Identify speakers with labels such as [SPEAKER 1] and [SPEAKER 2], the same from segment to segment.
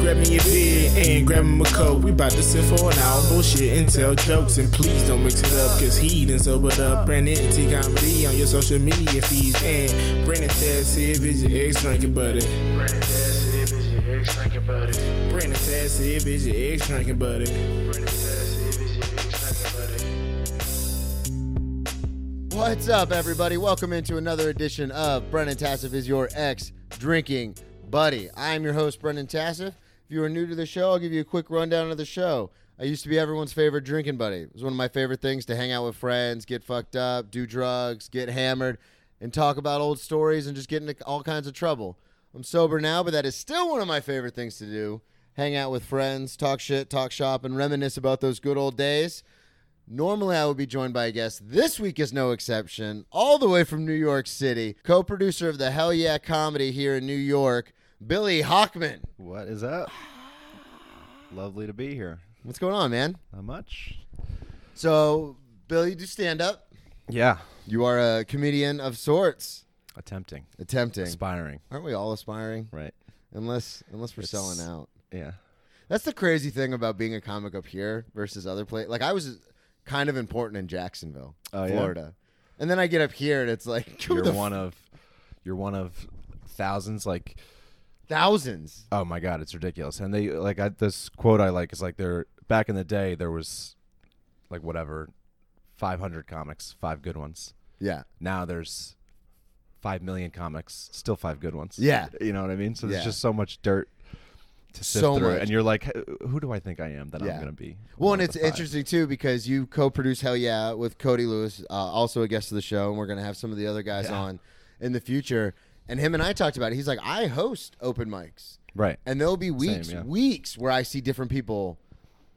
[SPEAKER 1] grabbing your beer and grabbing my coat. We about to sit for an hour, bullshit and tell jokes. And please don't mix it up, cause he done sobered up. Brandon T comedy on your social media feeds. And Brandon Taz said, is your ex drinking buddy?
[SPEAKER 2] Brandon Taz said, is your ex drinking buddy?
[SPEAKER 1] Brandon Taz said, is your ex drinking buddy?
[SPEAKER 2] Brandon Taz said, is your ex drinking buddy?
[SPEAKER 3] What's up, everybody? Welcome into another edition of Brennan Tassif is your ex drinking buddy. I am your host, Brennan Tassif. If you are new to the show, I'll give you a quick rundown of the show. I used to be everyone's favorite drinking buddy. It was one of my favorite things to hang out with friends, get fucked up, do drugs, get hammered, and talk about old stories and just get into all kinds of trouble. I'm sober now, but that is still one of my favorite things to do. Hang out with friends, talk shit, talk shop, and reminisce about those good old days. Normally, I would be joined by a guest. This week is no exception. All the way from New York City, co producer of the Hell Yeah comedy here in New York, Billy Hawkman.
[SPEAKER 4] What is up? Lovely to be here.
[SPEAKER 3] What's going on, man?
[SPEAKER 4] Not much.
[SPEAKER 3] So, Billy, you do stand up.
[SPEAKER 4] Yeah.
[SPEAKER 3] You are a comedian of sorts,
[SPEAKER 4] Attempting.
[SPEAKER 3] attempting.
[SPEAKER 4] Aspiring.
[SPEAKER 3] Aren't we all aspiring?
[SPEAKER 4] Right.
[SPEAKER 3] Unless, unless we're selling out.
[SPEAKER 4] Yeah.
[SPEAKER 3] That's the crazy thing about being a comic up here versus other place. Like I was kind of important in Jacksonville,
[SPEAKER 4] Oh, yeah?
[SPEAKER 3] Florida, and then I get up here and it's like who the
[SPEAKER 4] You're
[SPEAKER 3] f-
[SPEAKER 4] one of you're one of thousands like
[SPEAKER 3] thousands.
[SPEAKER 4] oh my god, it's ridiculous. And they like I, this quote I like is like there back in the day there was like whatever 500 comics, five good ones.
[SPEAKER 3] Yeah.
[SPEAKER 4] Now there's 5 million comics, still five good ones.
[SPEAKER 3] Yeah.
[SPEAKER 4] You know what I mean? So there's
[SPEAKER 3] Yeah.
[SPEAKER 4] just so much dirt to sift
[SPEAKER 3] So
[SPEAKER 4] through
[SPEAKER 3] much.
[SPEAKER 4] and you're like who do I think I am that
[SPEAKER 3] Yeah.
[SPEAKER 4] I'm going to be?
[SPEAKER 3] Well,
[SPEAKER 4] one
[SPEAKER 3] and
[SPEAKER 4] of
[SPEAKER 3] it's
[SPEAKER 4] the five?"
[SPEAKER 3] interesting too because you co-produce Hell Yeah with Cody Lewis, uh, also a guest of the show, and we're gonna have some of the other guys on in the future. And him and I talked about it. He's like, I host open mics,
[SPEAKER 4] Right.
[SPEAKER 3] and there'll be weeks,
[SPEAKER 4] yeah.
[SPEAKER 3] weeks where I see different people,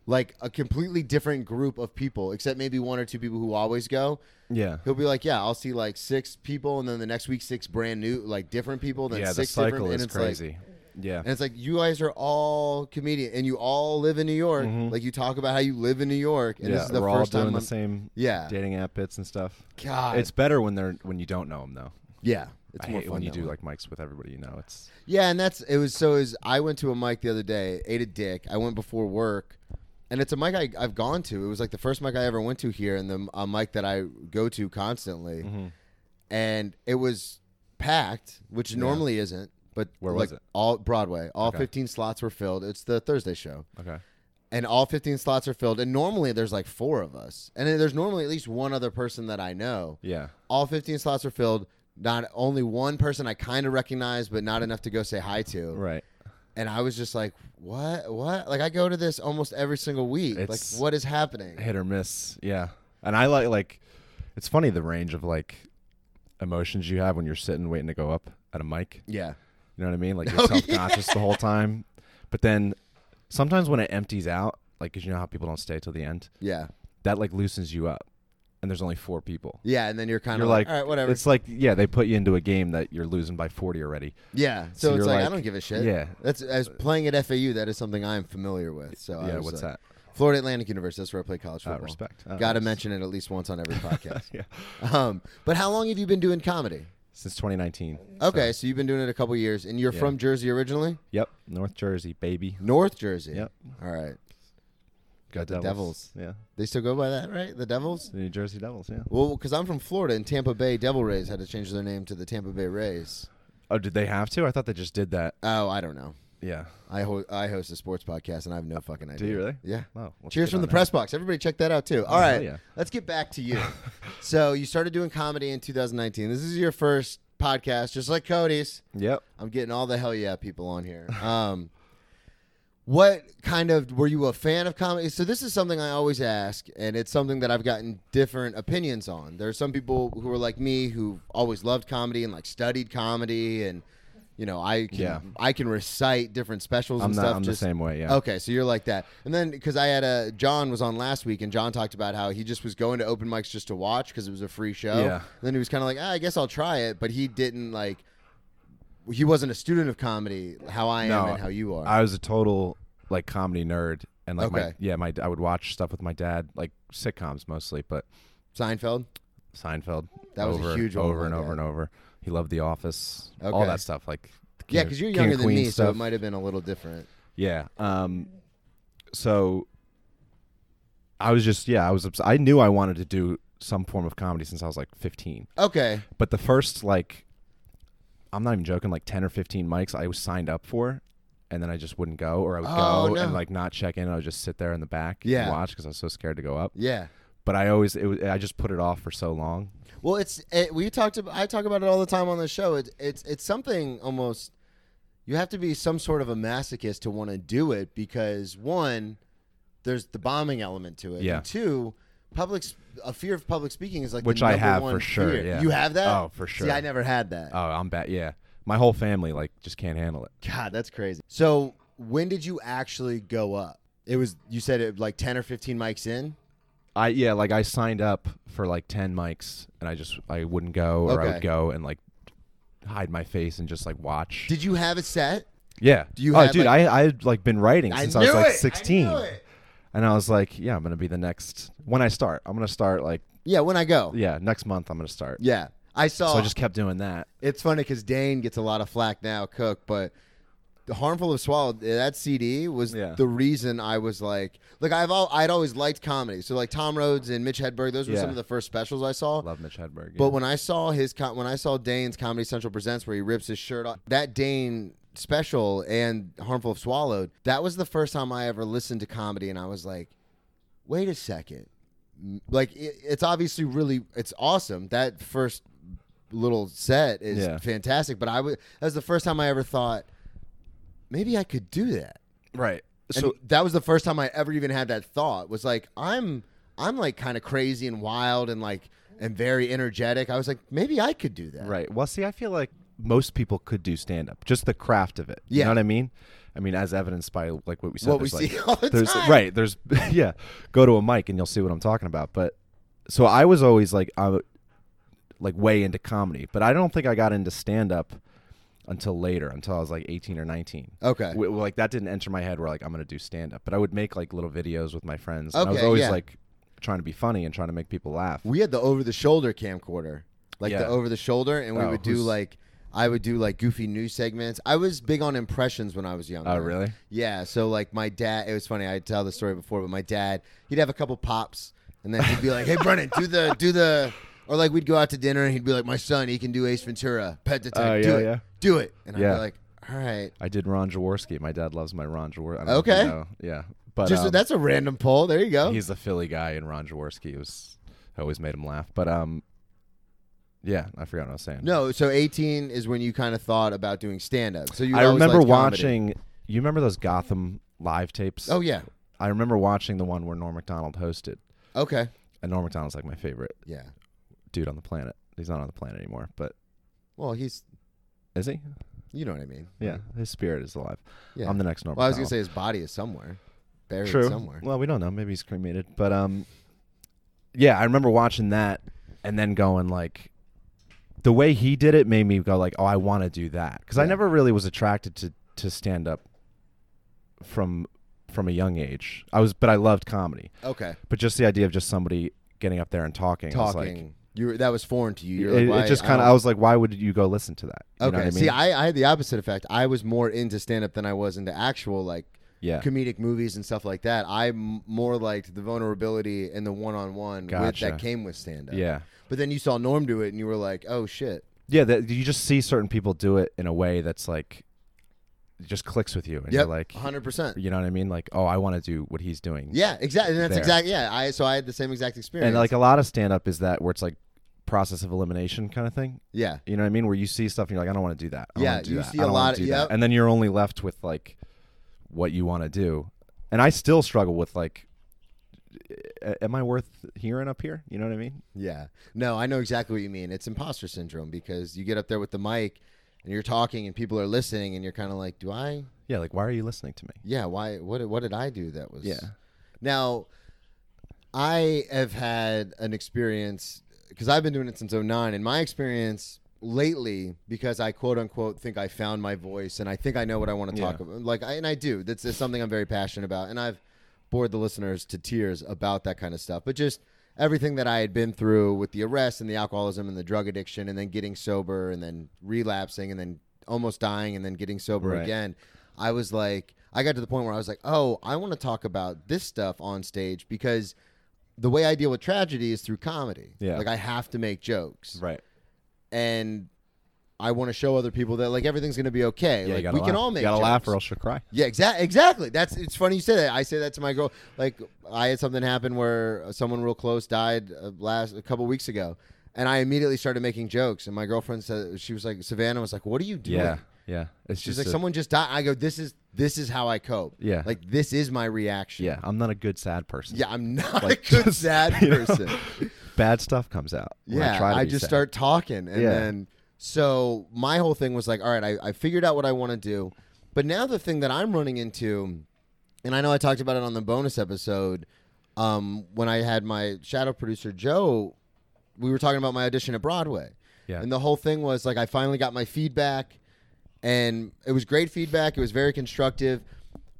[SPEAKER 3] like a completely different group of people, except maybe one or two people who always go.
[SPEAKER 4] Yeah.
[SPEAKER 3] He'll be like, yeah, I'll see like six people, and then the next week six brand new, like different people. Then
[SPEAKER 4] yeah, the
[SPEAKER 3] six
[SPEAKER 4] cycle
[SPEAKER 3] different,
[SPEAKER 4] is
[SPEAKER 3] and it's
[SPEAKER 4] crazy.
[SPEAKER 3] Like,
[SPEAKER 4] yeah.
[SPEAKER 3] and it's like you guys are all comedian, and you all live in New York. Like you talk about how you live in New York, and
[SPEAKER 4] Mm-hmm. yeah,
[SPEAKER 3] this is the
[SPEAKER 4] we're
[SPEAKER 3] first
[SPEAKER 4] all
[SPEAKER 3] time.
[SPEAKER 4] doing the
[SPEAKER 3] I'm-
[SPEAKER 4] same
[SPEAKER 3] Yeah.
[SPEAKER 4] dating app bits and stuff.
[SPEAKER 3] God.
[SPEAKER 4] It's better when they're when you don't know them though.
[SPEAKER 3] yeah, it's
[SPEAKER 4] I
[SPEAKER 3] more
[SPEAKER 4] hate
[SPEAKER 3] fun
[SPEAKER 4] when you
[SPEAKER 3] that
[SPEAKER 4] do
[SPEAKER 3] way.
[SPEAKER 4] like mics with everybody you know. It's
[SPEAKER 3] Yeah, and that's it was so is I went to a mic the other day, ate a dick. I went before work, and it's a mic I, I've gone to. It was like the first mic I ever went to here, and the a mic that I go to constantly,
[SPEAKER 4] Mm-hmm.
[SPEAKER 3] and it was packed, which normally isn't. But
[SPEAKER 4] Where
[SPEAKER 3] like
[SPEAKER 4] was it?
[SPEAKER 3] all Broadway, all
[SPEAKER 4] Okay.
[SPEAKER 3] fifteen slots were filled. It's the Thursday show,
[SPEAKER 4] okay.
[SPEAKER 3] and all fifteen slots are filled. And normally there's like four of us, and then there's normally at least one other person that I know
[SPEAKER 4] Yeah.
[SPEAKER 3] all 15 slots were filled. Not only one person I kind of recognized, but not enough to go say hi to.
[SPEAKER 4] Right.
[SPEAKER 3] And I was just like, what? What? Like, I go to this almost every single week.
[SPEAKER 4] It's-
[SPEAKER 3] like, what is happening?
[SPEAKER 4] Hit or miss. Yeah. And I like like it's funny the range of like emotions you have when you're sitting waiting to go up at a mic.
[SPEAKER 3] Yeah.
[SPEAKER 4] You know what I mean? Like
[SPEAKER 3] Oh,
[SPEAKER 4] you're self conscious the whole time. But then sometimes when it empties out, like 'cause you know how people don't stay till the end,
[SPEAKER 3] Yeah.
[SPEAKER 4] that like loosens you up. And there's only four people.
[SPEAKER 3] Yeah. And then you're kind
[SPEAKER 4] you're
[SPEAKER 3] of like,
[SPEAKER 4] like,
[SPEAKER 3] all right, whatever.
[SPEAKER 4] It's like, yeah, they put you into a game that you're losing by 40 already.
[SPEAKER 3] yeah. So,
[SPEAKER 4] so
[SPEAKER 3] it's
[SPEAKER 4] you're
[SPEAKER 3] like, I
[SPEAKER 4] like,
[SPEAKER 3] don't give a shit.
[SPEAKER 4] yeah.
[SPEAKER 3] That's as playing at FAU, that is something I'm familiar with. So, I
[SPEAKER 4] yeah,
[SPEAKER 3] Oh, was
[SPEAKER 4] what's
[SPEAKER 3] like-
[SPEAKER 4] that? Uh,
[SPEAKER 3] Florida Atlantic University. That's where I play college football.
[SPEAKER 4] respect. Oh,
[SPEAKER 3] Got to
[SPEAKER 4] nice.
[SPEAKER 3] mention it at least once on every podcast.
[SPEAKER 4] Yeah.
[SPEAKER 3] um, but how long have you been doing comedy?
[SPEAKER 4] Since 2019.
[SPEAKER 3] Okay. So, you've been doing it a couple years, and you're
[SPEAKER 4] Yeah.
[SPEAKER 3] from Jersey originally?
[SPEAKER 4] Yep. North Jersey, baby.
[SPEAKER 3] North Jersey.
[SPEAKER 4] Yep.
[SPEAKER 3] All right.
[SPEAKER 4] Got
[SPEAKER 3] the Devils.
[SPEAKER 4] Yeah.
[SPEAKER 3] They still go by that, right? The Devils?
[SPEAKER 4] The New Jersey Devils, yeah.
[SPEAKER 3] Well, because I'm from Florida, and Tampa Bay Devil Rays had to change their name to the Tampa Bay Rays.
[SPEAKER 4] Oh, did they have to? I thought they just did that.
[SPEAKER 3] Oh, I don't know.
[SPEAKER 4] Yeah.
[SPEAKER 3] I ho- I host a sports podcast, and I have no fucking idea.
[SPEAKER 4] Do you really?
[SPEAKER 3] Yeah.
[SPEAKER 4] Wow. Let's
[SPEAKER 3] Cheers
[SPEAKER 4] get
[SPEAKER 3] from
[SPEAKER 4] on
[SPEAKER 3] the
[SPEAKER 4] that.
[SPEAKER 3] press box. Everybody, check that out too. All
[SPEAKER 4] hell
[SPEAKER 3] right,
[SPEAKER 4] yeah.
[SPEAKER 3] let's get back to you. so you started doing comedy in 2019. This is your first podcast, just like Cody's.
[SPEAKER 4] Yep.
[SPEAKER 3] I'm getting all the hell yeah people on here. Um, what kind of were you a fan of comedy? So this is something I always ask, and it's something that I've gotten different opinions on. There are some people who are like me who always loved comedy and like studied comedy, and you know I can
[SPEAKER 4] Yeah.
[SPEAKER 3] I can recite different specials
[SPEAKER 4] I'm
[SPEAKER 3] and
[SPEAKER 4] not-
[SPEAKER 3] stuff.
[SPEAKER 4] I'm the
[SPEAKER 3] just, Oh.
[SPEAKER 4] same way, yeah.
[SPEAKER 3] Okay, so you're like that, and then because I had a John was on last week, and John talked about how he just was going to open mics just to watch because it was a free show.
[SPEAKER 4] Yeah.
[SPEAKER 3] And then he was kind of like, ah, I guess I'll try it, but he didn't like he wasn't a student of comedy how i am and how you are
[SPEAKER 4] I was a total like comedy nerd and like my
[SPEAKER 3] Okay.
[SPEAKER 4] yeah, my I would watch stuff with my dad, like sitcoms mostly, but
[SPEAKER 3] seinfeld
[SPEAKER 4] Seinfeld.
[SPEAKER 3] That was a
[SPEAKER 4] over,
[SPEAKER 3] huge one
[SPEAKER 4] over
[SPEAKER 3] with
[SPEAKER 4] and
[SPEAKER 3] my
[SPEAKER 4] over
[SPEAKER 3] dad.
[SPEAKER 4] and over. He loved The Office, all
[SPEAKER 3] Okay.
[SPEAKER 4] that stuff. Like the King
[SPEAKER 3] yeah
[SPEAKER 4] of-
[SPEAKER 3] because you're
[SPEAKER 4] King of
[SPEAKER 3] younger than
[SPEAKER 4] Queens
[SPEAKER 3] me so
[SPEAKER 4] stuff.
[SPEAKER 3] it might have been a little different
[SPEAKER 4] Yeah. Um. So I was just yeah I was obs- I knew I wanted to do some form of comedy since I was like 15.
[SPEAKER 3] Okay.
[SPEAKER 4] But the first like I'm not even joking like 10 or 15 mics I was signed up for and then I just wouldn't go or I would
[SPEAKER 3] Oh,
[SPEAKER 4] go
[SPEAKER 3] no.
[SPEAKER 4] and like not check in I would just sit there in the back
[SPEAKER 3] Yeah.
[SPEAKER 4] and watch cuz I was so scared to go up.
[SPEAKER 3] Yeah.
[SPEAKER 4] But I always it was, I just put it off for so long.
[SPEAKER 3] Well, it's it, we talked. About, I talk about it all the time on the show. It, it's it's something almost. You have to be some sort of a masochist to want to do it because one, there's the bombing element to it.
[SPEAKER 4] Yeah.
[SPEAKER 3] And two, public s- a fear of public speaking is like the
[SPEAKER 4] Which I
[SPEAKER 3] number
[SPEAKER 4] have
[SPEAKER 3] one
[SPEAKER 4] for sure,
[SPEAKER 3] fear.
[SPEAKER 4] yeah.
[SPEAKER 3] You have that?
[SPEAKER 4] Oh, for
[SPEAKER 3] See,
[SPEAKER 4] sure.
[SPEAKER 3] I never had that.
[SPEAKER 4] Oh, I'm bad. Yeah. My whole family like just can't handle it.
[SPEAKER 3] God, that's crazy. So when did you actually go up? It was you said it like ten or fifteen mics in.
[SPEAKER 4] I yeah, like I signed up for like ten mics, and I just I wouldn't go, or I
[SPEAKER 3] Okay.
[SPEAKER 4] would go and like hide my face and just like watch.
[SPEAKER 3] Did you have a set?
[SPEAKER 4] yeah,
[SPEAKER 3] do you
[SPEAKER 4] Oh,
[SPEAKER 3] have,
[SPEAKER 4] dude,
[SPEAKER 3] like-
[SPEAKER 4] I I had, like been writing
[SPEAKER 3] I
[SPEAKER 4] since I, was
[SPEAKER 3] knew
[SPEAKER 4] like
[SPEAKER 3] it! I knew
[SPEAKER 4] sixteen,
[SPEAKER 3] it!
[SPEAKER 4] and I was like, yeah, I'm gonna be the next when I start. I'm gonna start like
[SPEAKER 3] Yeah, when I go.
[SPEAKER 4] yeah next month. I'm gonna start.
[SPEAKER 3] Yeah. Oh. I saw.
[SPEAKER 4] So I just kept doing that.
[SPEAKER 3] It's funny because Dane gets a lot of flack now, Cook, but the harmful of swallowed that CD was
[SPEAKER 4] Yeah.
[SPEAKER 3] the reason I was like, like I've all I'd always liked comedy. So like Tom Rhodes and Mitch Hedberg, those were some
[SPEAKER 4] Yeah.
[SPEAKER 3] of the first specials I saw.
[SPEAKER 4] Love Mitch Hedberg.
[SPEAKER 3] But when I saw his com- when I saw Dane's Comedy Central presents where he rips his shirt off, that Dane special and harmful of swallowed, that was the first time I ever listened to comedy, and I was like, wait a second, M- like it, it's obviously really it's awesome that first little set is
[SPEAKER 4] Yeah.
[SPEAKER 3] fantastic, but I was that was the first time I ever thought maybe I could do that.
[SPEAKER 4] right,
[SPEAKER 3] And
[SPEAKER 4] so
[SPEAKER 3] that was the first time I ever even had that thought. Was like I'm I'm like kind of crazy and wild and like and very energetic. I was like maybe I could do that.
[SPEAKER 4] Right. Well, see, I feel like most people could do stand up, just the craft of it.
[SPEAKER 3] Yeah.
[SPEAKER 4] You know what I mean? I mean, as evidenced by like what we said.
[SPEAKER 3] What we
[SPEAKER 4] there's, like-
[SPEAKER 3] see all the
[SPEAKER 4] there's,
[SPEAKER 3] time.
[SPEAKER 4] Right. There's yeah. Go to a mic and you'll see what I'm talking about. But so I was always like I w- like way into comedy, but I don't think I got into stand up until later, until I was like 18 or 19.
[SPEAKER 3] Okay.
[SPEAKER 4] W- like that didn't enter my head where like I'm gonna do stand up, but I would make like little videos with my friends. and I was
[SPEAKER 3] Okay,
[SPEAKER 4] always
[SPEAKER 3] yeah.
[SPEAKER 4] like trying to be funny and trying to make people laugh.
[SPEAKER 3] We had the over the shoulder camcorder, like the
[SPEAKER 4] Yeah.
[SPEAKER 3] over the shoulder, and we
[SPEAKER 4] Oh,
[SPEAKER 3] would do
[SPEAKER 4] who's-
[SPEAKER 3] like I would do like goofy news segments. I was big on impressions when I was younger.
[SPEAKER 4] Oh, really?
[SPEAKER 3] Yeah. So like my dad, it was funny. I tell the story before, but my dad, he'd have a couple pops, and then he'd be like, "Hey, Brennan, do the do the." Or like we'd go out to dinner and he'd be like, "My son, he can do Ace Ventura, Pet Detective,
[SPEAKER 4] Oh,
[SPEAKER 3] do
[SPEAKER 4] yeah,
[SPEAKER 3] it,
[SPEAKER 4] yeah.
[SPEAKER 3] do it." And I'd
[SPEAKER 4] Yeah.
[SPEAKER 3] be like, "All right,
[SPEAKER 4] I did Ron Jaworski. My dad loves my Ron Jaworski.
[SPEAKER 3] Okay.
[SPEAKER 4] Yeah, but
[SPEAKER 3] just
[SPEAKER 4] um,
[SPEAKER 3] that's a random poll. There you go."
[SPEAKER 4] he's a Philly guy, and Ron Jaworski was I always made him laugh. But um, yeah, I forgot what I was saying.
[SPEAKER 3] No, so 18 is when you kind of thought about doing stand up. So you,
[SPEAKER 4] I
[SPEAKER 3] always
[SPEAKER 4] remember
[SPEAKER 3] liked comedy.
[SPEAKER 4] watching. You remember those Gotham live tapes?
[SPEAKER 3] Oh yeah.
[SPEAKER 4] I remember watching the one where Norm Macdonald hosted,
[SPEAKER 3] Okay.
[SPEAKER 4] and Norm Macdonald's like my favorite
[SPEAKER 3] Yeah.
[SPEAKER 4] dude on the planet. He's not on the planet anymore, but
[SPEAKER 3] Well, he's
[SPEAKER 4] is he?
[SPEAKER 3] you know what I mean.
[SPEAKER 4] Yeah, his spirit is alive.
[SPEAKER 3] Yeah.
[SPEAKER 4] I'm the next Norm.
[SPEAKER 3] Well, I was gonna
[SPEAKER 4] Macdonald.
[SPEAKER 3] say his body is somewhere, buried
[SPEAKER 4] True.
[SPEAKER 3] somewhere.
[SPEAKER 4] Well, we don't know. Maybe he's cremated. But um, yeah, I remember watching that and then going like, the way he did it made me go like, oh, I want to do that because I
[SPEAKER 3] Yeah.
[SPEAKER 4] never really was attracted to to stand up from from a young age. I was, but I loved comedy.
[SPEAKER 3] okay.
[SPEAKER 4] But just the idea of just somebody getting up there and talking, I was
[SPEAKER 3] Talking. you were, that was foreign to you. You're
[SPEAKER 4] like,
[SPEAKER 3] like,
[SPEAKER 4] it,
[SPEAKER 3] why-
[SPEAKER 4] it just kind of.
[SPEAKER 3] don't-
[SPEAKER 4] I was like, why would you go listen to that? You know
[SPEAKER 3] okay.
[SPEAKER 4] what I mean?
[SPEAKER 3] See, I, I had the opposite effect. I was more into stand up than I was into actual like
[SPEAKER 4] yeah.
[SPEAKER 3] comedic movies and stuff like that. I m- more liked the vulnerability and the one on one
[SPEAKER 4] Gotcha.
[SPEAKER 3] that came with stand up.
[SPEAKER 4] yeah.
[SPEAKER 3] But then you saw Norm do it, and you were like, oh shit.
[SPEAKER 4] Yeah, that you just see certain people do it in a way that's like it just clicks with you and
[SPEAKER 3] Yep.
[SPEAKER 4] you're like
[SPEAKER 3] hundred percent.
[SPEAKER 4] you know what I mean? Like, oh, I want to do what he's doing.
[SPEAKER 3] Yeah, exactly. And that's
[SPEAKER 4] There.
[SPEAKER 3] exactly yeah. I so I had the same exact experience.
[SPEAKER 4] And like a lot of stand up is that where it's like process of elimination kind of thing.
[SPEAKER 3] yeah,
[SPEAKER 4] You know what I mean? Where you see stuff and you're like, I don't want to do that. I don't
[SPEAKER 3] Yeah,
[SPEAKER 4] wanna do
[SPEAKER 3] you
[SPEAKER 4] that.
[SPEAKER 3] see
[SPEAKER 4] I
[SPEAKER 3] a
[SPEAKER 4] don't wanna
[SPEAKER 3] lot of-
[SPEAKER 4] do
[SPEAKER 3] yep.
[SPEAKER 4] that. And then you're only left with like what you want to do. And I still struggle with like a- am I worth hearing up here? You know what I mean?
[SPEAKER 3] Yeah. No, I know exactly what you mean. It's imposter syndrome because you get up there with the mic and you're talking and people are listening and you're kind of like, do I?
[SPEAKER 4] Yeah, like why are you listening to me?
[SPEAKER 3] Yeah. Why? What? What did I do that was?
[SPEAKER 4] Yeah.
[SPEAKER 3] Now, I have had an experience because I've been doing it since 09. And my experience lately, because I quote unquote think I found my voice and I think I know what I want to
[SPEAKER 4] Yeah.
[SPEAKER 3] talk about. Like, I, and I do. That's it's something I'm very passionate about. And I've bored the listeners to tears about that kind of stuff. But just everything that I had been through with the arrest and the alcoholism and the drug addiction and then getting sober and then relapsing and then almost dying and then getting sober
[SPEAKER 4] Right.
[SPEAKER 3] again. I was like, I got to the point where I was like, oh, I want to talk about this stuff on stage because the way I deal with tragedy is through comedy.
[SPEAKER 4] Yeah.
[SPEAKER 3] Like I have to make jokes.
[SPEAKER 4] Right.
[SPEAKER 3] And I want to show other people that like everything's gonna be okay.
[SPEAKER 4] Yeah, you
[SPEAKER 3] like
[SPEAKER 4] gotta
[SPEAKER 3] we can
[SPEAKER 4] laugh.
[SPEAKER 3] all make
[SPEAKER 4] You gotta
[SPEAKER 3] jokes.
[SPEAKER 4] laugh or else you'll cry.
[SPEAKER 3] Yeah, exactly. Exactly. That's it's funny you say that. I say that to my girl. Like I had something happen where someone real close died uh, last a couple weeks ago, and I immediately started making jokes. And my girlfriend said she was like Savannah was like, "What are you doing?"
[SPEAKER 4] Yeah. Yeah. It's
[SPEAKER 3] She's
[SPEAKER 4] just
[SPEAKER 3] like,
[SPEAKER 4] a-
[SPEAKER 3] "Someone just died." I go, "This is this is how I cope."
[SPEAKER 4] Yeah.
[SPEAKER 3] Like this is my reaction.
[SPEAKER 4] Yeah, I'm not a good sad person.
[SPEAKER 3] Yeah, I'm not
[SPEAKER 4] Like,
[SPEAKER 3] a good
[SPEAKER 4] just,
[SPEAKER 3] sad
[SPEAKER 4] you know,
[SPEAKER 3] person.
[SPEAKER 4] Bad stuff comes out. when
[SPEAKER 3] Yeah, I,
[SPEAKER 4] I, try to be
[SPEAKER 3] just
[SPEAKER 4] sad.
[SPEAKER 3] start talking, and
[SPEAKER 4] Yeah.
[SPEAKER 3] then so my whole thing was like, all right, I, I figured out what I want to do, but now the thing that I'm running into, and I know I talked about it on the bonus episode, um, when I had my shadow producer Joe, we were talking about my audition at Broadway,
[SPEAKER 4] Yeah.
[SPEAKER 3] and the whole thing was like, I finally got my feedback, and it was great feedback. It was very constructive.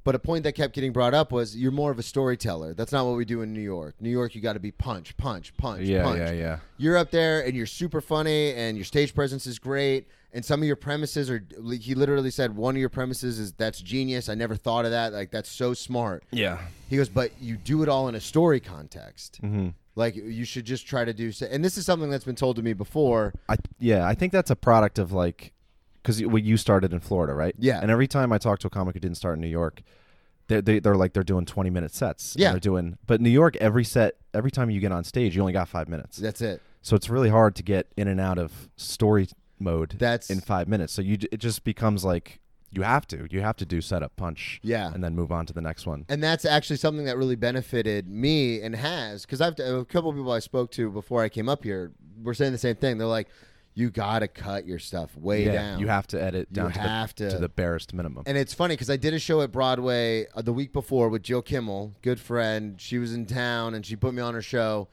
[SPEAKER 3] But a point that kept getting brought up was you're more of a storyteller. That's not what we do in New York. New York, you got to be punch, punch, punch,
[SPEAKER 4] Yeah,
[SPEAKER 3] punch
[SPEAKER 4] yeah, yeah.
[SPEAKER 3] you're up there and you're super funny and your stage presence is great and some of your premises are he literally said one of your premises is that's genius i never thought of that like that's so smart
[SPEAKER 4] Yeah.
[SPEAKER 3] he goes but you do it all in a story context
[SPEAKER 4] Mm-hmm.
[SPEAKER 3] like you should just try to do so and this is something that's been told to me before
[SPEAKER 4] I yeah, I think that's a product of like because you, well, you started in Florida, right?
[SPEAKER 3] Yeah.
[SPEAKER 4] And every time I talk to a comic who didn't start in New York, they they they're like they're doing 20 minute sets. and
[SPEAKER 3] Yeah.
[SPEAKER 4] they're doing but New York every set every time you get on stage you only got five minutes.
[SPEAKER 3] that's it
[SPEAKER 4] So it's really hard to get in and out of story mode
[SPEAKER 3] That's-
[SPEAKER 4] in five minutes. So you it just becomes like you have to you have to do setup punch
[SPEAKER 3] Yeah.
[SPEAKER 4] and then move on to the next one.
[SPEAKER 3] and that's actually something that really benefited me and has because I've a couple of people I spoke to before I came up here were saying the same thing. They're like, "You gotta cut your stuff way
[SPEAKER 4] yeah,
[SPEAKER 3] down.
[SPEAKER 4] you have to edit
[SPEAKER 3] You
[SPEAKER 4] down to,
[SPEAKER 3] have
[SPEAKER 4] the,
[SPEAKER 3] to.
[SPEAKER 4] to the barest minimum.
[SPEAKER 3] And it's funny because I did a show at Broadway uh, the week before with Jill Kimmel, good friend. She was in town and she put me on her show,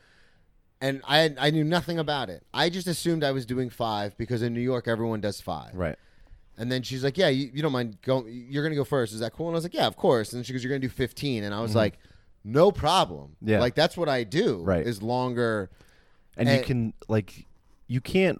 [SPEAKER 3] and I I knew nothing about it. I just assumed I was doing five because in New York everyone does five.
[SPEAKER 4] right.
[SPEAKER 3] And then she's like, "Yeah, you, you don't mind going? You're gonna go first? Is that cool?" And I was like, "Yeah, of course." And she goes, "You're gonna do 15." And I was like, "No problem.
[SPEAKER 4] Mm-hmm. Yeah.
[SPEAKER 3] like that's what I do.
[SPEAKER 4] Right.
[SPEAKER 3] is longer.
[SPEAKER 4] and
[SPEAKER 3] And-
[SPEAKER 4] you can like you can't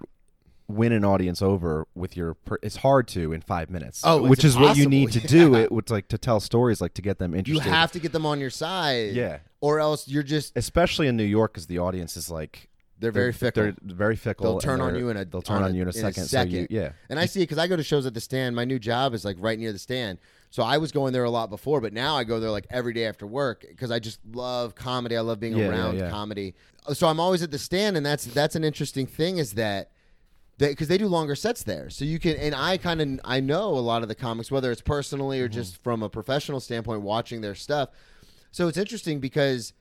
[SPEAKER 4] win an audience over with your per- it's hard to in 5 minutes
[SPEAKER 3] Oh, it's
[SPEAKER 4] which is what you
[SPEAKER 3] impossible.
[SPEAKER 4] need to do it with like to tell stories like to get them
[SPEAKER 3] You
[SPEAKER 4] interested
[SPEAKER 3] have to get them on your side.
[SPEAKER 4] Yeah.
[SPEAKER 3] or else you're just
[SPEAKER 4] especially in New York cuz the audience is like
[SPEAKER 3] they're very fickle.
[SPEAKER 4] they're very fickle
[SPEAKER 3] They'll
[SPEAKER 4] and
[SPEAKER 3] turn on
[SPEAKER 4] they're-
[SPEAKER 3] you in a.
[SPEAKER 4] they'll turn on you in a second, so you- yeah
[SPEAKER 3] And I see it because I go to shows at the stand. My new job is like right near the stand, so I was going there a lot before, but now I go there like every day after work because I just love comedy. I love being
[SPEAKER 4] Yeah, yeah,
[SPEAKER 3] around
[SPEAKER 4] yeah.
[SPEAKER 3] comedy. So I'm always at the stand, and that's that's an interesting thing is that because they, do longer sets there, so you can. And I kind of I know a lot of the comics, whether it's personally or
[SPEAKER 4] Mm-hmm.
[SPEAKER 3] just from a professional standpoint, watching their stuff. So it's interesting because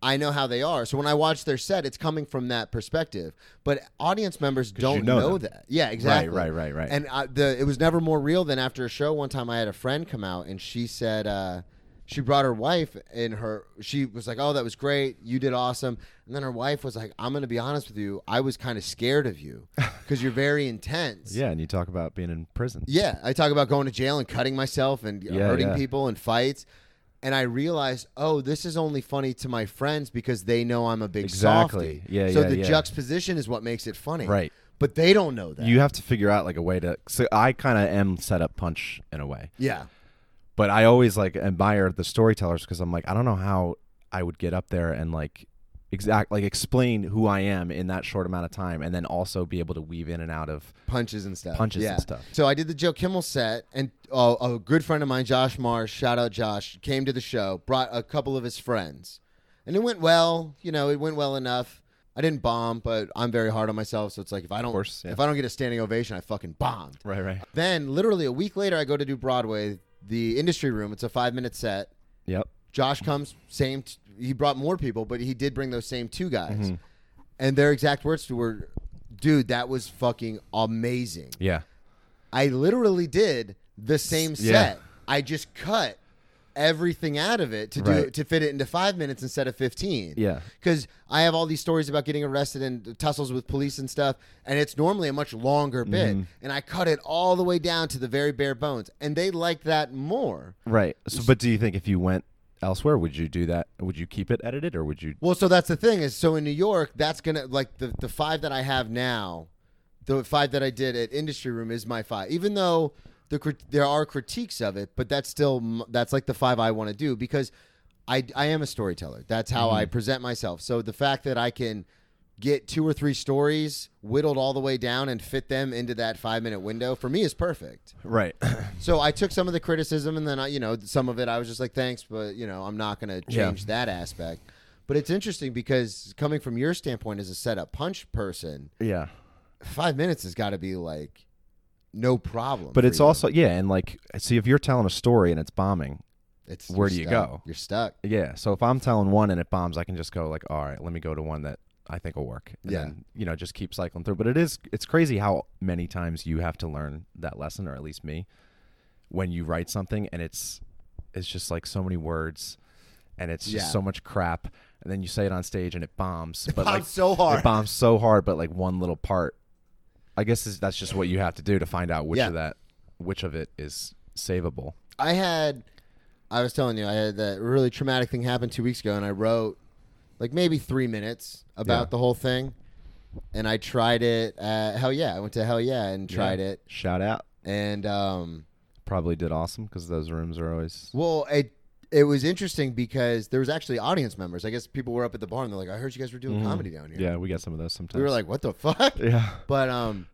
[SPEAKER 3] I know how they are. So when I watch their set, it's coming from that perspective. But audience members don't
[SPEAKER 4] know
[SPEAKER 3] know,
[SPEAKER 4] them.
[SPEAKER 3] that. Yeah, exactly.
[SPEAKER 4] right, right, right.
[SPEAKER 3] And I, the it was never more real than after a show. One time, I had a friend come out, and she said uh, she brought her wife, and her she was like, "Oh, that was great. You did awesome." And then her wife was like, "I'm going to be honest with you. I was kind of scared of you because you're very intense."
[SPEAKER 4] yeah and you talk about being in prison
[SPEAKER 3] Yeah, I talk about going to jail and cutting myself and
[SPEAKER 4] Yeah,
[SPEAKER 3] hurting
[SPEAKER 4] yeah.
[SPEAKER 3] people and fights. And I realized, oh, this is only funny to my friends because they know I'm a big
[SPEAKER 4] Exactly.
[SPEAKER 3] softie.
[SPEAKER 4] Yeah,
[SPEAKER 3] So
[SPEAKER 4] yeah,
[SPEAKER 3] the
[SPEAKER 4] yeah.
[SPEAKER 3] juxtaposition is what makes it funny.
[SPEAKER 4] Right.
[SPEAKER 3] But they don't know that.
[SPEAKER 4] you have to figure out like a way to so I kind of am set up punch in a way
[SPEAKER 3] yeah.
[SPEAKER 4] but I always like admire the storytellers because I'm like, I don't know how I would get up there and like exact like explain who I am in that short amount of time, and then also be able to weave in and out of.
[SPEAKER 3] Punches and stuff.
[SPEAKER 4] Punches and
[SPEAKER 3] Yeah.
[SPEAKER 4] stuff.
[SPEAKER 3] So I did the Joe Kimmel set, and uh, a good friend of mine, Josh Marsh, shout out Josh, came to the show, brought a couple of his friends. And it went well. You know, it went well enough. I didn't bomb, but I'm very hard on myself. So it's like if I don't
[SPEAKER 4] course, yeah.
[SPEAKER 3] if I don't get a standing ovation, I fucking bombed.
[SPEAKER 4] Right, right.
[SPEAKER 3] Then, literally a week later, I go to do Broadway, the industry room. It's a five minute set.
[SPEAKER 4] Yep.
[SPEAKER 3] Josh comes, same. T- he brought more people, but he did bring those same two guys.
[SPEAKER 4] Mm-hmm.
[SPEAKER 3] And their exact words were, dude, that was fucking amazing.
[SPEAKER 4] Yeah.
[SPEAKER 3] I literally did the same set.
[SPEAKER 4] yeah.
[SPEAKER 3] I just cut everything out of it to do
[SPEAKER 4] Right.
[SPEAKER 3] to fit it into five minutes instead of 15
[SPEAKER 4] Yeah.
[SPEAKER 3] because i have all these stories about getting arrested and tussles with police and stuff and it's normally a much longer bit
[SPEAKER 4] Mm-hmm.
[SPEAKER 3] and i cut it all the way down to the very bare bones and they like that more
[SPEAKER 4] Right. So, but do you think if you went elsewhere, would you do that? Would you keep it edited, or would you?
[SPEAKER 3] Well, so that's the thing is, so in New York, that's gonna like the the five that I have now, the five that I did at Industry Room is my five. Even though the crit- there are critiques of it, but that's still m- that's like the five I want to do because I I am a storyteller. That's how I present myself. So the fact that I can get two or three stories whittled all the way down and fit them into that five minute window for me is perfect.
[SPEAKER 4] Right.
[SPEAKER 3] So I took some of the criticism, and then I, you know, some of it I was just like, thanks, but you know, I'm not going to
[SPEAKER 4] Yeah.
[SPEAKER 3] change that aspect. But it's interesting because coming from your standpoint as a setup punch person,
[SPEAKER 4] yeah.
[SPEAKER 3] five minutes has got to be like no problem.
[SPEAKER 4] But
[SPEAKER 3] for
[SPEAKER 4] it's
[SPEAKER 3] you.
[SPEAKER 4] also yeah, and like see if you're telling a story and it's bombing.
[SPEAKER 3] it's you're
[SPEAKER 4] where do you
[SPEAKER 3] stuck.
[SPEAKER 4] go?
[SPEAKER 3] You're stuck.
[SPEAKER 4] Yeah. So if I'm telling one and it bombs, I can just go like, all right, let me go to one that I think will work. And
[SPEAKER 3] Yeah.
[SPEAKER 4] Then, you know, just keep cycling through. But it is it's crazy how many times you have to learn that lesson, or at least me, when you write something and it's it's just like so many words and it's just
[SPEAKER 3] Yeah.
[SPEAKER 4] so much crap. And then you say it on stage and it bombs. But like
[SPEAKER 3] bombs so hard.
[SPEAKER 4] It bombs so hard, but like one little part. I guess is- that's just what you have to do to find out which
[SPEAKER 3] Yeah.
[SPEAKER 4] of that which of it is savable.
[SPEAKER 3] I had, I was telling you, I had that really traumatic thing happen two weeks ago, and I wrote like maybe three minutes about
[SPEAKER 4] Yeah.
[SPEAKER 3] the whole thing, and I tried it. At Hell yeah, I went to Hell yeah and tried it,
[SPEAKER 4] Shout out.
[SPEAKER 3] and um.
[SPEAKER 4] Probably did awesome because those rooms are always
[SPEAKER 3] Well, it it was interesting because there was actually audience members. I guess people were up at the bar and they're like, "I heard you guys were doing comedy down here."
[SPEAKER 4] Yeah, we got some of those sometimes.
[SPEAKER 3] we were like, "What the fuck?"
[SPEAKER 4] yeah,
[SPEAKER 3] But um,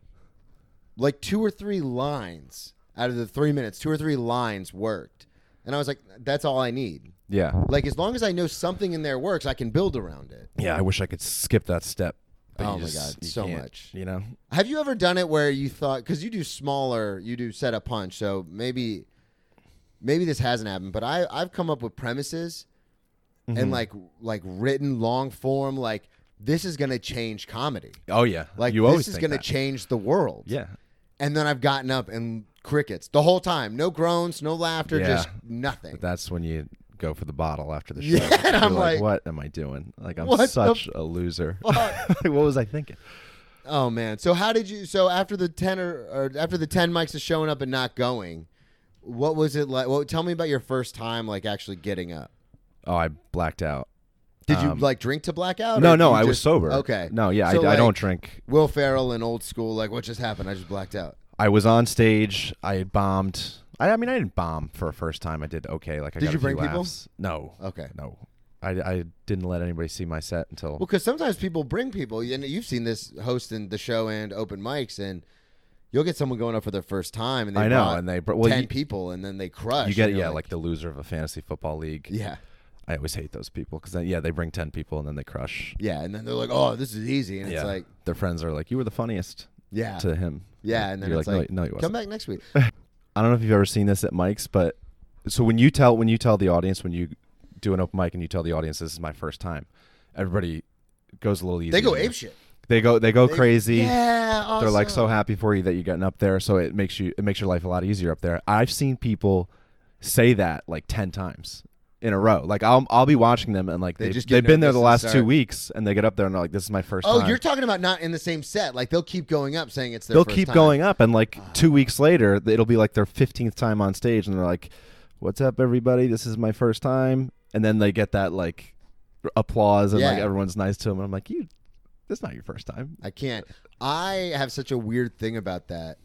[SPEAKER 3] like two or three lines out of the three minutes, two or three lines worked, and I was like, "That's all I need."
[SPEAKER 4] yeah,
[SPEAKER 3] Like as long as I know something in there works, I can build around it.
[SPEAKER 4] yeah. I wish I could skip that step. but
[SPEAKER 3] Oh
[SPEAKER 4] you
[SPEAKER 3] my
[SPEAKER 4] just-
[SPEAKER 3] God,
[SPEAKER 4] you
[SPEAKER 3] so
[SPEAKER 4] can't,
[SPEAKER 3] much.
[SPEAKER 4] You know,
[SPEAKER 3] Have you ever done it where you thought because you do smaller, you do set up punch, so maybe maybe this hasn't happened, but I I've come up with premises
[SPEAKER 4] Mm-hmm.
[SPEAKER 3] and like like written long form like this is gonna change comedy,
[SPEAKER 4] oh yeah,
[SPEAKER 3] like
[SPEAKER 4] you always
[SPEAKER 3] this is
[SPEAKER 4] think
[SPEAKER 3] gonna
[SPEAKER 4] that.
[SPEAKER 3] change the world,
[SPEAKER 4] Yeah,
[SPEAKER 3] And then I've gotten up and crickets the whole time, no groans, no laughter,
[SPEAKER 4] Yeah.
[SPEAKER 3] just nothing.
[SPEAKER 4] but that's when you go for the bottle after the show.
[SPEAKER 3] Yeah, and
[SPEAKER 4] You're
[SPEAKER 3] I'm like,
[SPEAKER 4] what am I doing? Like, I'm
[SPEAKER 3] what the
[SPEAKER 4] such a loser. what was I thinking?
[SPEAKER 3] Oh man! So how did you? So after the ten or, or after the ten mics of showing up and not going, what was it like? Well, tell me about your first time, like actually getting up.
[SPEAKER 4] Oh, I blacked out.
[SPEAKER 3] Did
[SPEAKER 4] Um,
[SPEAKER 3] you like drink to blackout?
[SPEAKER 4] No,
[SPEAKER 3] or
[SPEAKER 4] no,
[SPEAKER 3] you
[SPEAKER 4] I was
[SPEAKER 3] just-
[SPEAKER 4] sober.
[SPEAKER 3] Okay.
[SPEAKER 4] No, yeah,
[SPEAKER 3] So,
[SPEAKER 4] I, I don't
[SPEAKER 3] like,
[SPEAKER 4] drink.
[SPEAKER 3] Will Ferrell in old school, like what just happened? I just blacked out.
[SPEAKER 4] I was on stage. I had bombed. I, I mean, I didn't bomb for a first time. I did okay. Like, I
[SPEAKER 3] Did
[SPEAKER 4] got
[SPEAKER 3] you
[SPEAKER 4] a few
[SPEAKER 3] bring people?
[SPEAKER 4] laughs. No.
[SPEAKER 3] Okay.
[SPEAKER 4] No. I, I didn't let anybody see my set until
[SPEAKER 3] Well, because sometimes people bring people, and you've seen this hosting the show and open mics, and you'll get someone going up for their first time, and they
[SPEAKER 4] I know,
[SPEAKER 3] brought
[SPEAKER 4] and they br- well,
[SPEAKER 3] ten
[SPEAKER 4] you-
[SPEAKER 3] people, and then they crush.
[SPEAKER 4] you get
[SPEAKER 3] and you're
[SPEAKER 4] yeah like, the loser of a fantasy football league
[SPEAKER 3] yeah,
[SPEAKER 4] i always hate those people because yeah they bring 10 people and then they crush
[SPEAKER 3] yeah, and then they're like, oh, this is easy, and
[SPEAKER 4] yeah
[SPEAKER 3] it's like
[SPEAKER 4] their friends are like you were the funniest
[SPEAKER 3] yeah,
[SPEAKER 4] to him
[SPEAKER 3] yeah, and then
[SPEAKER 4] You're
[SPEAKER 3] it's
[SPEAKER 4] like,
[SPEAKER 3] like,
[SPEAKER 4] no, no you
[SPEAKER 3] come
[SPEAKER 4] wasn't
[SPEAKER 3] back next week.
[SPEAKER 4] i don't know if you've ever seen this at mike's but so when you tell when you tell the audience when you do an open mic and you tell the audience this is my first time everybody goes a little easy
[SPEAKER 3] They go
[SPEAKER 4] on you.
[SPEAKER 3] ape shit.
[SPEAKER 4] they go they go crazy
[SPEAKER 3] Yeah, awesome.
[SPEAKER 4] they're like so happy for you that you're getting up there so it makes you it makes your life a lot easier up there i've seen people say that like 10 times in a row like i'll, I'll be watching them and like
[SPEAKER 3] They
[SPEAKER 4] they
[SPEAKER 3] just
[SPEAKER 4] just
[SPEAKER 3] get
[SPEAKER 4] they've been there the
[SPEAKER 3] nervous and
[SPEAKER 4] last two
[SPEAKER 3] start-
[SPEAKER 4] weeks and they get up there and they're like this is my first
[SPEAKER 3] Oh,
[SPEAKER 4] time
[SPEAKER 3] you're talking about not in the same set. Like they'll keep going up, saying it's their.
[SPEAKER 4] they'll
[SPEAKER 3] first
[SPEAKER 4] keep
[SPEAKER 3] time. Ah.
[SPEAKER 4] going up and like two weeks later it'll be like their 15th time on stage and they're like what's up everybody this is my first time and then they get that like r- applause and like
[SPEAKER 3] Yeah.
[SPEAKER 4] everyone's nice to them and i'm like you that's not your first time
[SPEAKER 3] I can't. I have such a weird thing about that.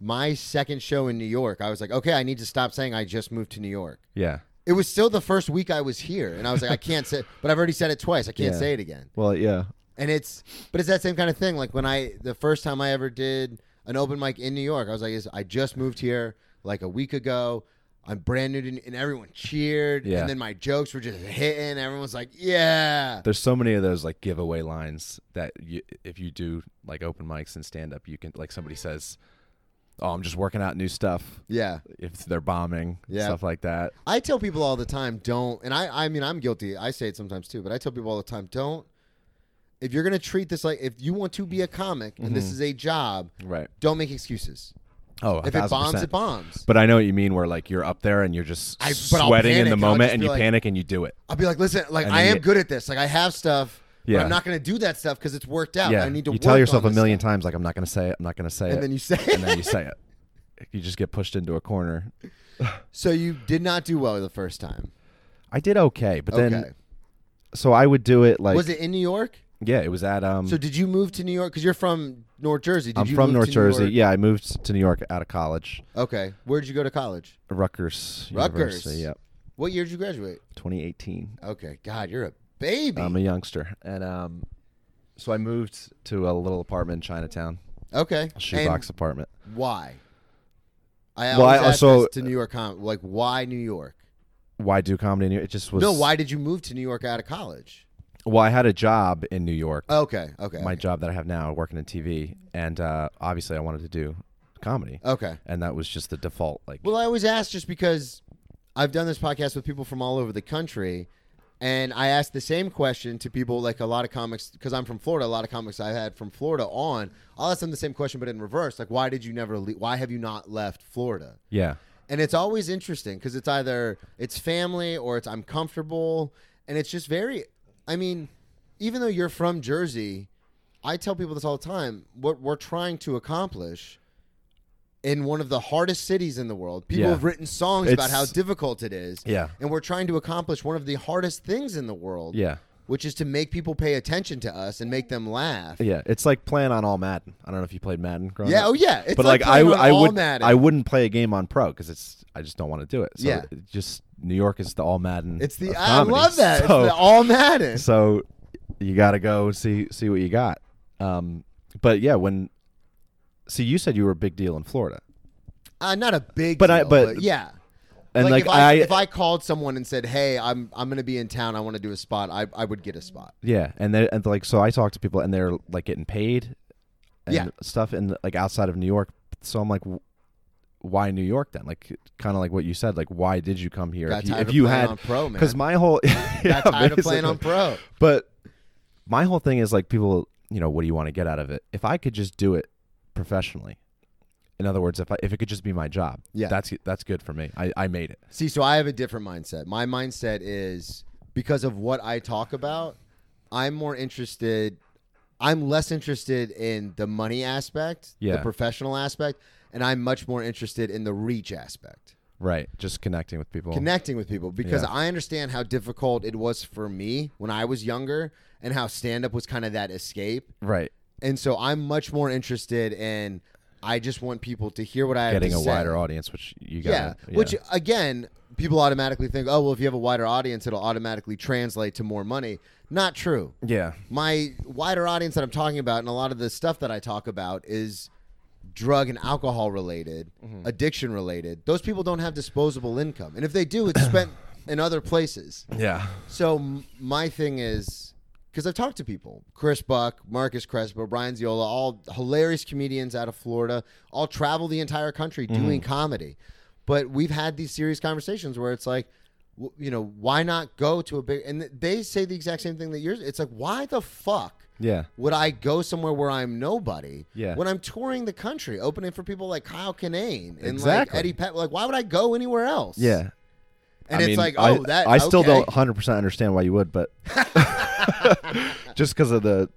[SPEAKER 3] My second show in New York, I was like, okay, I need to stop saying I just moved to New York.
[SPEAKER 4] yeah
[SPEAKER 3] It was still the first week I was here, and I was like, I can't say, but I've already said it twice. I can't
[SPEAKER 4] Yeah.
[SPEAKER 3] say it again.
[SPEAKER 4] well yeah
[SPEAKER 3] And it's, but it's that same kind of thing. Like when I, the first time I ever did an open mic in New York, I was like, is- I just moved here like a week ago. I'm brand new, to, and everyone cheered.
[SPEAKER 4] Yeah.
[SPEAKER 3] And then my jokes were just hitting. Everyone's like, yeah.
[SPEAKER 4] there's so many of those like giveaway lines that you, if you do like open mics and stand up, you can like somebody says, "Oh, I'm just working out new stuff."
[SPEAKER 3] Yeah.
[SPEAKER 4] If they're bombing,
[SPEAKER 3] Yeah.
[SPEAKER 4] stuff like that.
[SPEAKER 3] I tell people all the time, don't. And I, I mean, I'm guilty. I say it sometimes too, but I tell people all the time, don't. If you're gonna treat this like, if you want to be a comic and this is a job,
[SPEAKER 4] Right.
[SPEAKER 3] don't make excuses.
[SPEAKER 4] Oh,
[SPEAKER 3] If it bombs, it bombs.
[SPEAKER 4] But I know what you mean. Where like you're up there and you're just
[SPEAKER 3] I- but I'll
[SPEAKER 4] sweating in
[SPEAKER 3] panic
[SPEAKER 4] the
[SPEAKER 3] and I'll
[SPEAKER 4] moment,
[SPEAKER 3] just
[SPEAKER 4] and
[SPEAKER 3] be
[SPEAKER 4] you
[SPEAKER 3] like-
[SPEAKER 4] panic and you do it.
[SPEAKER 3] I'll be like, listen, like
[SPEAKER 4] And
[SPEAKER 3] I
[SPEAKER 4] then
[SPEAKER 3] am
[SPEAKER 4] you-
[SPEAKER 3] good at this. Like I have stuff, but
[SPEAKER 4] Yeah.
[SPEAKER 3] I'm not gonna do that stuff because it's worked out.
[SPEAKER 4] Yeah.
[SPEAKER 3] I need to.
[SPEAKER 4] you
[SPEAKER 3] work
[SPEAKER 4] tell yourself
[SPEAKER 3] on
[SPEAKER 4] a
[SPEAKER 3] this
[SPEAKER 4] million
[SPEAKER 3] stuff."
[SPEAKER 4] times, like I'm not gonna say it. I'm not gonna say it.
[SPEAKER 3] and then you say,
[SPEAKER 4] and then you say it. You just get pushed into a corner.
[SPEAKER 3] so you did not do well the first time.
[SPEAKER 4] I did okay, but then
[SPEAKER 3] okay,
[SPEAKER 4] so I would do it like
[SPEAKER 3] was it in New York?
[SPEAKER 4] Yeah, it was at um.
[SPEAKER 3] So did you move to New York? Because you're from North Jersey. Did
[SPEAKER 4] I'm
[SPEAKER 3] you
[SPEAKER 4] from
[SPEAKER 3] move
[SPEAKER 4] North
[SPEAKER 3] to
[SPEAKER 4] Jersey.
[SPEAKER 3] New York?
[SPEAKER 4] Yeah, I moved to New York out of college.
[SPEAKER 3] Okay. Where'd you go to college?
[SPEAKER 4] Rutgers.
[SPEAKER 3] Rutgers.
[SPEAKER 4] University, Yep.
[SPEAKER 3] What year did you graduate?
[SPEAKER 4] 2018.
[SPEAKER 3] Okay. God, you're a baby.
[SPEAKER 4] I'm a youngster, and um, so I moved to a little apartment in Chinatown,
[SPEAKER 3] okay.
[SPEAKER 4] a shoebox
[SPEAKER 3] And
[SPEAKER 4] apartment.
[SPEAKER 3] why? I
[SPEAKER 4] Well,
[SPEAKER 3] always
[SPEAKER 4] I
[SPEAKER 3] ask
[SPEAKER 4] also-
[SPEAKER 3] this to New York. Com- like, why New York?
[SPEAKER 4] Why do comedy? in New York? It just was
[SPEAKER 3] no, why did you move to New York out of college?
[SPEAKER 4] Well, I had a job in New York,
[SPEAKER 3] Okay. Okay.
[SPEAKER 4] my job that I have now, working in TV, and uh, obviously I wanted to do comedy,
[SPEAKER 3] okay.
[SPEAKER 4] and that was just the default. Like,
[SPEAKER 3] Oh. Well, I always ask just because I've done this podcast with people from all over the country, and I ask the same question to people like a lot of comics because I'm from Florida. A lot of comics I had from Florida on, I'll ask them the same question, but in reverse. Like, why did you never? leave? Why have you not left Florida?
[SPEAKER 4] yeah,
[SPEAKER 3] And it's always interesting because it's either it's family or it's I'm comfortable, and it's just very. I mean, even though you're from Jersey, I tell people this all the time. What we're trying to accomplish in one of the hardest cities in the world, people
[SPEAKER 4] Yeah.
[SPEAKER 3] have written songs about
[SPEAKER 4] It's-
[SPEAKER 3] how difficult it is.
[SPEAKER 4] Yeah.
[SPEAKER 3] and we're trying to accomplish one of the hardest things in the world.
[SPEAKER 4] yeah,
[SPEAKER 3] which is to make people pay attention to us and make them laugh.
[SPEAKER 4] yeah. It's like playing on all Madden. I don't know if you played Madden. Growing
[SPEAKER 3] Yeah,
[SPEAKER 4] up.
[SPEAKER 3] oh yeah. It's
[SPEAKER 4] but like, I,
[SPEAKER 3] playing on
[SPEAKER 4] I
[SPEAKER 3] all
[SPEAKER 4] would
[SPEAKER 3] Madden.
[SPEAKER 4] I wouldn't play a game on pro because it's I just don't want to do it. So
[SPEAKER 3] Yeah.
[SPEAKER 4] it just New York is the all Madden.
[SPEAKER 3] It's the
[SPEAKER 4] of
[SPEAKER 3] I
[SPEAKER 4] comedy.
[SPEAKER 3] love that.
[SPEAKER 4] So,
[SPEAKER 3] it's the all Madden.
[SPEAKER 4] so you got to go and see see what you got. Um, but yeah, when see you said you were a big deal in Florida,
[SPEAKER 3] Uh, not a big,
[SPEAKER 4] But
[SPEAKER 3] deal,
[SPEAKER 4] I- but-
[SPEAKER 3] yeah.
[SPEAKER 4] and like,
[SPEAKER 3] if I,
[SPEAKER 4] I,
[SPEAKER 3] if I called someone and said, "Hey, I'm I'm gonna be in town. I want to do a spot," I, I would get a spot.
[SPEAKER 4] yeah, and they and like so I talk to people and they're like getting paid, and
[SPEAKER 3] Yeah.
[SPEAKER 4] stuff and like outside of New York. So I'm like. w- Why New York then? Like, kind of like what you said. Like, why did you come here?
[SPEAKER 3] Got
[SPEAKER 4] if you,
[SPEAKER 3] tired
[SPEAKER 4] if
[SPEAKER 3] of
[SPEAKER 4] you
[SPEAKER 3] playing
[SPEAKER 4] had
[SPEAKER 3] on pro, man.
[SPEAKER 4] because my whole yeah,
[SPEAKER 3] Got tired of playing
[SPEAKER 4] basically.
[SPEAKER 3] on pro.
[SPEAKER 4] But my whole thing is like people, you know, what do you want to get out of it? If I could just do it professionally, in other words, if I, if it could just be my job,
[SPEAKER 3] Yeah.
[SPEAKER 4] that's that's good for me. I, I made it.
[SPEAKER 3] See, so I have a different mindset. My mindset is because of what I talk about, I'm more interested. I'm less interested in the money aspect, the
[SPEAKER 4] Yeah.
[SPEAKER 3] professional aspect, and I'm much more interested in the reach aspect.
[SPEAKER 4] Right, just connecting with people.
[SPEAKER 3] connecting with people because
[SPEAKER 4] Yeah.
[SPEAKER 3] I understand how difficult it was for me when I was younger and how stand up was kind of that escape.
[SPEAKER 4] Right,
[SPEAKER 3] And so I'm much more interested in I just want people to hear what I have
[SPEAKER 4] getting
[SPEAKER 3] to
[SPEAKER 4] a
[SPEAKER 3] say.
[SPEAKER 4] wider audience, which you got.
[SPEAKER 3] Yeah. Which again, people automatically think, "Oh, well if you have a wider audience, it'll automatically translate to more money." Not true.
[SPEAKER 4] yeah,
[SPEAKER 3] My wider audience that I'm talking about and a lot of the stuff that I talk about is drug and alcohol related, addiction related. Those people don't have disposable income. And if they do, it's spent in other places.
[SPEAKER 4] yeah,
[SPEAKER 3] So m- my thing is because I've talked to people, Chris Buck, Marcus Crespo, Brian Ziola, all hilarious comedians out of Florida, all travel the entire country
[SPEAKER 4] Mm-hmm.
[SPEAKER 3] doing comedy. But we've had these serious conversations where it's like, w- you know, why not go to a big? And th- they say the exact same thing that yours. It's like, why the fuck?
[SPEAKER 4] yeah,
[SPEAKER 3] Would I go somewhere where I'm nobody?
[SPEAKER 4] Yeah.
[SPEAKER 3] When I'm touring the country, opening for people like Kyle Kinane and like
[SPEAKER 4] Exactly.
[SPEAKER 3] Eddie Pett, like why would I go anywhere else?
[SPEAKER 4] yeah.
[SPEAKER 3] And
[SPEAKER 4] I
[SPEAKER 3] it's
[SPEAKER 4] mean,
[SPEAKER 3] like,
[SPEAKER 4] I-
[SPEAKER 3] oh, that
[SPEAKER 4] I still
[SPEAKER 3] okay.
[SPEAKER 4] don't 100 percent understand why you would, but just because of the.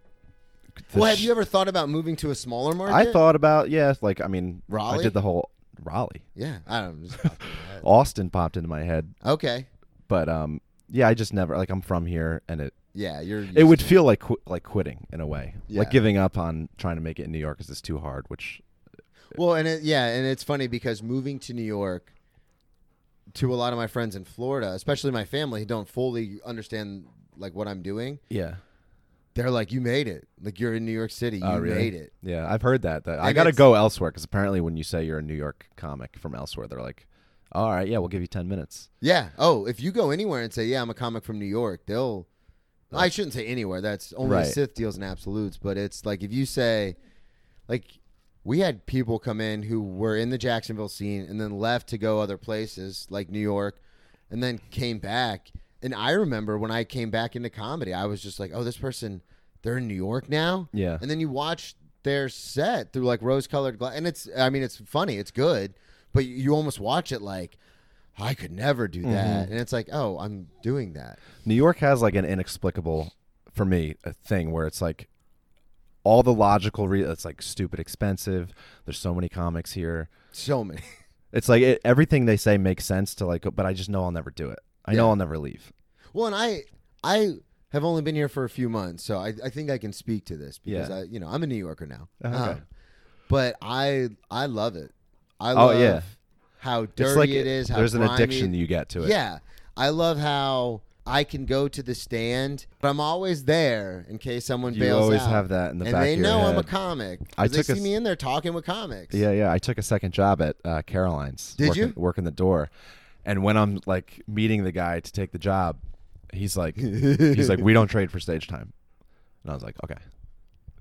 [SPEAKER 4] the
[SPEAKER 3] Well, have
[SPEAKER 4] sh-
[SPEAKER 3] you ever thought about moving to a smaller market?
[SPEAKER 4] I thought about yeah, like I mean,
[SPEAKER 3] Raleigh?
[SPEAKER 4] I did the whole Raleigh,
[SPEAKER 3] Yeah, I don't know. just popped in my head.
[SPEAKER 4] Austin popped into my head,
[SPEAKER 3] okay.
[SPEAKER 4] but um, yeah, I just never like I'm from here, and it
[SPEAKER 3] Yeah, you're.
[SPEAKER 4] it would feel like qu- like quitting in a way,
[SPEAKER 3] Yeah.
[SPEAKER 4] like giving up on trying to make it in New York because it's too hard. Which
[SPEAKER 3] Well, and it, yeah, and it's funny because moving to New York, to a lot of my friends in Florida, especially my family, who don't fully understand like what I'm doing.
[SPEAKER 4] yeah,
[SPEAKER 3] They're like, "You made it! Like you're in New York City. You
[SPEAKER 4] Oh,
[SPEAKER 3] made it."
[SPEAKER 4] Yeah, I've heard that. that I
[SPEAKER 3] And
[SPEAKER 4] got to
[SPEAKER 3] it's-
[SPEAKER 4] go elsewhere because apparently when you say you're a New York comic from elsewhere, they're like, all right, yeah, we'll give you ten minutes.
[SPEAKER 3] Yeah. Oh, if you go anywhere and say, "Yeah, I'm a comic from New York," they'll. I shouldn't say anywhere. That's only
[SPEAKER 4] Right.
[SPEAKER 3] Sith deals in absolutes. But it's like if you say, like, we had people come in who were in the Jacksonville scene and then left to go other places like New York, and then came back. And I remember when I came back into comedy, I was just like, "Oh, this person, they're in New York now."
[SPEAKER 4] Yeah.
[SPEAKER 3] And then you watch their set through like rose-colored glass, and it's. I mean, it's funny. It's good, but you almost watch it like. I could never do that. And it's like, oh, I'm doing that.
[SPEAKER 4] New York has like an inexplicable, for me, a thing where it's like all the logical re- it's like stupid expensive. There's so many comics here.
[SPEAKER 3] So many.
[SPEAKER 4] It's like it, everything they say makes sense to like, but I just know I'll never do it. I know
[SPEAKER 3] Yeah.
[SPEAKER 4] I'll never leave.
[SPEAKER 3] Well, and I I have only been here for a few months, so I, I think I can speak to this because
[SPEAKER 4] Yeah. Uh,
[SPEAKER 3] I, you know, I'm a New Yorker now. Um,
[SPEAKER 4] Okay.
[SPEAKER 3] but I I love it. I
[SPEAKER 4] Oh,
[SPEAKER 3] love
[SPEAKER 4] yeah.
[SPEAKER 3] how dirty
[SPEAKER 4] It's like
[SPEAKER 3] it is. How
[SPEAKER 4] there's an
[SPEAKER 3] grimy
[SPEAKER 4] addiction
[SPEAKER 3] it-
[SPEAKER 4] you get to it.
[SPEAKER 3] Yeah, I love how I can go to the stand, but I'm always there in case someone
[SPEAKER 4] You
[SPEAKER 3] bails
[SPEAKER 4] always
[SPEAKER 3] out.
[SPEAKER 4] have that in the
[SPEAKER 3] and
[SPEAKER 4] back
[SPEAKER 3] they
[SPEAKER 4] of your
[SPEAKER 3] know I'm a
[SPEAKER 4] head.
[SPEAKER 3] comic. 'cause
[SPEAKER 4] I
[SPEAKER 3] they
[SPEAKER 4] took a
[SPEAKER 3] see
[SPEAKER 4] s-
[SPEAKER 3] me in there talking with comics.
[SPEAKER 4] Yeah, yeah. I took a second job at uh, Caroline's.
[SPEAKER 3] Did
[SPEAKER 4] working,
[SPEAKER 3] you?
[SPEAKER 4] working the door? And when I'm like meeting the guy to take the job, he's like, he's like, we don't trade for stage time. And I was like, okay,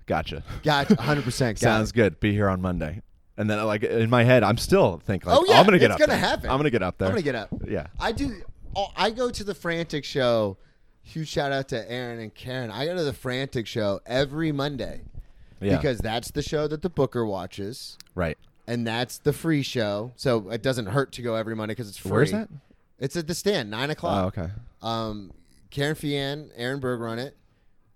[SPEAKER 4] gotcha.
[SPEAKER 3] Gotcha, 100%. got
[SPEAKER 4] Sounds
[SPEAKER 3] it.
[SPEAKER 4] good. Be here on Monday. And then like in my head, I'm still thinking, like,
[SPEAKER 3] Oh, yeah,
[SPEAKER 4] I'm gonna get
[SPEAKER 3] it's
[SPEAKER 4] up.
[SPEAKER 3] gonna
[SPEAKER 4] there.
[SPEAKER 3] happen.
[SPEAKER 4] I'm gonna get up there.
[SPEAKER 3] I'm gonna get up.
[SPEAKER 4] Yeah.
[SPEAKER 3] I do. oh, I go to the Frantic show. Huge shout out to Aaron and Karen. I go to the Frantic show every Monday
[SPEAKER 4] Yeah.
[SPEAKER 3] because that's the show that the Booker watches,
[SPEAKER 4] right.
[SPEAKER 3] and that's the free show. So it doesn't hurt to go every Monday because it's free.
[SPEAKER 4] Where's that?
[SPEAKER 3] It's at the stand, nine o'clock.
[SPEAKER 4] Oh, okay.
[SPEAKER 3] Um, Karen Fian, Aaron Berg run it,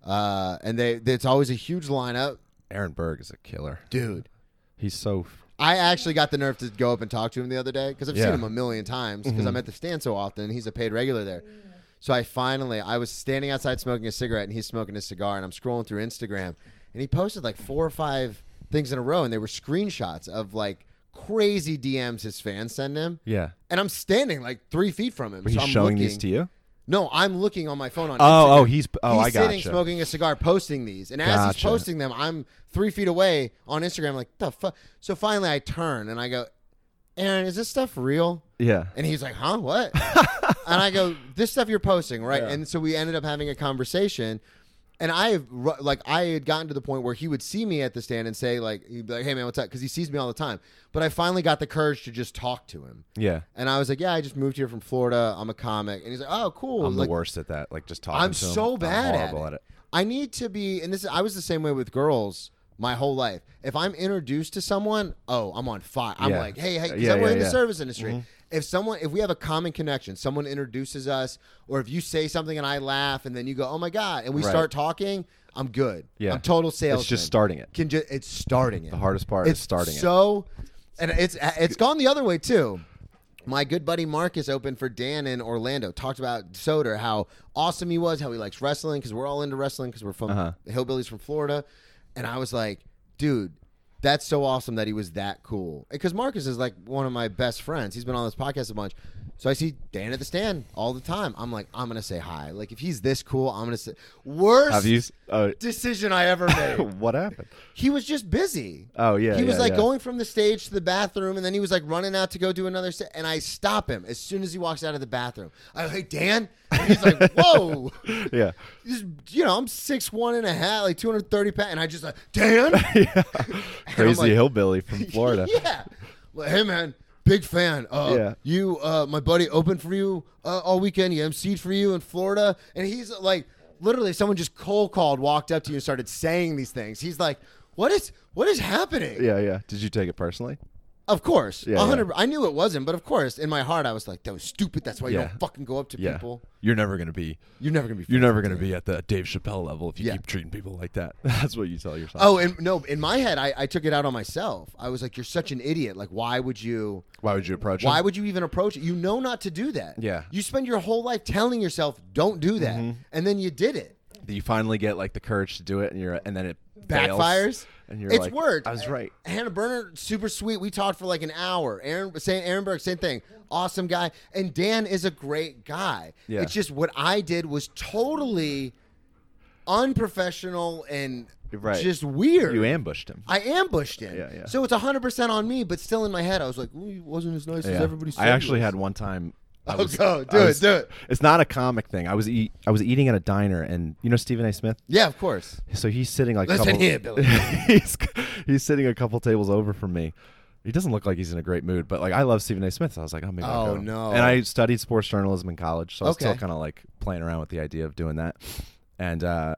[SPEAKER 3] uh, and they. It's always a huge lineup,
[SPEAKER 4] Aaron Berg is a killer.
[SPEAKER 3] dude.
[SPEAKER 4] He's so
[SPEAKER 3] I actually got the nerve to go up and talk to him the other day because I've seen
[SPEAKER 4] Yeah. Mm-hmm.
[SPEAKER 3] him a million times because I'm at the stand so often. He's a paid regular there. So I finally, I was standing outside smoking a cigarette and he's smoking a cigar and I'm scrolling through Instagram and he posted like four or five things in a row and they were screenshots of like crazy DMs his fans send him.
[SPEAKER 4] yeah.
[SPEAKER 3] And I'm standing like three feet from him.
[SPEAKER 4] He's
[SPEAKER 3] so I'm
[SPEAKER 4] showing
[SPEAKER 3] looking.
[SPEAKER 4] these to you.
[SPEAKER 3] No, I'm looking on my phone on.
[SPEAKER 4] Oh,
[SPEAKER 3] Instagram.
[SPEAKER 4] oh, he's- oh,
[SPEAKER 3] he's
[SPEAKER 4] I
[SPEAKER 3] sitting
[SPEAKER 4] gotcha.
[SPEAKER 3] smoking a cigar, posting these, and as he's
[SPEAKER 4] Gotcha.
[SPEAKER 3] posting them, I'm three feet away on Instagram, like the fuck. So finally, I turn and I go, Aaron, is this stuff real?
[SPEAKER 4] Yeah.
[SPEAKER 3] And he's like, huh, what? and I go, this stuff you're posting, right? And so we ended up having a conversation. And I have ru- like I had gotten to the point where he would see me at the stand and say like he'd be like hey man what's up because he sees me all the time but I finally got the courage to just talk to him
[SPEAKER 4] Yeah.
[SPEAKER 3] and I was like yeah I just moved here from Florida I'm a comic and he's like oh cool
[SPEAKER 4] I'm
[SPEAKER 3] like,
[SPEAKER 4] the worst at that. Like just talking.
[SPEAKER 3] I'm
[SPEAKER 4] to him.
[SPEAKER 3] so bad
[SPEAKER 4] I'm
[SPEAKER 3] at,
[SPEAKER 4] horrible
[SPEAKER 3] it. I need to be, and this is, I was the same way with girls my whole life. If I'm introduced to someone, oh, I'm on fire. I'm
[SPEAKER 4] Yeah.
[SPEAKER 3] like, hey, hey, because
[SPEAKER 4] Yeah,
[SPEAKER 3] we're in
[SPEAKER 4] yeah,
[SPEAKER 3] the
[SPEAKER 4] yeah. Mm-hmm.
[SPEAKER 3] service industry. If someone, if we have a common connection, someone introduces us, or if you say something and I laugh, and then you go, oh my god, and we
[SPEAKER 4] Right.
[SPEAKER 3] start talking, I'm good.
[SPEAKER 4] Yeah.
[SPEAKER 3] I'm total sales.
[SPEAKER 4] starting it.
[SPEAKER 3] Can just it's starting it. The
[SPEAKER 4] hardest part is starting it.
[SPEAKER 3] So, and it's it's gone the other way too. My good buddy Marcus opened for Dan in Orlando. Talked about Soder, how awesome he was, how he likes wrestling because we're all into wrestling because we're from
[SPEAKER 4] Uh-huh.
[SPEAKER 3] hillbillies from Florida. And I was like, dude, that's so awesome that he was that cool. Because Marcus is like one of my best friends. He's been on this podcast a bunch. So I see Dan at the stand all the time. I'm like, I'm gonna say hi. Like if he's this cool, I'm gonna say worst
[SPEAKER 4] Have you? s- Uh,
[SPEAKER 3] decision I ever made.
[SPEAKER 4] what happened?
[SPEAKER 3] He was just busy.
[SPEAKER 4] Oh, yeah,
[SPEAKER 3] He was
[SPEAKER 4] yeah,
[SPEAKER 3] like
[SPEAKER 4] yeah.
[SPEAKER 3] going from the stage to the bathroom, and then he was like running out to go do another set. And I stop him as soon as he walks out of the bathroom. I go, hey Dan, and he's like, whoa.
[SPEAKER 4] Yeah.
[SPEAKER 3] This- you know, I'm six one and a half, like 230 pounds, and I just like Dan,
[SPEAKER 4] yeah. Crazy
[SPEAKER 3] like-
[SPEAKER 4] hillbilly from Florida.
[SPEAKER 3] yeah. Like, hey man, big fan. Uh,
[SPEAKER 4] Yeah.
[SPEAKER 3] You, uh, my buddy, opened for you uh, all weekend. He emceed for you in Florida, and he's like, literally, someone just cold called, walked up to you, and started saying these things. He's like, what is what is happening?
[SPEAKER 4] yeah, yeah. Did you take it personally?
[SPEAKER 3] Of course.
[SPEAKER 4] Yeah,
[SPEAKER 3] a hundred. I knew it wasn't, but of course, in my heart, I was like, that was stupid. That's why you
[SPEAKER 4] Yeah.
[SPEAKER 3] don't fucking go up to
[SPEAKER 4] Yeah.
[SPEAKER 3] people.
[SPEAKER 4] You're never gonna be.
[SPEAKER 3] You're never going to be
[SPEAKER 4] You're
[SPEAKER 3] friends
[SPEAKER 4] never
[SPEAKER 3] with
[SPEAKER 4] gonna
[SPEAKER 3] them."
[SPEAKER 4] be at the Dave Chappelle level if you
[SPEAKER 3] Yeah.
[SPEAKER 4] keep treating people like that. That's what you tell yourself.
[SPEAKER 3] Oh, and no, in my head, I, I took it out on myself. I was like, you're such an idiot. Like, why would you.
[SPEAKER 4] Why would you approach?
[SPEAKER 3] Why
[SPEAKER 4] him?
[SPEAKER 3] would you even approach it? You know not to do that.
[SPEAKER 4] Yeah. Mm-hmm.
[SPEAKER 3] You spend your whole life telling yourself, don't do that. And then you did it.
[SPEAKER 4] you finally get like the courage to do it, and you're and then it fails,
[SPEAKER 3] backfires.
[SPEAKER 4] and you're
[SPEAKER 3] it's
[SPEAKER 4] like,
[SPEAKER 3] worked.
[SPEAKER 4] I was right.
[SPEAKER 3] Hannah Berner, super sweet. We talked for like an hour. Aaron, same, Aaron Berg, same thing. Awesome guy. And Dan is a great guy.
[SPEAKER 4] Yeah.
[SPEAKER 3] It's just what I did was totally unprofessional and
[SPEAKER 4] Right.
[SPEAKER 3] just weird.
[SPEAKER 4] You ambushed him.
[SPEAKER 3] I ambushed him.
[SPEAKER 4] Yeah, yeah.
[SPEAKER 3] So it's 100% on me, but still in my head, I was like, "Ooh, he wasn't as nice as
[SPEAKER 4] Yeah.
[SPEAKER 3] everybody said.
[SPEAKER 4] I
[SPEAKER 3] he
[SPEAKER 4] actually
[SPEAKER 3] was."
[SPEAKER 4] had one time. I
[SPEAKER 3] Oh,
[SPEAKER 4] was-
[SPEAKER 3] go. Do
[SPEAKER 4] I
[SPEAKER 3] it,
[SPEAKER 4] was-
[SPEAKER 3] do it.
[SPEAKER 4] It's not a comic thing. I was eat, I was eating at a diner, and you know Stephen A. Smith.
[SPEAKER 3] Yeah, of course.
[SPEAKER 4] So he's sitting like a
[SPEAKER 3] Listen
[SPEAKER 4] couple,
[SPEAKER 3] here, Billy.
[SPEAKER 4] he's he's sitting a couple tables over from me. He doesn't look like he's in a great mood, but like I love Stephen A. Smith. So I was like, oh maybe I'll
[SPEAKER 3] Oh,
[SPEAKER 4] go.
[SPEAKER 3] no.
[SPEAKER 4] And I studied sports journalism in college, so I was still
[SPEAKER 3] Okay.
[SPEAKER 4] kind of like playing around with the idea of doing that. And uh,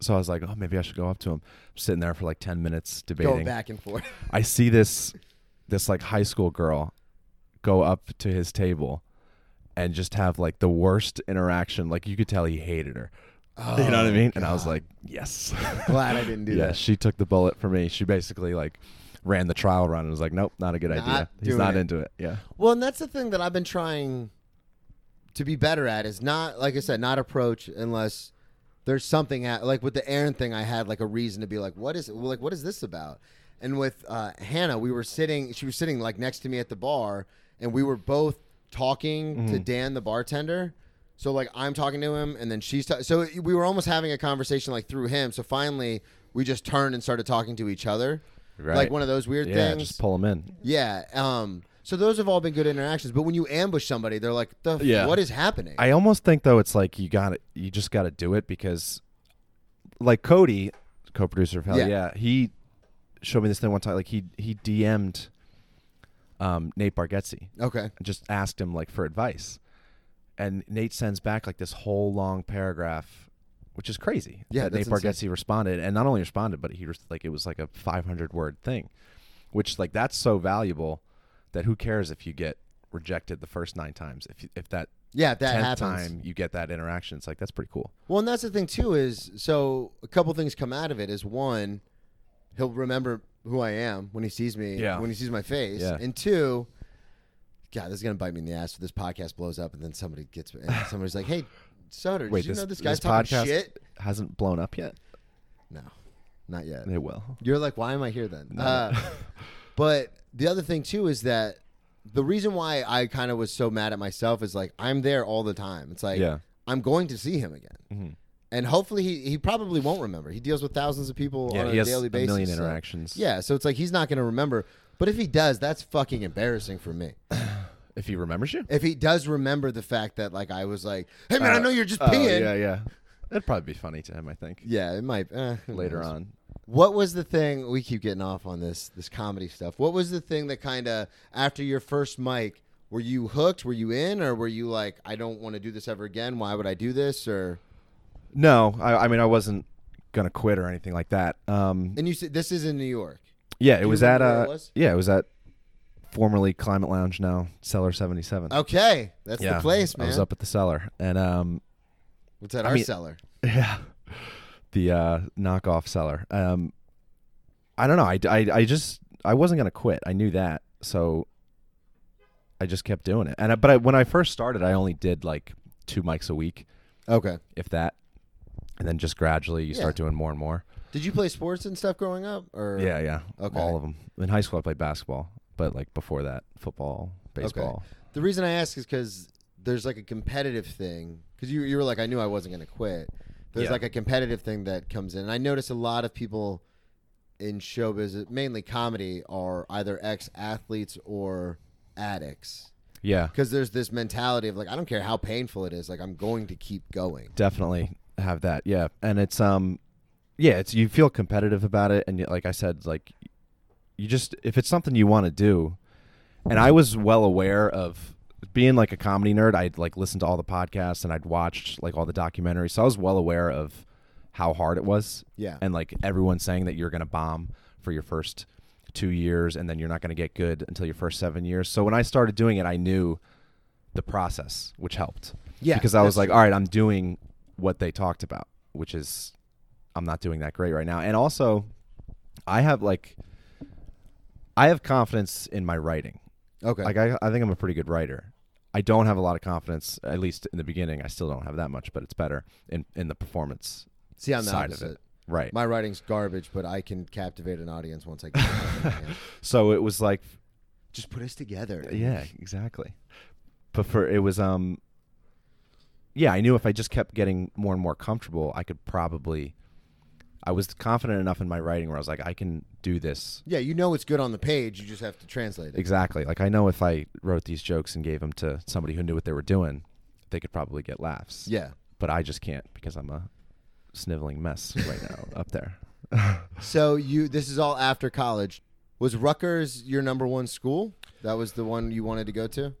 [SPEAKER 4] so I was like, oh maybe I should go up to him. I'm sitting there for like ten minutes
[SPEAKER 3] Going
[SPEAKER 4] debating.
[SPEAKER 3] back and forth.
[SPEAKER 4] I see this this like high school girl go up to his table and just have like the worst interaction. Like you could tell he hated her. you
[SPEAKER 3] Oh,
[SPEAKER 4] know what I mean? And I was like, yes.
[SPEAKER 3] Glad I didn't do
[SPEAKER 4] yeah,
[SPEAKER 3] that.
[SPEAKER 4] she took the bullet for me. She basically like ran the trial run and was like, nope, not a good
[SPEAKER 3] Not
[SPEAKER 4] idea. He's
[SPEAKER 3] doing
[SPEAKER 4] not
[SPEAKER 3] it.
[SPEAKER 4] into it. Yeah.
[SPEAKER 3] Well, and that's the thing that I've been trying to be better at is not, like I said, not approach unless there's something at, like with the Aaron thing. I had like a reason to be like, what is well, like what is this about? And with uh, Hannah, we were sitting. She was sitting like next to me at the bar, and we were both talking
[SPEAKER 4] Mm-hmm.
[SPEAKER 3] to Dan, the bartender. So like I'm talking to him, and then she's ta- so we were almost having a conversation like through him. So finally, we just turned and started talking to each other, like
[SPEAKER 4] Right.
[SPEAKER 3] one of those weird
[SPEAKER 4] Yeah,
[SPEAKER 3] things.
[SPEAKER 4] just pull them in.
[SPEAKER 3] Yeah. Um. So those have all been good interactions, but when you ambush somebody, they're like, "The f-
[SPEAKER 4] Yeah.
[SPEAKER 3] what is happening?"
[SPEAKER 4] I almost think though it's like you got to you just got to do it because, like Cody, co-producer of Hell
[SPEAKER 3] Yeah.
[SPEAKER 4] yeah. he showed me this thing one time. Like he he DM'd um, Nate Bargatze
[SPEAKER 3] okay.
[SPEAKER 4] and just asked him like for advice, and Nate sends back like this whole long paragraph, which is crazy.
[SPEAKER 3] Yeah,
[SPEAKER 4] that
[SPEAKER 3] that's
[SPEAKER 4] Nate Bargatze responded, and not only responded, but he was like it was like a 500 word thing, which like that's so valuable that who cares if you get rejected the first nine times if you- if that
[SPEAKER 3] Yeah, that
[SPEAKER 4] tenth
[SPEAKER 3] happens.
[SPEAKER 4] time you get that interaction, it's like that's pretty cool.
[SPEAKER 3] Well, and that's the thing too is so a couple things come out of it is one, he'll remember who I am when he sees me,
[SPEAKER 4] Yeah.
[SPEAKER 3] when he sees my face,
[SPEAKER 4] Yeah.
[SPEAKER 3] and two, God, this is gonna bite me in the ass if this podcast blows up and then somebody gets and somebody's like, "Hey, Soder,
[SPEAKER 4] Wait,
[SPEAKER 3] did you
[SPEAKER 4] this,
[SPEAKER 3] know this guy's
[SPEAKER 4] this
[SPEAKER 3] talking
[SPEAKER 4] podcast
[SPEAKER 3] shit?"
[SPEAKER 4] hasn't blown up yet.
[SPEAKER 3] No, not yet.
[SPEAKER 4] It will.
[SPEAKER 3] You're like, why am I here then? Uh, but the other thing too is that the reason why I kind of was so mad at myself is like I'm there all the time. It's like
[SPEAKER 4] Yeah. Mm-hmm.
[SPEAKER 3] I'm going to see him again, and hopefully he he probably won't remember. He deals with thousands of people
[SPEAKER 4] Yeah,
[SPEAKER 3] on
[SPEAKER 4] he
[SPEAKER 3] a
[SPEAKER 4] has
[SPEAKER 3] daily
[SPEAKER 4] a
[SPEAKER 3] basis.
[SPEAKER 4] million
[SPEAKER 3] so-
[SPEAKER 4] interactions.
[SPEAKER 3] yeah, so it's like he's not going to remember. But if he does, that's fucking embarrassing for me.
[SPEAKER 4] If he remembers you.
[SPEAKER 3] If he does remember the fact that like I was like, hey man, I
[SPEAKER 4] Uh,
[SPEAKER 3] know you're just
[SPEAKER 4] oh,
[SPEAKER 3] peeing.
[SPEAKER 4] yeah,
[SPEAKER 3] yeah.
[SPEAKER 4] yeah. That'd probably be funny to him, I think.
[SPEAKER 3] it might eh, who
[SPEAKER 4] Later
[SPEAKER 3] knows.
[SPEAKER 4] on.
[SPEAKER 3] What was the thing we keep getting off on this this comedy stuff? What was the thing that kind of after your first mic, were you hooked? Were you in, or were you like, I don't want to do this ever again? Why would I do this? Or
[SPEAKER 4] No, I, I mean I wasn't gonna quit or anything like that. Um,
[SPEAKER 3] and you said this is in New York.
[SPEAKER 4] yeah, it was at
[SPEAKER 3] remember where
[SPEAKER 4] uh,
[SPEAKER 3] it was?
[SPEAKER 4] yeah, it was at formerly Climate Lounge now Cellar Seventy Seven.
[SPEAKER 3] Okay, that's
[SPEAKER 4] yeah,
[SPEAKER 3] Oh, the place, man.
[SPEAKER 4] I was up at the cellar, and um,
[SPEAKER 3] What's at
[SPEAKER 4] I
[SPEAKER 3] our
[SPEAKER 4] mean-
[SPEAKER 3] cellar?
[SPEAKER 4] Yeah. The uh, knockoff seller. Um, I don't know. I, I, I just, I wasn't going to quit. I knew that. So I just kept doing it. And I, but I, when I first started, I only did like two mics a week,
[SPEAKER 3] Okay.
[SPEAKER 4] if that. And then just gradually you start
[SPEAKER 3] Yeah.
[SPEAKER 4] doing more and more.
[SPEAKER 3] Did you play sports and stuff growing up? Or
[SPEAKER 4] Yeah, yeah.
[SPEAKER 3] Okay.
[SPEAKER 4] All of them. In high school, I played basketball, but like before that, football, baseball.
[SPEAKER 3] The reason I ask is because there's like a competitive thing. Because you, you were like, I knew I wasn't going to quit. There's
[SPEAKER 4] Yeah.
[SPEAKER 3] like a competitive thing that comes in. And I notice a lot of people in showbiz, mainly comedy, are either ex athletes or addicts.
[SPEAKER 4] Yeah.
[SPEAKER 3] Because there's this mentality of like, I don't care how painful it is, like, I'm going to keep going.
[SPEAKER 4] definitely have that yeah and it's um yeah it's you feel competitive about it and you- like i said like you just if it's something you want to do and i was well aware of being like a comedy nerd i'd like listened to all the podcasts and i'd watched like all the documentaries so i was well aware of how hard it was
[SPEAKER 3] Yeah.
[SPEAKER 4] and like everyone saying that you're gonna bomb for your first two years and then you're not gonna get good until your first seven years so when i started doing it i knew the process which helped
[SPEAKER 3] Yeah,
[SPEAKER 4] because i was
[SPEAKER 3] that's
[SPEAKER 4] like
[SPEAKER 3] true.
[SPEAKER 4] all right i'm doing what they talked about which is i'm not doing that great right now and also i have like i have confidence in my writing
[SPEAKER 3] Okay.
[SPEAKER 4] like I, I think I'm a pretty good writer. I don't have a lot of confidence, at least in the beginning. I still don't have that much, but it's better in in the performance
[SPEAKER 3] See, I'm the
[SPEAKER 4] side of
[SPEAKER 3] opposite.
[SPEAKER 4] it. Right.
[SPEAKER 3] My writing's garbage, but I can captivate an audience once I get it. going, man.
[SPEAKER 4] so it was like,
[SPEAKER 3] Just put us together.
[SPEAKER 4] yeah, exactly. But for it was um, yeah, I knew if I just kept getting more and more comfortable, I could probably. I was confident enough in my writing where I was like, I can do this
[SPEAKER 3] Yeah, you know it's good on the page. You just have to translate it.
[SPEAKER 4] Exactly. Like I know if I wrote these jokes and gave them to somebody who knew what they were doing, they could probably get laughs.
[SPEAKER 3] Yeah.
[SPEAKER 4] But I just can't because I'm a sniveling mess right now up there.
[SPEAKER 3] So you this is all after college. Was Rutgers your number one school? That was the one you wanted to go to?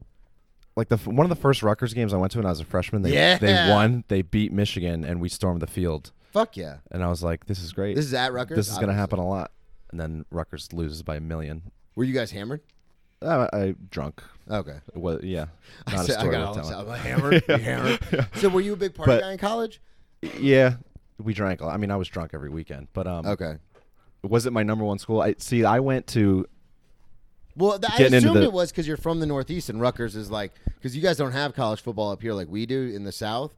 [SPEAKER 4] Like the f- one of the first Rutgers games I went to when I was a freshman, they
[SPEAKER 3] Yeah.
[SPEAKER 4] they won, they beat Michigan, and we stormed the field.
[SPEAKER 3] Fuck yeah.
[SPEAKER 4] And I was like, "This is great.
[SPEAKER 3] This is at Rutgers?
[SPEAKER 4] This is going to
[SPEAKER 3] Obviously.
[SPEAKER 4] happen a lot." And then Rutgers loses by a million.
[SPEAKER 3] Were you guys hammered?
[SPEAKER 4] Uh, I drunk.
[SPEAKER 3] Okay.
[SPEAKER 4] It was, yeah,
[SPEAKER 3] I,
[SPEAKER 4] not a
[SPEAKER 3] said- I
[SPEAKER 4] story
[SPEAKER 3] got
[SPEAKER 4] worth
[SPEAKER 3] all
[SPEAKER 4] telling.
[SPEAKER 3] upset. I'm like, hammered? You hammered? So were you a big party
[SPEAKER 4] But-
[SPEAKER 3] guy in college?
[SPEAKER 4] Yeah, we drank. a lot. I mean, I was drunk every weekend, but um,
[SPEAKER 3] Okay.
[SPEAKER 4] was it my number one school? I see. I went to
[SPEAKER 3] Well, th- I
[SPEAKER 4] Getting into
[SPEAKER 3] assumed
[SPEAKER 4] the-
[SPEAKER 3] it was because you're from the Northeast and Rutgers is like, because you guys don't have college football up here like we do in the South.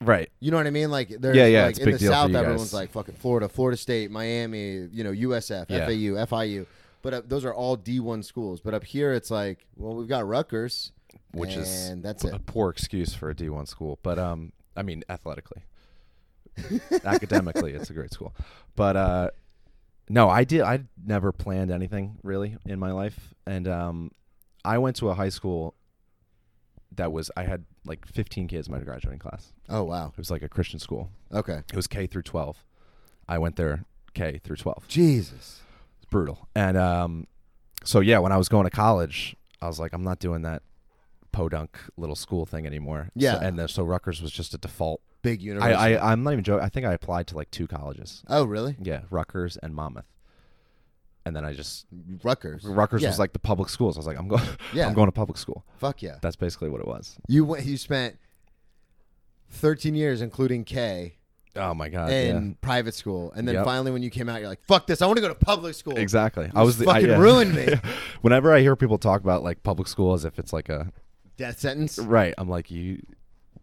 [SPEAKER 4] Right.
[SPEAKER 3] You know what I mean? Like there's
[SPEAKER 4] Yeah, yeah,
[SPEAKER 3] like
[SPEAKER 4] it's a
[SPEAKER 3] in
[SPEAKER 4] big
[SPEAKER 3] the
[SPEAKER 4] deal for
[SPEAKER 3] South
[SPEAKER 4] you guys.
[SPEAKER 3] everyone's like fucking Florida, Florida State, Miami, you know, USF,
[SPEAKER 4] Yeah.
[SPEAKER 3] FAU, FIU. But uh, those are all D1 schools. But up here it's like, well, we've got Rutgers,
[SPEAKER 4] Which is
[SPEAKER 3] and that's
[SPEAKER 4] p-
[SPEAKER 3] it.
[SPEAKER 4] a poor excuse for a D1 school, but um, I mean athletically, academically, it's a great school. But uh, no, I did. I never planned anything really in my life, and um, I went to a high school that was I had like 15 kids in my graduating class.
[SPEAKER 3] Oh wow.
[SPEAKER 4] It was like a Christian school.
[SPEAKER 3] Okay.
[SPEAKER 4] It was K through 12. I went there K through 12
[SPEAKER 3] Jesus.
[SPEAKER 4] brutal. And um, so yeah, when I was going to college, I was like, I'm not doing that podunk little school thing anymore.
[SPEAKER 3] Yeah.
[SPEAKER 4] So, and then, so Rutgers was just a default.
[SPEAKER 3] Big
[SPEAKER 4] I,
[SPEAKER 3] university.
[SPEAKER 4] I I'm not even joking. I think I applied to like two colleges.
[SPEAKER 3] oh really?
[SPEAKER 4] Yeah, Rutgers and Monmouth. And then I just
[SPEAKER 3] Rutgers.
[SPEAKER 4] Rutgers
[SPEAKER 3] Yeah.
[SPEAKER 4] was like the public schools. I was like, I'm going.
[SPEAKER 3] Yeah.
[SPEAKER 4] I'm going to public school.
[SPEAKER 3] fuck yeah.
[SPEAKER 4] That's basically what it was.
[SPEAKER 3] You went you spent 13 years including K
[SPEAKER 4] Oh my god.
[SPEAKER 3] in private school and then
[SPEAKER 4] Yep.
[SPEAKER 3] finally when you came out you're like, fuck this. I want to go to public school.
[SPEAKER 4] yeah. Exactly. I was the,
[SPEAKER 3] fucking
[SPEAKER 4] I, yeah.
[SPEAKER 3] ruined me.
[SPEAKER 4] Whenever I hear people talk about like public school as if it's like a
[SPEAKER 3] Death sentence. You,
[SPEAKER 4] right, I'm like you.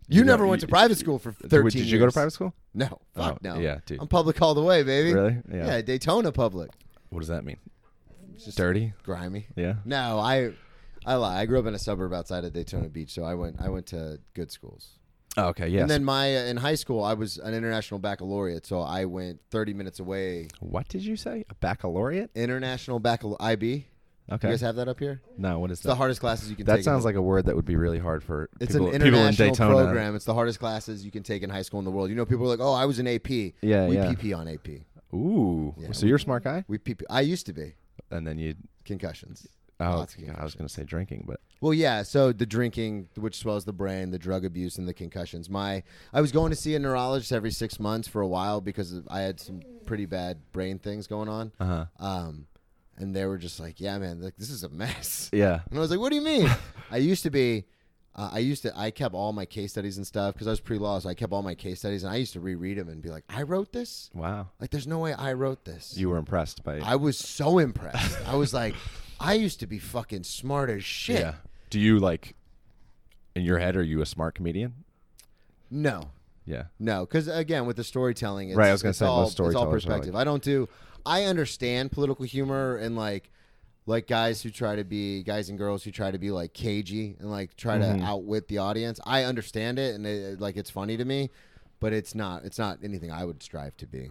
[SPEAKER 3] never
[SPEAKER 4] know,
[SPEAKER 3] went to
[SPEAKER 4] you-
[SPEAKER 3] private school for 13
[SPEAKER 4] Did you go to
[SPEAKER 3] years.
[SPEAKER 4] private school?
[SPEAKER 3] No, fuck
[SPEAKER 4] Oh,
[SPEAKER 3] no.
[SPEAKER 4] yeah, dude.
[SPEAKER 3] I'm public all the way, baby.
[SPEAKER 4] Really?
[SPEAKER 3] Yeah,
[SPEAKER 4] Yeah.
[SPEAKER 3] Daytona public.
[SPEAKER 4] What does that mean?
[SPEAKER 3] It's just
[SPEAKER 4] Dirty?
[SPEAKER 3] grimy.
[SPEAKER 4] Yeah.
[SPEAKER 3] No, I, I lie. I grew up in a suburb outside of Daytona Beach, so I went. I went to good schools.
[SPEAKER 4] Oh, okay. Yes.
[SPEAKER 3] And then my uh, in high school, I was an international baccalaureate, so I went 30 minutes away.
[SPEAKER 4] what did you say? A baccalaureate?
[SPEAKER 3] International baccalaureate IB.
[SPEAKER 4] Okay.
[SPEAKER 3] You guys have that up here?
[SPEAKER 4] no. What is
[SPEAKER 3] It's
[SPEAKER 4] that?
[SPEAKER 3] the hardest classes you can take.
[SPEAKER 4] that
[SPEAKER 3] in-
[SPEAKER 4] sounds like a word that would be really hard for
[SPEAKER 3] It's
[SPEAKER 4] people,
[SPEAKER 3] an
[SPEAKER 4] people in
[SPEAKER 3] international
[SPEAKER 4] Daytona.
[SPEAKER 3] program. It's the hardest classes you can take in high school in the world. You know, people are like, "Oh, I was an AP."
[SPEAKER 4] Yeah,
[SPEAKER 3] we
[SPEAKER 4] yeah.
[SPEAKER 3] PP on AP.
[SPEAKER 4] Ooh.
[SPEAKER 3] Yeah.
[SPEAKER 4] so you're a smart guy,
[SPEAKER 3] We PP. I used to be
[SPEAKER 4] and then you.
[SPEAKER 3] concussions.
[SPEAKER 4] Oh,
[SPEAKER 3] Lots of
[SPEAKER 4] God, I was going to say drinking, but
[SPEAKER 3] Well, yeah. So the drinking, which swells the brain, the drug abuse, and the concussions. My, I was going to see a neurologist every six months for a while because of- I had some pretty bad brain things going on.
[SPEAKER 4] uh-huh.
[SPEAKER 3] Um, and they were just like, "Yeah, man, like, this is a mess."
[SPEAKER 4] yeah.
[SPEAKER 3] And I was like, "What do you mean?" I used to be, uh, I used to, I kept all my case studies and stuff because I was pre-law, so I kept all my case studies, and I used to reread them and be like, "I wrote this?
[SPEAKER 4] Wow.
[SPEAKER 3] Like, there's no way I wrote this."
[SPEAKER 4] You were impressed by.
[SPEAKER 3] I was so impressed. I was like, "I used to be fucking smart as shit."
[SPEAKER 4] yeah. Do you like? In your head, are you a smart comedian?
[SPEAKER 3] No,
[SPEAKER 4] Yeah.
[SPEAKER 3] No, because again, with the storytelling, it's,
[SPEAKER 4] Right, I was gonna
[SPEAKER 3] it's
[SPEAKER 4] say most
[SPEAKER 3] all, It's all
[SPEAKER 4] storytellers are like-
[SPEAKER 3] perspective. I don't do. I understand political humor and like, like guys who try to be guys and girls who try to be like cagey and like try
[SPEAKER 4] Mm-hmm.
[SPEAKER 3] to outwit the audience. I understand it and it, like it's funny to me, but it's not. It's not anything I would strive to be.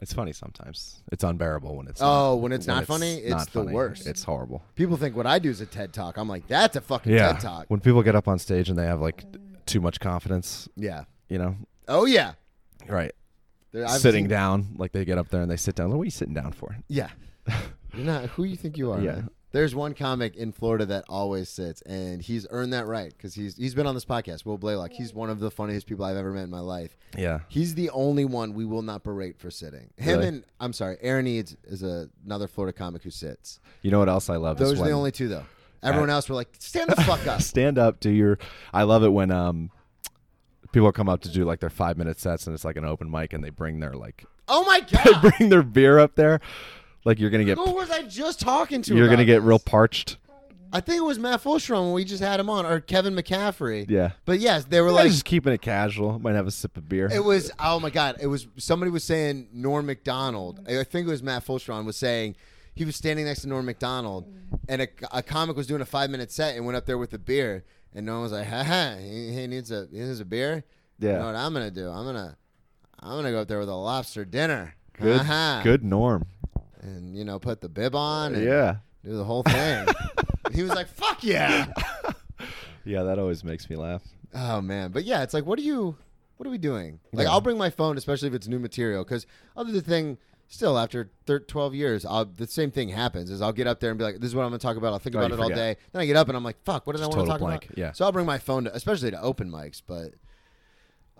[SPEAKER 4] It's funny sometimes. It's unbearable when it's.
[SPEAKER 3] Oh, when it's not funny, it's
[SPEAKER 4] not
[SPEAKER 3] the
[SPEAKER 4] funny.
[SPEAKER 3] worst.
[SPEAKER 4] It's horrible.
[SPEAKER 3] People think what I do is a TED talk. I'm like, that's a fucking
[SPEAKER 4] Yeah.
[SPEAKER 3] TED talk.
[SPEAKER 4] When people get up on stage and they have like too much confidence,
[SPEAKER 3] Yeah.
[SPEAKER 4] you know,
[SPEAKER 3] Oh yeah.
[SPEAKER 4] right?
[SPEAKER 3] There- I've
[SPEAKER 4] sitting
[SPEAKER 3] seen-
[SPEAKER 4] down, like they get up there and they sit down. What are you sitting down for?
[SPEAKER 3] Yeah. You're not who you think you are.
[SPEAKER 4] Yeah.
[SPEAKER 3] man. There's one comic in Florida that always sits, and he's earned that right because he's he's been on this podcast. Will Blaylock. He's one of the funniest people I've ever met in my life.
[SPEAKER 4] Yeah.
[SPEAKER 3] He's the only one we will not berate for sitting. Him
[SPEAKER 4] Really?
[SPEAKER 3] and I'm sorry, Aaron Eads is a, another Florida comic who sits.
[SPEAKER 4] You know what else I love? is
[SPEAKER 3] Those are
[SPEAKER 4] when-
[SPEAKER 3] the only two though. Everyone else were like, stand the fuck up.
[SPEAKER 4] stand up. Do your. I love it when um, people come up to do like their five minute sets and it's like an open mic and they bring their like
[SPEAKER 3] Oh my
[SPEAKER 4] they
[SPEAKER 3] god,
[SPEAKER 4] bring their beer up there. Like you're gonna get
[SPEAKER 3] who was I just talking to?
[SPEAKER 4] you're
[SPEAKER 3] about
[SPEAKER 4] gonna get
[SPEAKER 3] this?
[SPEAKER 4] real parched.
[SPEAKER 3] I think it was Matt Fulstrom when we just had him on, or Kevin McCaffrey.
[SPEAKER 4] Yeah.
[SPEAKER 3] But yes, they were
[SPEAKER 4] Like,
[SPEAKER 3] like,
[SPEAKER 4] just keeping it casual. Might have a sip of beer.
[SPEAKER 3] It was oh my god! It was somebody was saying Norm Macdonald. I I think it was Matt Fulstron was saying he was standing next to Norm Macdonald, and a, a comic was doing a five minute set and went up there with a beer, and Norm was like, "Ha ha, he, he needs a he needs a beer." You
[SPEAKER 4] Yeah.
[SPEAKER 3] know what I'm gonna do? I'm gonna I'm gonna go up there with a lobster dinner.
[SPEAKER 4] good.
[SPEAKER 3] Ha ha.
[SPEAKER 4] Good norm.
[SPEAKER 3] And you know, put the bib on. And
[SPEAKER 4] Yeah.
[SPEAKER 3] Do the whole thing. he was like, "Fuck yeah!"
[SPEAKER 4] Yeah, that always makes me laugh.
[SPEAKER 3] Oh man, but yeah, it's like, what are you, what are we doing? Like, I'll bring my phone, especially if it's new material, because I'll do the thing. Still, after thir- twelve years, I'll, the same thing happens. Is I'll get up there and be like, "This is what I'm going to talk about." I'll think
[SPEAKER 4] Oh,
[SPEAKER 3] about
[SPEAKER 4] you
[SPEAKER 3] it all day.
[SPEAKER 4] forget.
[SPEAKER 3] Then I get up and I'm like, "Fuck, what did I
[SPEAKER 4] Just
[SPEAKER 3] want to
[SPEAKER 4] total
[SPEAKER 3] talk
[SPEAKER 4] blank,
[SPEAKER 3] about?"
[SPEAKER 4] yeah.
[SPEAKER 3] So I'll bring my phone, to, especially to open mics. But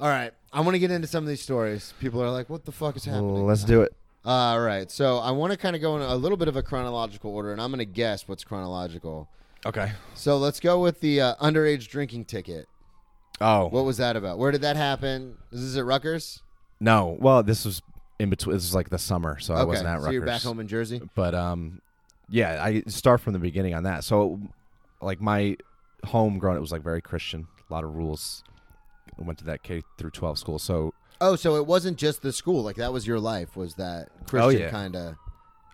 [SPEAKER 3] all right, I want to get into some of these stories. People are like, "What the fuck is happening?"
[SPEAKER 4] Let's do it.
[SPEAKER 3] All right, so I want to kind of go in a little bit of a chronological order, and I'm going to guess what's chronological.
[SPEAKER 4] Okay.
[SPEAKER 3] So let's go with the uh, underage drinking ticket.
[SPEAKER 4] Oh.
[SPEAKER 3] What was that about? Where did that happen? Is this at Rutgers?
[SPEAKER 4] No. Well, this was in between. This was like the summer, so I wasn't at
[SPEAKER 3] so
[SPEAKER 4] Rutgers.
[SPEAKER 3] you're back home in Jersey.
[SPEAKER 4] But um, yeah, I start from the beginning on that. So, like my home growing, it was like very Christian, a lot of rules, went to that K through 12 school. So,
[SPEAKER 3] Oh, so it wasn't just the school. Like that was your life. Was that Christian
[SPEAKER 4] yeah.
[SPEAKER 3] kind of?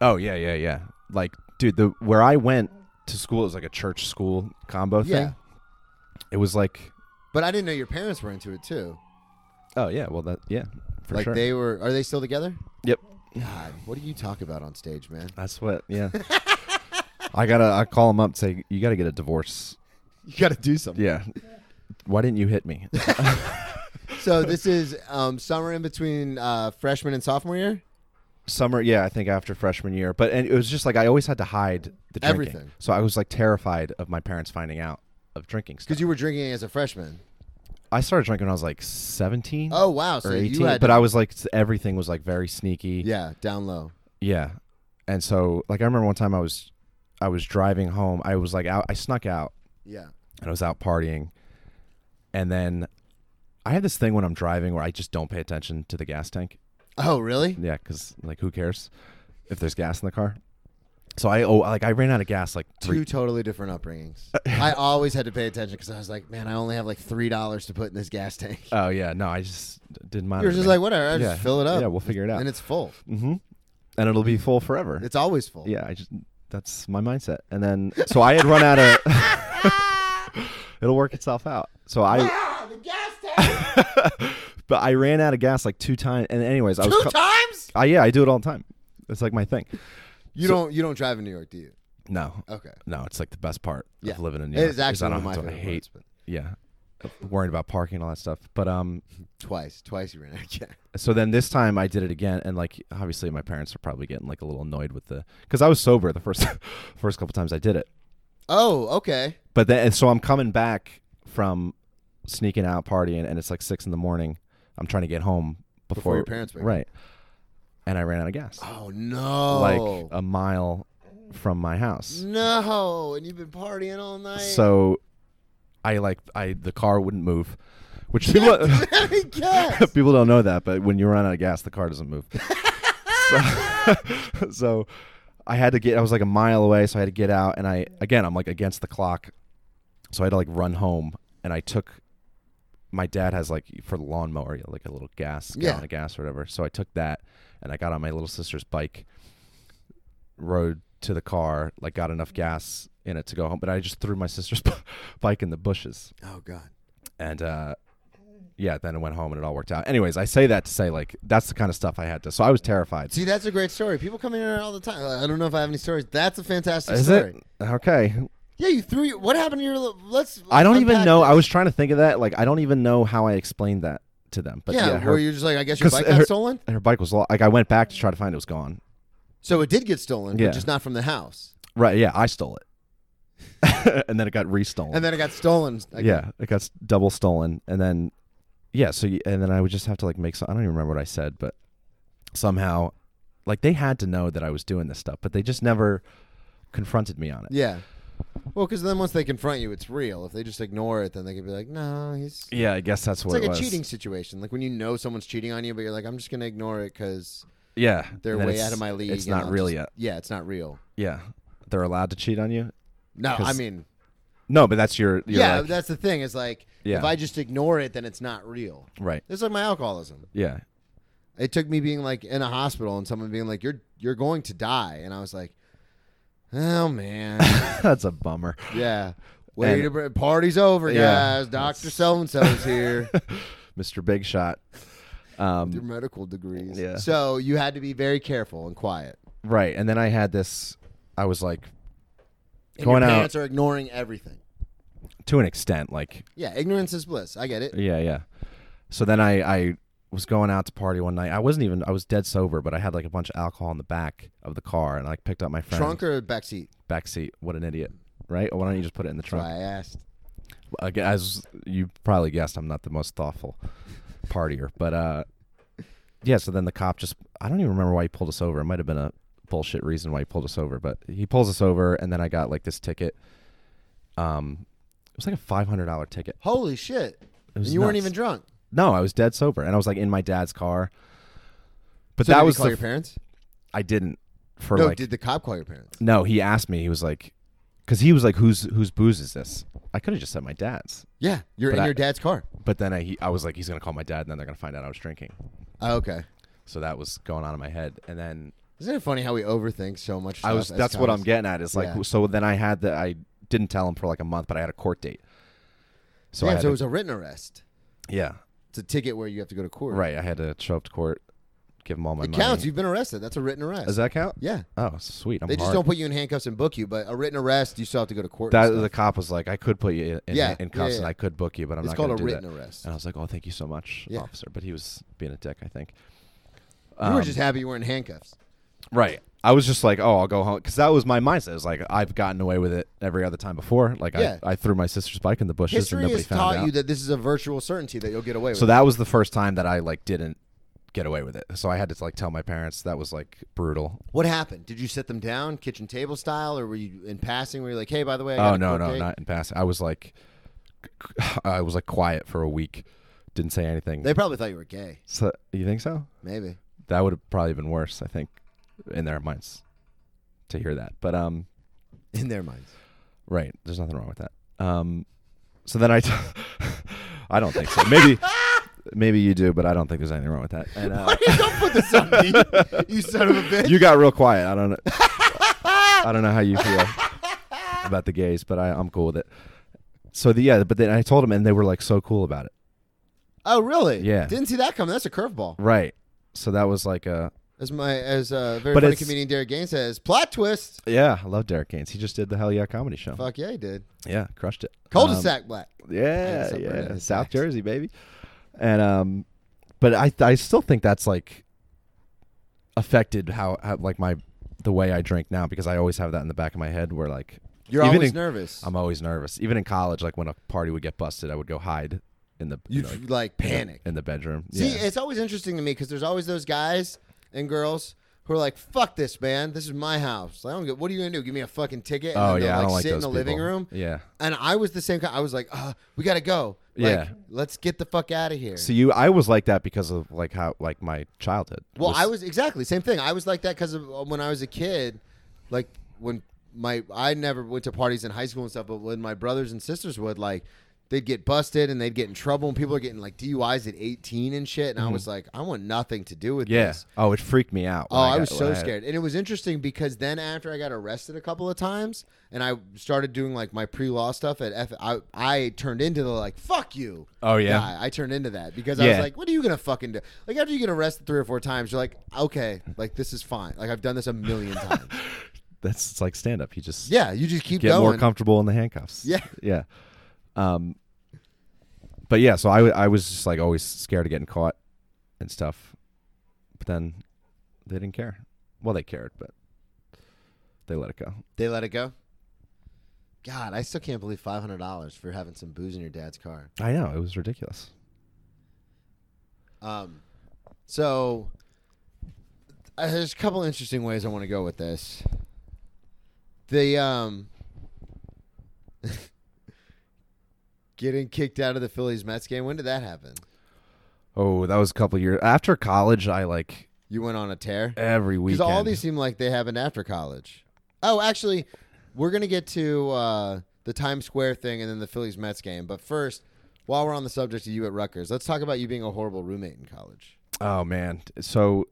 [SPEAKER 4] oh yeah, yeah, yeah. Like, dude, the where I went to school it was like a church school combo thing.
[SPEAKER 3] Yeah.
[SPEAKER 4] It was like,
[SPEAKER 3] But I didn't know your parents were into it too.
[SPEAKER 4] oh yeah, well that yeah, for
[SPEAKER 3] like
[SPEAKER 4] sure.
[SPEAKER 3] they were. Are they still together?
[SPEAKER 4] yep.
[SPEAKER 3] God, what do you talk about on stage, man?
[SPEAKER 4] That's what. Yeah. I gotta. I call him up and say, "You gotta get a divorce."
[SPEAKER 3] You got to do something.
[SPEAKER 4] Yeah. Why didn't you hit me?
[SPEAKER 3] So this is um, summer in between uh, freshman and sophomore year.
[SPEAKER 4] Summer. Yeah, I think after freshman year, but and it was just like I always had to hide the drinking.
[SPEAKER 3] Everything.
[SPEAKER 4] So I was like terrified of my parents finding out of drinking stuff.
[SPEAKER 3] Because you were drinking as a freshman.
[SPEAKER 4] I started drinking when I was like 17.
[SPEAKER 3] Oh wow! So
[SPEAKER 4] Or
[SPEAKER 3] you
[SPEAKER 4] 18,
[SPEAKER 3] had,
[SPEAKER 4] but I was like everything was like very sneaky.
[SPEAKER 3] yeah, down low.
[SPEAKER 4] Yeah. And so like I remember one time I was I was driving home. I was like out I snuck out
[SPEAKER 3] Yeah,
[SPEAKER 4] and I was out partying. And then I have this thing when I'm driving where I just don't pay attention to the gas tank.
[SPEAKER 3] Oh, really?
[SPEAKER 4] Yeah, cuz like who cares if there's gas in the car? So I oh like I ran out of gas like
[SPEAKER 3] Two
[SPEAKER 4] three
[SPEAKER 3] totally different upbringings. I always had to pay attention because I was like, man, I only have like three dollars to put in this gas tank.
[SPEAKER 4] Oh yeah, no, I just didn't mind.
[SPEAKER 3] You're just like, whatever, I
[SPEAKER 4] Yeah.
[SPEAKER 3] just fill it up.
[SPEAKER 4] Yeah, we'll figure it out.
[SPEAKER 3] And it's full.
[SPEAKER 4] Mhm. And it'll be full forever.
[SPEAKER 3] It's always full.
[SPEAKER 4] yeah, I just that's my mindset. And then so I had run out of it'll work itself out. So I
[SPEAKER 3] Ah,
[SPEAKER 4] but I ran out of gas like two times and anyways, I was co-
[SPEAKER 3] times.
[SPEAKER 4] I, yeah, I do it all the time. It's like my thing.
[SPEAKER 3] You don't. You don't drive in New York, do you?
[SPEAKER 4] No.
[SPEAKER 3] Okay.
[SPEAKER 4] No, it's like the best part
[SPEAKER 3] Yeah.
[SPEAKER 4] of living in New York.
[SPEAKER 3] It's
[SPEAKER 4] is I
[SPEAKER 3] actually one
[SPEAKER 4] don't
[SPEAKER 3] of my
[SPEAKER 4] have to
[SPEAKER 3] favorite
[SPEAKER 4] hate.
[SPEAKER 3] parts, but
[SPEAKER 4] Yeah. Worrying about parking and all that stuff. But um
[SPEAKER 3] twice, twice you ran out. of gas.
[SPEAKER 4] so then this time I did it again, and like obviously my parents are probably getting like a little annoyed with the because I was sober the first first couple times I did it.
[SPEAKER 3] Oh, okay.
[SPEAKER 4] But then and so I'm coming back from sneaking out partying, and it's like six in the morning. I'm trying to get home before,
[SPEAKER 3] your parents wake up.
[SPEAKER 4] right? And I ran out of gas,
[SPEAKER 3] Oh no.
[SPEAKER 4] like a mile from my house.
[SPEAKER 3] no, and you've been partying all night.
[SPEAKER 4] So I like I the car wouldn't move, which people
[SPEAKER 3] yes.
[SPEAKER 4] people don't know that, but when you run out of gas, the car doesn't move. so, so I had to get. I was like a mile away, so I had to get out, and I again I'm like against the clock, so I had to like run home, and I took. My dad has like for the lawnmower, like a little gas gallon
[SPEAKER 3] Yeah.
[SPEAKER 4] of gas or whatever. So I took that, and I got on my little sister's bike, rode to the car, like got enough gas in it to go home. But I just threw my sister's bike in the bushes
[SPEAKER 3] Oh god.
[SPEAKER 4] and uh yeah then i went home and it all worked out anyways i say that to say like that's the kind of stuff i had to so i was terrified
[SPEAKER 3] See, that's a great story. People come in here all the time. Like, I don't know if I have any stories. That's a fantastic
[SPEAKER 4] is
[SPEAKER 3] story.
[SPEAKER 4] it okay
[SPEAKER 3] Yeah, you threw. Your, what happened to your? li- Let's.
[SPEAKER 4] i don't even
[SPEAKER 3] unpack
[SPEAKER 4] know
[SPEAKER 3] this.
[SPEAKER 4] i was trying to think of that like i don't even know how i explained that to them but
[SPEAKER 3] yeah,
[SPEAKER 4] yeah,
[SPEAKER 3] where
[SPEAKER 4] her,
[SPEAKER 3] you're just like, I guess your
[SPEAKER 4] 'cause
[SPEAKER 3] bike got
[SPEAKER 4] her-
[SPEAKER 3] stolen.
[SPEAKER 4] her bike was lost like i went back to try to find it, it was gone
[SPEAKER 3] So it did get stolen,
[SPEAKER 4] Yeah.
[SPEAKER 3] but just not from the house.
[SPEAKER 4] right yeah i stole it and then it got restolen
[SPEAKER 3] And then it got stolen. again.
[SPEAKER 4] yeah it got s- double stolen and then yeah so y- and then i would just have to like make some i don't even remember what i said but somehow like they had to know that i was doing this stuff but they just never confronted me on it
[SPEAKER 3] Yeah. Well, because then once they confront you, it's real. If they just ignore it, then they could be like, no, he's.
[SPEAKER 4] Yeah, I guess that's
[SPEAKER 3] It's
[SPEAKER 4] what
[SPEAKER 3] like
[SPEAKER 4] it
[SPEAKER 3] a
[SPEAKER 4] was.
[SPEAKER 3] cheating situation. Like when you know someone's cheating on you, but you're like, I'm just going to ignore it because
[SPEAKER 4] Yeah,
[SPEAKER 3] they're
[SPEAKER 4] and then
[SPEAKER 3] way
[SPEAKER 4] it's-
[SPEAKER 3] out of my league.
[SPEAKER 4] It's
[SPEAKER 3] and
[SPEAKER 4] not
[SPEAKER 3] I'll
[SPEAKER 4] real
[SPEAKER 3] just-
[SPEAKER 4] yet.
[SPEAKER 3] Yeah, it's not real.
[SPEAKER 4] Yeah, they're allowed to cheat on you.
[SPEAKER 3] No, I
[SPEAKER 4] 'Cause
[SPEAKER 3] mean,
[SPEAKER 4] No, but that's your. your
[SPEAKER 3] yeah,
[SPEAKER 4] like-
[SPEAKER 3] that's the thing. Is like,
[SPEAKER 4] Yeah.
[SPEAKER 3] if I just ignore it, then it's not real.
[SPEAKER 4] right.
[SPEAKER 3] It's like my alcoholism.
[SPEAKER 4] Yeah,
[SPEAKER 3] It took me being like in a hospital and someone being like, "You're you're going to die," and I was like, "Oh man,
[SPEAKER 4] that's a bummer.
[SPEAKER 3] yeah." Way
[SPEAKER 4] And-
[SPEAKER 3] to br- party's over,
[SPEAKER 4] Yeah.
[SPEAKER 3] guys. Doctor so and so's here.
[SPEAKER 4] Mr. Big Shot.
[SPEAKER 3] Your
[SPEAKER 4] Um,
[SPEAKER 3] medical degrees.
[SPEAKER 4] Yeah.
[SPEAKER 3] So you had to be very careful and quiet.
[SPEAKER 4] right, and then I had this. I was like,
[SPEAKER 3] And
[SPEAKER 4] Going
[SPEAKER 3] your
[SPEAKER 4] out-
[SPEAKER 3] parents are ignoring everything.
[SPEAKER 4] to an extent, like
[SPEAKER 3] Yeah, ignorance is bliss. I get it.
[SPEAKER 4] Yeah, yeah. So then I I was going out to party one night. I wasn't even I was dead sober, but I had like a bunch of alcohol in the back of the car, and I picked up my friend
[SPEAKER 3] Trunk or backseat?
[SPEAKER 4] back seat. What an idiot, right? Why don't you just put it in the
[SPEAKER 3] That's
[SPEAKER 4] trunk?
[SPEAKER 3] why I asked.
[SPEAKER 4] I gue- as you probably guessed, I'm not the most thoughtful partier, but uh, yeah. So then the cop just—I don't even remember why he pulled us over. It might have been a bullshit reason why he pulled us over, but he pulls us over, and then I got like this ticket. Um, it was like a five hundred dollar ticket.
[SPEAKER 3] Holy shit! And
[SPEAKER 4] was
[SPEAKER 3] you weren't
[SPEAKER 4] nuts.
[SPEAKER 3] even drunk.
[SPEAKER 4] No, I was dead sober, and I was like in my dad's car. But
[SPEAKER 3] So did
[SPEAKER 4] that
[SPEAKER 3] you
[SPEAKER 4] was
[SPEAKER 3] call
[SPEAKER 4] the
[SPEAKER 3] your parents.
[SPEAKER 4] I didn't for
[SPEAKER 3] No,
[SPEAKER 4] like
[SPEAKER 3] did the cop call your parents?
[SPEAKER 4] no. He asked me. He was like, because he was like, "Whose whose booze is this?" I could have just said my dad's.
[SPEAKER 3] Yeah, you're
[SPEAKER 4] But
[SPEAKER 3] in
[SPEAKER 4] I-
[SPEAKER 3] your dad's car.
[SPEAKER 4] But then I, he, I was like, he's gonna call my dad, and then they're gonna find out I was drinking.
[SPEAKER 3] Oh, okay.
[SPEAKER 4] So that was going on in my head, and then
[SPEAKER 3] Isn't it funny how we overthink so much?
[SPEAKER 4] I
[SPEAKER 3] stuff
[SPEAKER 4] was.
[SPEAKER 3] as
[SPEAKER 4] That's what I'm
[SPEAKER 3] comics?
[SPEAKER 4] getting at. Is like
[SPEAKER 3] Yeah.
[SPEAKER 4] so. Then I had the. I didn't tell him for like a month, but I had a court date. So I
[SPEAKER 3] Damn,
[SPEAKER 4] had
[SPEAKER 3] so
[SPEAKER 4] to-
[SPEAKER 3] it was a written arrest.
[SPEAKER 4] yeah,
[SPEAKER 3] It's a ticket where you have to go to court.
[SPEAKER 4] right. I had to show up to court, give him all my
[SPEAKER 3] It
[SPEAKER 4] money.
[SPEAKER 3] counts. You've been arrested. That's a written arrest.
[SPEAKER 4] Does that count?
[SPEAKER 3] yeah.
[SPEAKER 4] Oh, sweet. I'm
[SPEAKER 3] They just
[SPEAKER 4] hard.
[SPEAKER 3] don't put you in handcuffs and book you, but a written arrest, you still have to go to court. and
[SPEAKER 4] That
[SPEAKER 3] stuff.
[SPEAKER 4] the cop was like, I could put you in,
[SPEAKER 3] Yeah,
[SPEAKER 4] in
[SPEAKER 3] yeah,
[SPEAKER 4] cuffs
[SPEAKER 3] yeah.
[SPEAKER 4] and I could book you, but I'm
[SPEAKER 3] It's
[SPEAKER 4] not
[SPEAKER 3] called
[SPEAKER 4] going
[SPEAKER 3] a
[SPEAKER 4] to do
[SPEAKER 3] written
[SPEAKER 4] that.
[SPEAKER 3] arrest.
[SPEAKER 4] And I was like, oh, thank you so much,
[SPEAKER 3] Yeah.
[SPEAKER 4] officer. But he was being a dick, I think.
[SPEAKER 3] you were
[SPEAKER 4] Um,
[SPEAKER 3] just happy you were in handcuffs.
[SPEAKER 4] Right. I was just like, oh, I'll go home because that was my mindset. It was like I've gotten away with it every other time before. Like
[SPEAKER 3] Yeah.
[SPEAKER 4] I, I threw my sister's bike in the bushes and
[SPEAKER 3] History
[SPEAKER 4] nobody
[SPEAKER 3] has
[SPEAKER 4] found
[SPEAKER 3] taught
[SPEAKER 4] out.
[SPEAKER 3] you that this is a virtual certainty that you'll get away with.
[SPEAKER 4] so
[SPEAKER 3] it.
[SPEAKER 4] that was the first time that I like didn't get away with it. So I had to like tell my parents that was like brutal.
[SPEAKER 3] What happened? Did you sit them down, kitchen table style, or were you in passing? Were you like, "Hey, by the way, I got
[SPEAKER 4] oh
[SPEAKER 3] a
[SPEAKER 4] no,
[SPEAKER 3] court
[SPEAKER 4] no,
[SPEAKER 3] date?
[SPEAKER 4] not in passing. I was like, I was like quiet for a week, didn't say anything.
[SPEAKER 3] They probably thought you were gay.
[SPEAKER 4] so you think so?
[SPEAKER 3] Maybe.
[SPEAKER 4] that would have probably been worse, I think, in their minds to hear that. But um,
[SPEAKER 3] In their minds.
[SPEAKER 4] right, there's nothing wrong with that. Um, so then I, t- I don't think so. Maybe, maybe you do, but I don't think there's anything wrong with that. And uh,
[SPEAKER 3] Don't put this on me, you son of a bitch.
[SPEAKER 4] you got real quiet. I don't know. I don't know how you feel about the gays, but I, I'm cool with it. So the yeah, but then I told them, and they were like so cool about it.
[SPEAKER 3] Oh, really?
[SPEAKER 4] Yeah.
[SPEAKER 3] Didn't see that coming. That's a curveball.
[SPEAKER 4] Right. So that was like a
[SPEAKER 3] As my as uh, very
[SPEAKER 4] But
[SPEAKER 3] funny
[SPEAKER 4] it's-
[SPEAKER 3] comedian Derek Gaines says, plot twist.
[SPEAKER 4] yeah. I love Derek Gaines. He just did the Hell Yeah comedy show.
[SPEAKER 3] Fuck yeah, he did.
[SPEAKER 4] Yeah, crushed it. Um,
[SPEAKER 3] Cul-de-sac black.
[SPEAKER 4] Yeah,
[SPEAKER 3] Somewhere in
[SPEAKER 4] yeah,
[SPEAKER 3] the
[SPEAKER 4] South
[SPEAKER 3] Sacks.
[SPEAKER 4] Jersey, baby. And um, but I I still think that's like affected how, how like my the way I drink now because I always have that in the back of my head where like
[SPEAKER 3] You're
[SPEAKER 4] even
[SPEAKER 3] always
[SPEAKER 4] in-
[SPEAKER 3] nervous.
[SPEAKER 4] I'm always nervous. Even in college, like when a party would get busted, I would go hide in the
[SPEAKER 3] you
[SPEAKER 4] know,
[SPEAKER 3] like,
[SPEAKER 4] in the-
[SPEAKER 3] panic.
[SPEAKER 4] in the bedroom.
[SPEAKER 3] See,
[SPEAKER 4] yeah.
[SPEAKER 3] it's always interesting to me because there's always those guys and girls who are like, "Fuck this, man. This is my house. I don't get. What are you gonna do? Give me a fucking ticket? And
[SPEAKER 4] oh
[SPEAKER 3] then they'll,
[SPEAKER 4] yeah, I
[SPEAKER 3] like,
[SPEAKER 4] don't like
[SPEAKER 3] sit in
[SPEAKER 4] those
[SPEAKER 3] the living
[SPEAKER 4] people.
[SPEAKER 3] room.
[SPEAKER 4] Yeah.
[SPEAKER 3] And I was the same kind. I was like, uh, "We gotta go. Like,
[SPEAKER 4] Yeah.
[SPEAKER 3] let's get the fuck out of here."
[SPEAKER 4] So you, I was like that because of like how like my childhood.
[SPEAKER 3] Well, I was exactly same thing. I was like that because of uh, when I was a kid, like when my I never went to parties in high school and stuff, but when my brothers and sisters would like. They'd get busted and they'd get in trouble, and people are getting like DUIs at 18 and shit. And I was like, I want nothing to do with
[SPEAKER 4] yeah.
[SPEAKER 3] this.
[SPEAKER 4] Oh, it freaked me out. when
[SPEAKER 3] Oh, I,
[SPEAKER 4] got-
[SPEAKER 3] was
[SPEAKER 4] when
[SPEAKER 3] so
[SPEAKER 4] had-
[SPEAKER 3] scared. And it was interesting because then after I got arrested a couple of times and I started doing like my pre-law stuff at F, I, I turned into the like fuck you.
[SPEAKER 4] Oh, yeah?
[SPEAKER 3] guy. I turned into that because I was
[SPEAKER 4] Yeah.
[SPEAKER 3] like, what are you gonna fucking do? Like after you get arrested three or four times, you're like, okay, like this is fine. Like I've done this a million times.
[SPEAKER 4] That's it's like stand up. You just
[SPEAKER 3] yeah, you just keep
[SPEAKER 4] get
[SPEAKER 3] going.
[SPEAKER 4] more comfortable in the handcuffs.
[SPEAKER 3] Yeah.
[SPEAKER 4] yeah. Um, but yeah, so I w- I was just like always scared of getting caught and stuff, but then they didn't care. Well, they cared, but they let it go.
[SPEAKER 3] they let it go. God, I still can't believe five hundred dollars for having some booze in your dad's car.
[SPEAKER 4] I know it was ridiculous.
[SPEAKER 3] Um, so uh, there's a couple interesting ways I want to go with this. The um, getting kicked out of the Phillies Mets game. When did that happen?
[SPEAKER 4] Oh, that was a couple years after college. I like
[SPEAKER 3] You went on a tear
[SPEAKER 4] every
[SPEAKER 3] because
[SPEAKER 4] weekend.
[SPEAKER 3] all these seem like they happened after college. Oh, actually, we're gonna get to uh, the Times Square thing and then the Phillies Mets game. But first, while we're on the subject of you at Rutgers, let's talk about you being a horrible roommate in college.
[SPEAKER 4] oh man, so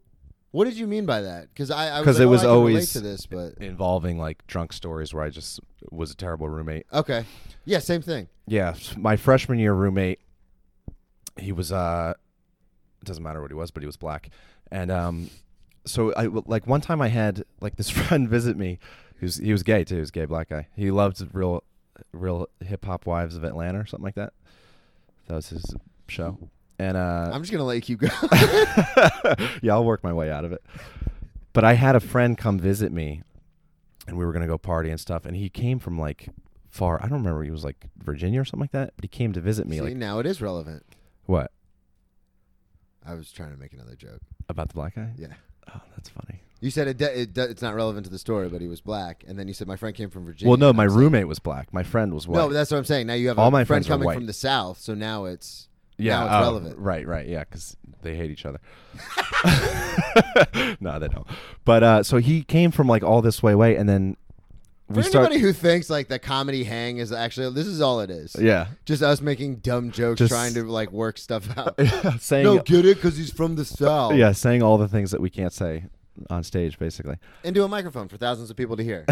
[SPEAKER 3] What did you mean by that? Because I, I
[SPEAKER 4] 'Cause
[SPEAKER 3] like,
[SPEAKER 4] it
[SPEAKER 3] oh,
[SPEAKER 4] was
[SPEAKER 3] I can relate
[SPEAKER 4] always-
[SPEAKER 3] to this, but
[SPEAKER 4] involving like drunk stories where I just was a terrible roommate.
[SPEAKER 3] okay, yeah, same thing.
[SPEAKER 4] Yeah, s- my freshman year roommate, he was uh, it doesn't matter what he was, but he was black, and um, so I like one time I had like this friend visit me, who's he was gay too, he was a gay black guy. He loved real, real hip hop wives of Atlanta or something like that. That was his show, and uh,
[SPEAKER 3] I'm just gonna let you keep going.
[SPEAKER 4] yeah, I'll work my way out of it. But I had a friend come visit me, and we were gonna go party and stuff. And he came from like far. I don't remember. He was like Virginia or something like that. But he came to visit me.
[SPEAKER 3] See,
[SPEAKER 4] like
[SPEAKER 3] now it is relevant.
[SPEAKER 4] what
[SPEAKER 3] I was trying to make another joke.
[SPEAKER 4] about the black guy?
[SPEAKER 3] Yeah,
[SPEAKER 4] Oh, that's funny.
[SPEAKER 3] you said it. De- it de- it's not relevant to the story, but he was black, and then you said my friend came from Virginia.
[SPEAKER 4] well, no,
[SPEAKER 3] and I
[SPEAKER 4] my
[SPEAKER 3] was like-
[SPEAKER 4] roommate was black. My friend was white.
[SPEAKER 3] No, that's what I'm saying. Now you have
[SPEAKER 4] All
[SPEAKER 3] a
[SPEAKER 4] my
[SPEAKER 3] friend
[SPEAKER 4] friends are
[SPEAKER 3] coming
[SPEAKER 4] white.
[SPEAKER 3] from the south, so now it's
[SPEAKER 4] yeah,
[SPEAKER 3] now it's
[SPEAKER 4] oh,
[SPEAKER 3] relevant.
[SPEAKER 4] Right, right, yeah, because they hate each other. no, they don't. But uh, so he came from like all this way away, and then we
[SPEAKER 3] For
[SPEAKER 4] start.
[SPEAKER 3] anybody who thinks like the comedy hang is actually this is all it is.
[SPEAKER 4] yeah,
[SPEAKER 3] Just us making dumb jokes,
[SPEAKER 4] Just-
[SPEAKER 3] trying to like work stuff out.
[SPEAKER 4] saying
[SPEAKER 3] no, get it because he's from the south.
[SPEAKER 4] yeah, saying all the things that we can't say on stage, basically.
[SPEAKER 3] into a microphone for thousands of people to hear.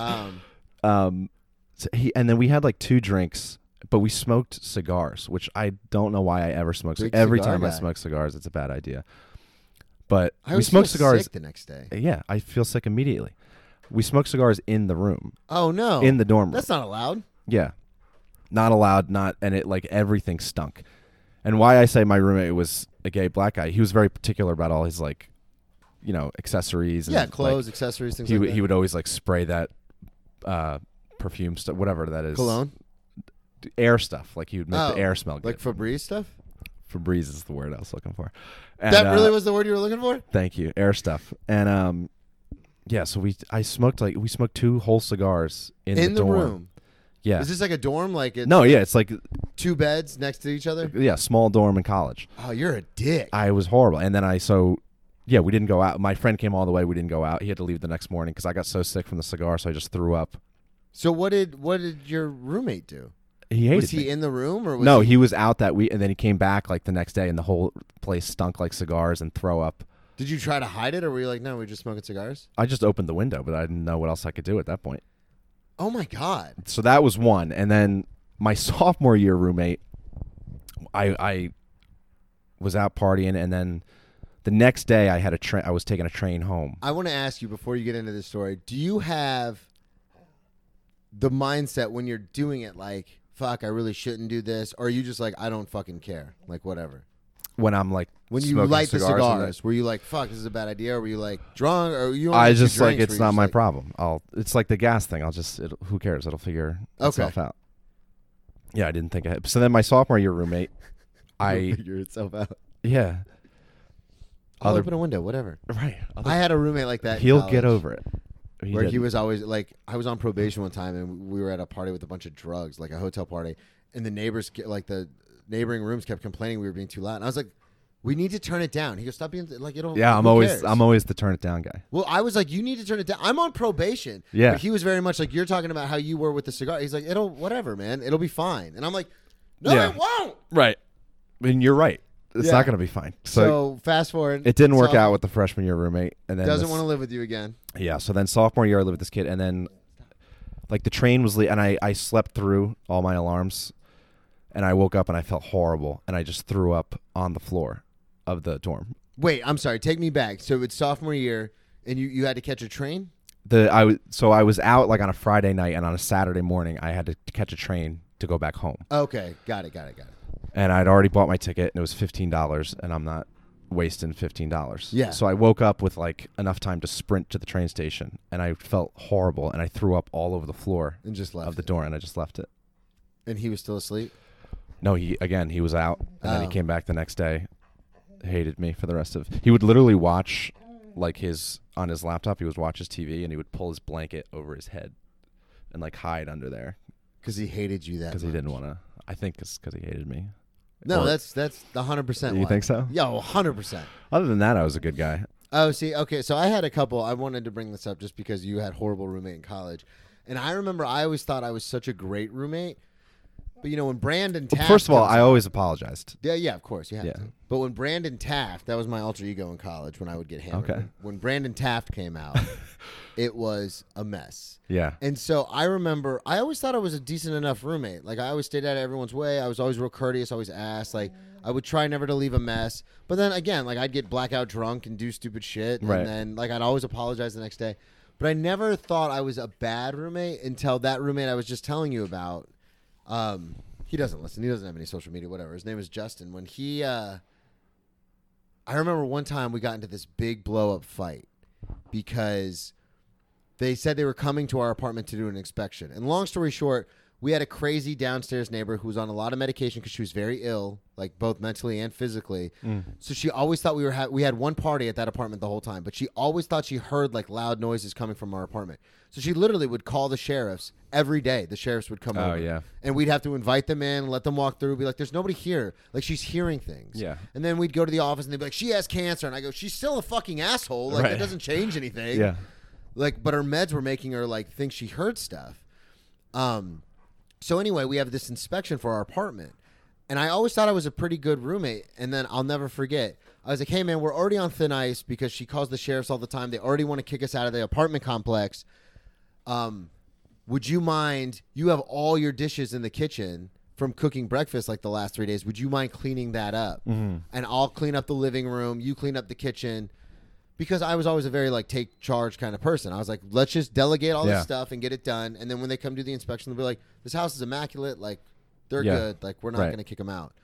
[SPEAKER 3] um,
[SPEAKER 4] Um, so he and then we had like two drinks, but we smoked cigars, which I don't know why I ever smoke.
[SPEAKER 3] Big
[SPEAKER 4] Every
[SPEAKER 3] cigar
[SPEAKER 4] time I
[SPEAKER 3] guy.
[SPEAKER 4] smoke cigars, it's a bad idea. But
[SPEAKER 3] I
[SPEAKER 4] we
[SPEAKER 3] always
[SPEAKER 4] smoked
[SPEAKER 3] feel
[SPEAKER 4] cigars.
[SPEAKER 3] sick the next day.
[SPEAKER 4] Yeah, I feel sick immediately. We smoked cigars in the room,
[SPEAKER 3] Oh no,
[SPEAKER 4] in the dorm room.
[SPEAKER 3] that's not allowed.
[SPEAKER 4] Yeah. Not allowed, not and it like everything stunk. And why I say my roommate was a gay black guy, he was very particular about all his like you know, accessories and
[SPEAKER 3] Yeah, clothes,
[SPEAKER 4] like,
[SPEAKER 3] accessories, things
[SPEAKER 4] he
[SPEAKER 3] like
[SPEAKER 4] would
[SPEAKER 3] that.
[SPEAKER 4] he would always like spray that uh perfume stuff whatever that is.
[SPEAKER 3] cologne,
[SPEAKER 4] Air stuff. Like he would make
[SPEAKER 3] Oh,
[SPEAKER 4] the air smell good.
[SPEAKER 3] like Febreze stuff.
[SPEAKER 4] Febreze is the word I was looking for.
[SPEAKER 3] that
[SPEAKER 4] And, uh,
[SPEAKER 3] really was the word you were looking for.
[SPEAKER 4] Thank you. Air stuff. And um yeah, so we I smoked like we smoked two whole cigars in,
[SPEAKER 3] In the
[SPEAKER 4] dorm.
[SPEAKER 3] room.
[SPEAKER 4] Yeah.
[SPEAKER 3] Is this like a dorm? Like it's
[SPEAKER 4] no, yeah, it's like
[SPEAKER 3] two beds next to each other.
[SPEAKER 4] yeah, small dorm in college.
[SPEAKER 3] Oh, you're a dick.
[SPEAKER 4] I was horrible. And then I so yeah, we didn't go out. My friend came all the way. We didn't go out. He had to leave the next morning because I got so sick from the cigar, so I just threw up.
[SPEAKER 3] so what did what did your roommate do?
[SPEAKER 4] He hated
[SPEAKER 3] Was he
[SPEAKER 4] me.
[SPEAKER 3] in the room or was
[SPEAKER 4] no,
[SPEAKER 3] He,
[SPEAKER 4] he was out that week, and then he came back like the next day, and the whole place stunk like cigars and throw up.
[SPEAKER 3] did you try to hide it or were you like, no, we're just smoking cigars?
[SPEAKER 4] I just opened the window, but I didn't know what else I could do at that point.
[SPEAKER 3] Oh my god.
[SPEAKER 4] So that was one. And then my sophomore year roommate, I I was out partying, and then the next day I had a train. I was taking a train home.
[SPEAKER 3] I want to ask you before you get into this story, do you have the mindset when you're doing it like, fuck, I really shouldn't do this? Or are you just like, I don't fucking care? Like, whatever.
[SPEAKER 4] When I'm like
[SPEAKER 3] When you
[SPEAKER 4] smoking
[SPEAKER 3] light the
[SPEAKER 4] and
[SPEAKER 3] cigars, were you like, fuck, this is a bad idea? Or were you like, drunk? Or you only
[SPEAKER 4] I
[SPEAKER 3] had two
[SPEAKER 4] just like
[SPEAKER 3] drinks?
[SPEAKER 4] it's
[SPEAKER 3] Were you
[SPEAKER 4] not
[SPEAKER 3] just
[SPEAKER 4] my
[SPEAKER 3] like-
[SPEAKER 4] problem. I'll. It's like the gas thing. I'll just. It'll, who cares? It'll figure
[SPEAKER 3] Okay.
[SPEAKER 4] itself out. Yeah, I didn't think I. So then my sophore year roommate, I
[SPEAKER 3] figure itself out.
[SPEAKER 4] yeah.
[SPEAKER 3] I'll
[SPEAKER 4] Other-
[SPEAKER 3] open a window, whatever.
[SPEAKER 4] Right.
[SPEAKER 3] I had a roommate like that. in
[SPEAKER 4] He'll
[SPEAKER 3] college.
[SPEAKER 4] get over it. He
[SPEAKER 3] where he
[SPEAKER 4] didn't.
[SPEAKER 3] was always like I was on probation one time and we were at a party with a bunch of drugs, like a hotel party, and the neighbors ke- like the neighboring rooms kept complaining we were being too loud. And I was like, "We need to turn it down." He goes, "Stop being like you don't."
[SPEAKER 4] Yeah, I'm
[SPEAKER 3] who
[SPEAKER 4] always.
[SPEAKER 3] cares?"
[SPEAKER 4] I'm always the turn it down guy.
[SPEAKER 3] well, I was like, "You need to turn it down." I'm on probation.
[SPEAKER 4] Yeah.
[SPEAKER 3] But he was very much like you're talking about how you were with the cigar. He's like, "It'll whatever, man. It'll be fine." And I'm like, "No,
[SPEAKER 4] Yeah.
[SPEAKER 3] it won't."
[SPEAKER 4] Right. And you're right. It's
[SPEAKER 3] Yeah.
[SPEAKER 4] not going to be fine.
[SPEAKER 3] So,
[SPEAKER 4] So,
[SPEAKER 3] fast forward,
[SPEAKER 4] it didn't work
[SPEAKER 3] So-
[SPEAKER 4] out with the freshman year roommate, and then
[SPEAKER 3] Doesn't
[SPEAKER 4] this-
[SPEAKER 3] want to live with you again.
[SPEAKER 4] Yeah. So then sophomore year, I lived with this kid, and then like the train was late, and I I slept through all my alarms, and I woke up and I felt horrible, and I just threw up on the floor of the dorm.
[SPEAKER 3] Wait, I'm sorry. Take me back. So it's sophomore year, and you you had to catch a train.
[SPEAKER 4] The I was so I was out like on a Friday night, and on a Saturday morning, I had to catch a train to go back home,
[SPEAKER 3] Okay, got it, got it, got it.
[SPEAKER 4] and I'd already bought my ticket, and it was fifteen dollars, and I'm not wasting fifteen dollars.
[SPEAKER 3] Yeah.
[SPEAKER 4] So I woke up with like enough time to sprint to the train station, and I felt horrible, and I threw up all over the floor
[SPEAKER 3] and just left.
[SPEAKER 4] of the
[SPEAKER 3] it.
[SPEAKER 4] dorm, and I just left it.
[SPEAKER 3] and he was still asleep.
[SPEAKER 4] No, he again he was out, and then he
[SPEAKER 3] Oh.
[SPEAKER 4] came back the next day. Hated me for the rest of. He would literally watch, like his on his laptop. He would watch his TV, and he would pull his blanket over his head, and like hide under there
[SPEAKER 3] Because he hated you that.
[SPEAKER 4] because he
[SPEAKER 3] much.
[SPEAKER 4] didn't want to. I think it's because he hated me.
[SPEAKER 3] No,
[SPEAKER 4] or-
[SPEAKER 3] that's that's the hundred percent.
[SPEAKER 4] You think so?
[SPEAKER 3] Yeah, hundred percent.
[SPEAKER 4] Other than that, I was a good guy.
[SPEAKER 3] Oh, see, okay. So I had a couple. I wanted to bring this up just because you had horrible roommate in college, and I remember I always thought I was such a great roommate. But you know when Brandon Taft.
[SPEAKER 4] First of all,
[SPEAKER 3] comes-
[SPEAKER 4] I always apologized.
[SPEAKER 3] Yeah, yeah, of course, you have
[SPEAKER 4] Yeah.
[SPEAKER 3] to. But when Brandon Taft, that was my alter ego in college when I would get hammered.
[SPEAKER 4] Okay.
[SPEAKER 3] When- When Brandon Taft came out, it was a mess.
[SPEAKER 4] Yeah.
[SPEAKER 3] And so I remember, I always thought I was a decent enough roommate. Like I always stayed out of everyone's way. I was always real courteous. Always asked. Like I would try never to leave a mess. But then again, like I'd get blackout drunk and do stupid shit.
[SPEAKER 4] Right.
[SPEAKER 3] And then like I'd always apologize the next day. But I never thought I was a bad roommate until that roommate I was just telling you about. Um, he doesn't listen. He doesn't have any social media. Whatever. His name is Justin. When he, uh, I remember one time we got into this big blow up fight because they said they were coming to our apartment to do an inspection. And long story short, we had a crazy downstairs neighbor who was on a lot of medication because she was very ill, like both mentally and physically.
[SPEAKER 4] Mm.
[SPEAKER 3] So she always thought we were ha- we had one party at that apartment the whole time, but she always thought she heard like loud noises coming from our apartment. So she literally would call the sheriffs every day. The sheriffs would come
[SPEAKER 4] Oh,
[SPEAKER 3] over,
[SPEAKER 4] yeah.
[SPEAKER 3] and we'd have to invite them in, let them walk through, be like, "There's nobody here." Like she's hearing things,
[SPEAKER 4] Yeah.
[SPEAKER 3] And then we'd go to the office and they'd be like, "She has cancer," and I go, "She's still a fucking asshole. Like
[SPEAKER 4] Right.
[SPEAKER 3] that doesn't change anything."
[SPEAKER 4] Yeah.
[SPEAKER 3] like but her meds were making her like think she heard stuff um so anyway we have this inspection for our apartment and i always thought i was a pretty good roommate and then i'll never forget i was like hey man we're already on thin ice because she calls the sheriffs all the time they already want to kick us out of the apartment complex um would you mind you have all your dishes in the kitchen from cooking breakfast like the last three days would you mind cleaning that up
[SPEAKER 4] Mm-hmm.
[SPEAKER 3] and i'll clean up the living room you clean up the kitchen because i was always a very like take charge kind of person i was like let's just delegate all
[SPEAKER 4] Yeah.
[SPEAKER 3] this stuff and get it done and then when they come do the inspection they'll be like this house is immaculate like they're
[SPEAKER 4] Yeah.
[SPEAKER 3] good like we're not
[SPEAKER 4] Right.
[SPEAKER 3] gonna kick them out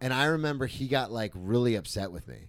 [SPEAKER 3] and i remember he got like really upset with me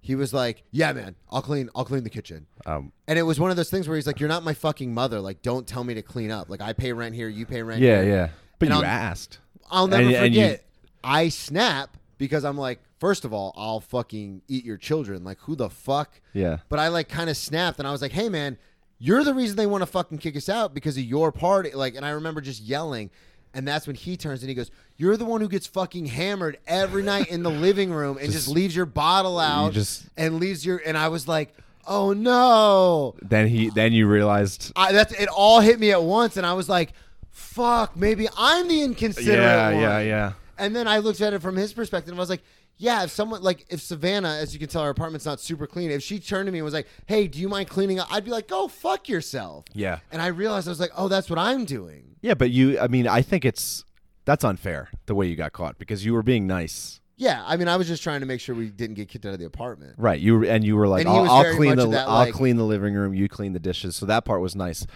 [SPEAKER 3] he was like yeah man i'll clean i'll clean the kitchen
[SPEAKER 4] Um,
[SPEAKER 3] and it was one of those things where he's like, "You're not my fucking mother. Like, don't tell me to clean up. Like, I pay rent here, you pay rent.
[SPEAKER 4] yeah,
[SPEAKER 3] here.
[SPEAKER 4] yeah. But
[SPEAKER 3] And
[SPEAKER 4] you
[SPEAKER 3] I'll-
[SPEAKER 4] asked.
[SPEAKER 3] I'll never
[SPEAKER 4] And-
[SPEAKER 3] forget.
[SPEAKER 4] and you-
[SPEAKER 3] I snap because I'm like, first of all, I'll fucking eat your children. Like, who the fuck?
[SPEAKER 4] Yeah.
[SPEAKER 3] But I like kind of snapped, and I was like, "Hey, man, you're the reason they want to fucking kick us out because of your party." Like, and I remember just yelling. And that's when he turns and he goes, "You're the one who gets fucking hammered every night in the living room and just, leaves your bottle out
[SPEAKER 4] just-
[SPEAKER 3] and leaves your." And I was like, "Oh no!"
[SPEAKER 4] Then he then you realized
[SPEAKER 3] I, that's it all hit me at once, and I was like, "Fuck, maybe I'm the inconsiderate
[SPEAKER 4] Yeah,
[SPEAKER 3] one."
[SPEAKER 4] yeah, yeah.
[SPEAKER 3] And then I looked at it from his perspective. and I was like, "Yeah, if someone like if Savannah, as you can tell, her apartment's not super clean. If she turned to me and was like, "Hey, do you mind cleaning up?" I'd be like, "Go fuck yourself."
[SPEAKER 4] Yeah.
[SPEAKER 3] And I realized I was like, "Oh, that's what I'm doing."
[SPEAKER 4] Yeah, but you I mean, I think it's that's unfair the way you got caught because you were being nice.
[SPEAKER 3] Yeah, I mean, I was just trying to make sure we didn't get kicked out of the apartment.
[SPEAKER 4] Right. You were, and you were like,
[SPEAKER 3] And he
[SPEAKER 4] I'll,
[SPEAKER 3] was
[SPEAKER 4] I'll
[SPEAKER 3] very
[SPEAKER 4] clean
[SPEAKER 3] much
[SPEAKER 4] the
[SPEAKER 3] of that,
[SPEAKER 4] I'll
[SPEAKER 3] like-
[SPEAKER 4] clean the living room, you clean the dishes. So that part was nice.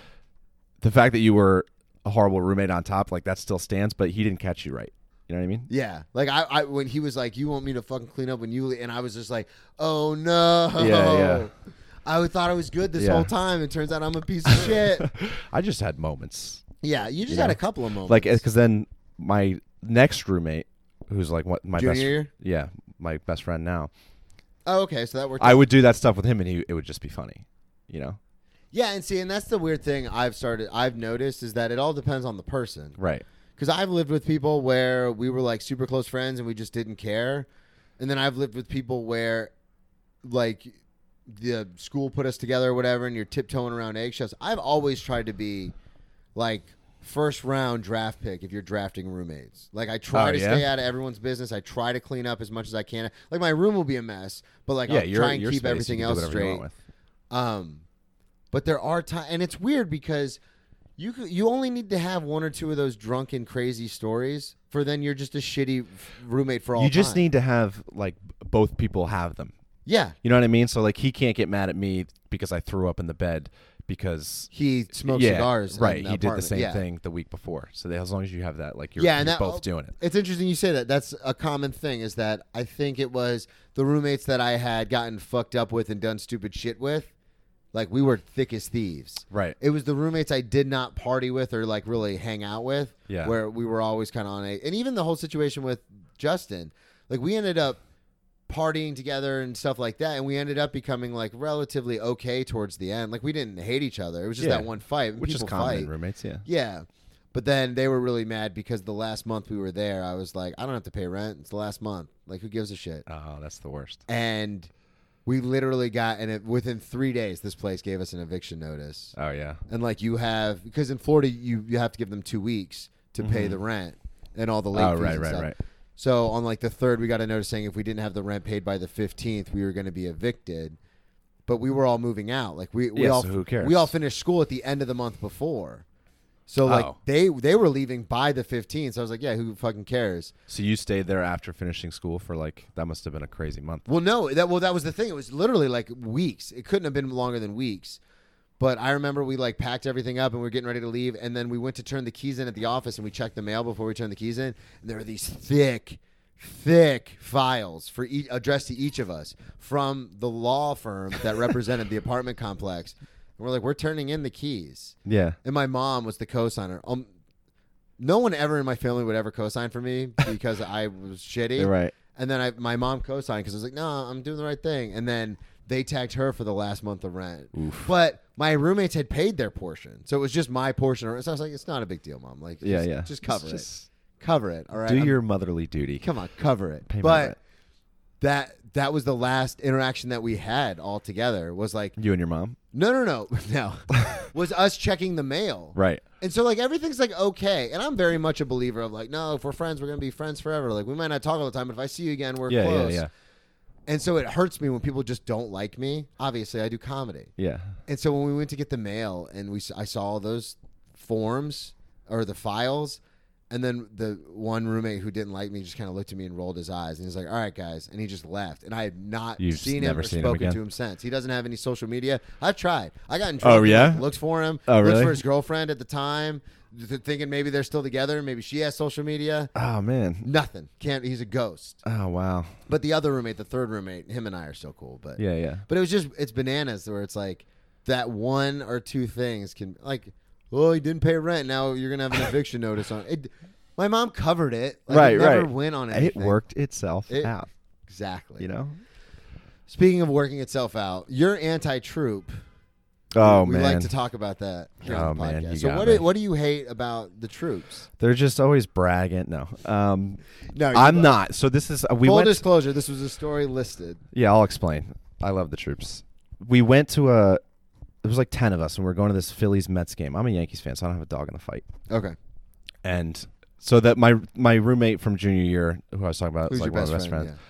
[SPEAKER 4] The fact that you were a horrible roommate on top, like that still stands, but he didn't catch you right. You know what I mean?
[SPEAKER 3] Yeah, like I, I when he was like, "You want me to fucking clean up when you," leave," and I was just like, "Oh no."
[SPEAKER 4] Yeah, yeah.
[SPEAKER 3] I thought I was good this
[SPEAKER 4] Yeah.
[SPEAKER 3] whole time. It turns out I'm a piece of shit.
[SPEAKER 4] I just had moments.
[SPEAKER 3] Yeah, you just
[SPEAKER 4] You
[SPEAKER 3] had
[SPEAKER 4] know?
[SPEAKER 3] a couple of moments.
[SPEAKER 4] Like because then my next roommate, who's like what my best
[SPEAKER 3] Junior year?
[SPEAKER 4] yeah, my best friend now.
[SPEAKER 3] oh, okay, so that worked.
[SPEAKER 4] I would do that stuff with him and he it would just be funny. You know?
[SPEAKER 3] yeah, and see, and that's the weird thing I've started, I've noticed is that it all depends on the person.
[SPEAKER 4] Right.
[SPEAKER 3] Because I've lived with people where we were like super close friends and we just didn't care, and then I've lived with people where, like, the school put us together or whatever, and you're tiptoeing around eggshells. I've always tried to be, like. First round draft pick if you're drafting roommates. Like I try
[SPEAKER 4] Oh,
[SPEAKER 3] to
[SPEAKER 4] yeah?
[SPEAKER 3] stay out of everyone's business. I try to clean up as much as I can. Like my room will be a mess, but like
[SPEAKER 4] yeah,
[SPEAKER 3] I'll
[SPEAKER 4] your,
[SPEAKER 3] try and
[SPEAKER 4] your
[SPEAKER 3] keep
[SPEAKER 4] space, you
[SPEAKER 3] everything
[SPEAKER 4] can do
[SPEAKER 3] else
[SPEAKER 4] whatever you
[SPEAKER 3] straight.
[SPEAKER 4] want with.
[SPEAKER 3] Um, but there are times, and it's weird because you c- you only need to have one or two of those drunken, crazy stories for then you're just a shitty f- roommate for all.
[SPEAKER 4] you just
[SPEAKER 3] time.
[SPEAKER 4] need to have like b- both people have them
[SPEAKER 3] yeah.
[SPEAKER 4] you know what i mean so like he can't get mad at me because i threw up in the bed because
[SPEAKER 3] He smokes
[SPEAKER 4] yeah,
[SPEAKER 3] cigars. in
[SPEAKER 4] right
[SPEAKER 3] the
[SPEAKER 4] he did the
[SPEAKER 3] apartment.
[SPEAKER 4] same
[SPEAKER 3] Yeah.
[SPEAKER 4] thing the week before so that- as long as you have that like you're,
[SPEAKER 3] yeah,
[SPEAKER 4] you're
[SPEAKER 3] and that,
[SPEAKER 4] both doing it
[SPEAKER 3] It's interesting you say that. That's a common thing. Is that I think it was the roommates that I had gotten fucked up with and done stupid shit with. Like we were thick as thieves.
[SPEAKER 4] Right.
[SPEAKER 3] It was the roommates I did not party with or like really hang out with.
[SPEAKER 4] Yeah.
[SPEAKER 3] Where we were always kind of on a, and even the whole situation with Justin, like we ended up partying together and stuff like that, and we ended up becoming like relatively okay towards the end. Like we didn't hate each other. It was just
[SPEAKER 4] Yeah.
[SPEAKER 3] that one fight, and
[SPEAKER 4] which is
[SPEAKER 3] people
[SPEAKER 4] common
[SPEAKER 3] fight.
[SPEAKER 4] in roommates yeah
[SPEAKER 3] Yeah. But then they were really mad because the last month we were there, I was like, I don't have to pay rent. It's the last month. Like, who gives a shit?
[SPEAKER 4] oh that's the worst
[SPEAKER 3] And we literally got, and it, within three days, this place gave us an eviction notice.
[SPEAKER 4] oh yeah
[SPEAKER 3] And like, you have, because in Florida, you, you have to give them two weeks to pay the rent and all the late
[SPEAKER 4] Mm-hmm. Oh,
[SPEAKER 3] fees.
[SPEAKER 4] right,
[SPEAKER 3] and
[SPEAKER 4] right,
[SPEAKER 3] stuff.
[SPEAKER 4] right.
[SPEAKER 3] So on like the third, we got a notice saying if we didn't have the rent paid by the 15th, we were going to be evicted. But we were all moving out. Like we, we
[SPEAKER 4] Yeah,
[SPEAKER 3] all
[SPEAKER 4] so who cares?
[SPEAKER 3] we all finished school at the end of the month before. So like
[SPEAKER 4] Oh.
[SPEAKER 3] they they were leaving by the 15th. So I was like, yeah, who fucking cares?
[SPEAKER 4] so you stayed there after finishing school for like that must have been a crazy month
[SPEAKER 3] Well, no, that well that was the thing. It was literally like weeks. It couldn't have been longer than weeks. But I remember we like packed everything up and we were getting ready to leave, and then we went to turn the keys in at the office, and we checked the mail before we turned the keys in, and there were these thick, thick files for each addressed to each of us from the law firm that represented the apartment complex. And we're like, we're turning in the keys
[SPEAKER 4] yeah
[SPEAKER 3] and my mom was the co-signer. Um, no one ever in my family would ever co-sign for me because I was shitty.
[SPEAKER 4] You're right.
[SPEAKER 3] And then I, my mom co-signed because I was like, "No, I'm doing the right thing." And then they tagged her for the last month of rent. But my roommates had paid their portion, so it was just my portion. So I was like, "It's not a big deal, mom. Like,
[SPEAKER 4] yeah
[SPEAKER 3] just,
[SPEAKER 4] yeah
[SPEAKER 3] just cover
[SPEAKER 4] It's
[SPEAKER 3] it, cover it. All right,
[SPEAKER 4] do
[SPEAKER 3] I'm-
[SPEAKER 4] your motherly duty
[SPEAKER 3] come on, cover it."
[SPEAKER 4] Pay my
[SPEAKER 3] but
[SPEAKER 4] rent.
[SPEAKER 3] that that was the last interaction that we had all together. Was like,
[SPEAKER 4] You and your mom,
[SPEAKER 3] no, no, no, no. was us checking the mail.
[SPEAKER 4] right?
[SPEAKER 3] And so like everything's like okay, and I'm very much a believer of like no, if we're friends, we're gonna be friends forever. Like we might not talk all the time, but if I see you again, we're
[SPEAKER 4] Yeah,
[SPEAKER 3] close.
[SPEAKER 4] yeah,
[SPEAKER 3] And so it hurts me when people just don't like me. Obviously, I do comedy,
[SPEAKER 4] yeah,
[SPEAKER 3] and so when we went to get the mail and we s- I saw all those forms or the files, and then the one roommate who didn't like me just kind of looked at me and rolled his eyes, and he's like, "All right, guys," and he just left. And I have not
[SPEAKER 4] You've
[SPEAKER 3] seen him
[SPEAKER 4] never
[SPEAKER 3] or
[SPEAKER 4] seen him
[SPEAKER 3] spoken
[SPEAKER 4] again?
[SPEAKER 3] to him since. He doesn't have any social media. I've tried. I got in
[SPEAKER 4] Oh,
[SPEAKER 3] trouble.
[SPEAKER 4] yeah?
[SPEAKER 3] looked for him.
[SPEAKER 4] Oh,
[SPEAKER 3] Looked
[SPEAKER 4] really?
[SPEAKER 3] for his girlfriend at the time, th- thinking maybe they're still together. Maybe she has social media.
[SPEAKER 4] yeah. Oh man.
[SPEAKER 3] Nothing. Can't. He's a ghost.
[SPEAKER 4] Oh wow.
[SPEAKER 3] But the other roommate, the third roommate, him and I are still cool. But
[SPEAKER 4] Yeah, yeah.
[SPEAKER 3] but it was just it's bananas where it's like that one or two things can like, oh, you didn't pay rent. Now you're gonna have an eviction notice on it. My mom covered it. Like,
[SPEAKER 4] right,
[SPEAKER 3] it never
[SPEAKER 4] right.
[SPEAKER 3] Went on
[SPEAKER 4] it.
[SPEAKER 3] anything.
[SPEAKER 4] worked itself
[SPEAKER 3] It-
[SPEAKER 4] out.
[SPEAKER 3] exactly.
[SPEAKER 4] You know.
[SPEAKER 3] Speaking of working itself out, you're anti-troop.
[SPEAKER 4] Oh
[SPEAKER 3] we
[SPEAKER 4] man.
[SPEAKER 3] like to talk about that. Here on the
[SPEAKER 4] Oh, man,
[SPEAKER 3] podcast.
[SPEAKER 4] you
[SPEAKER 3] so
[SPEAKER 4] got
[SPEAKER 3] what
[SPEAKER 4] me.
[SPEAKER 3] do, what do you hate about the troops?
[SPEAKER 4] They're just always bragging. No, um,
[SPEAKER 3] No, you
[SPEAKER 4] I'm
[SPEAKER 3] love-
[SPEAKER 4] not. So this is uh, we
[SPEAKER 3] Full
[SPEAKER 4] went.
[SPEAKER 3] disclosure: this was a story listed.
[SPEAKER 4] Yeah, I'll explain. I love the troops. We went to a. It was like ten of us, and we were going to this Phillies Mets game. I'm a Yankees fan, so I don't have a dog in the fight.
[SPEAKER 3] Okay,
[SPEAKER 4] And so that my my roommate from junior year, who I was talking about,
[SPEAKER 3] who's
[SPEAKER 4] was like
[SPEAKER 3] your
[SPEAKER 4] one of
[SPEAKER 3] best
[SPEAKER 4] my best
[SPEAKER 3] friend?
[SPEAKER 4] friends.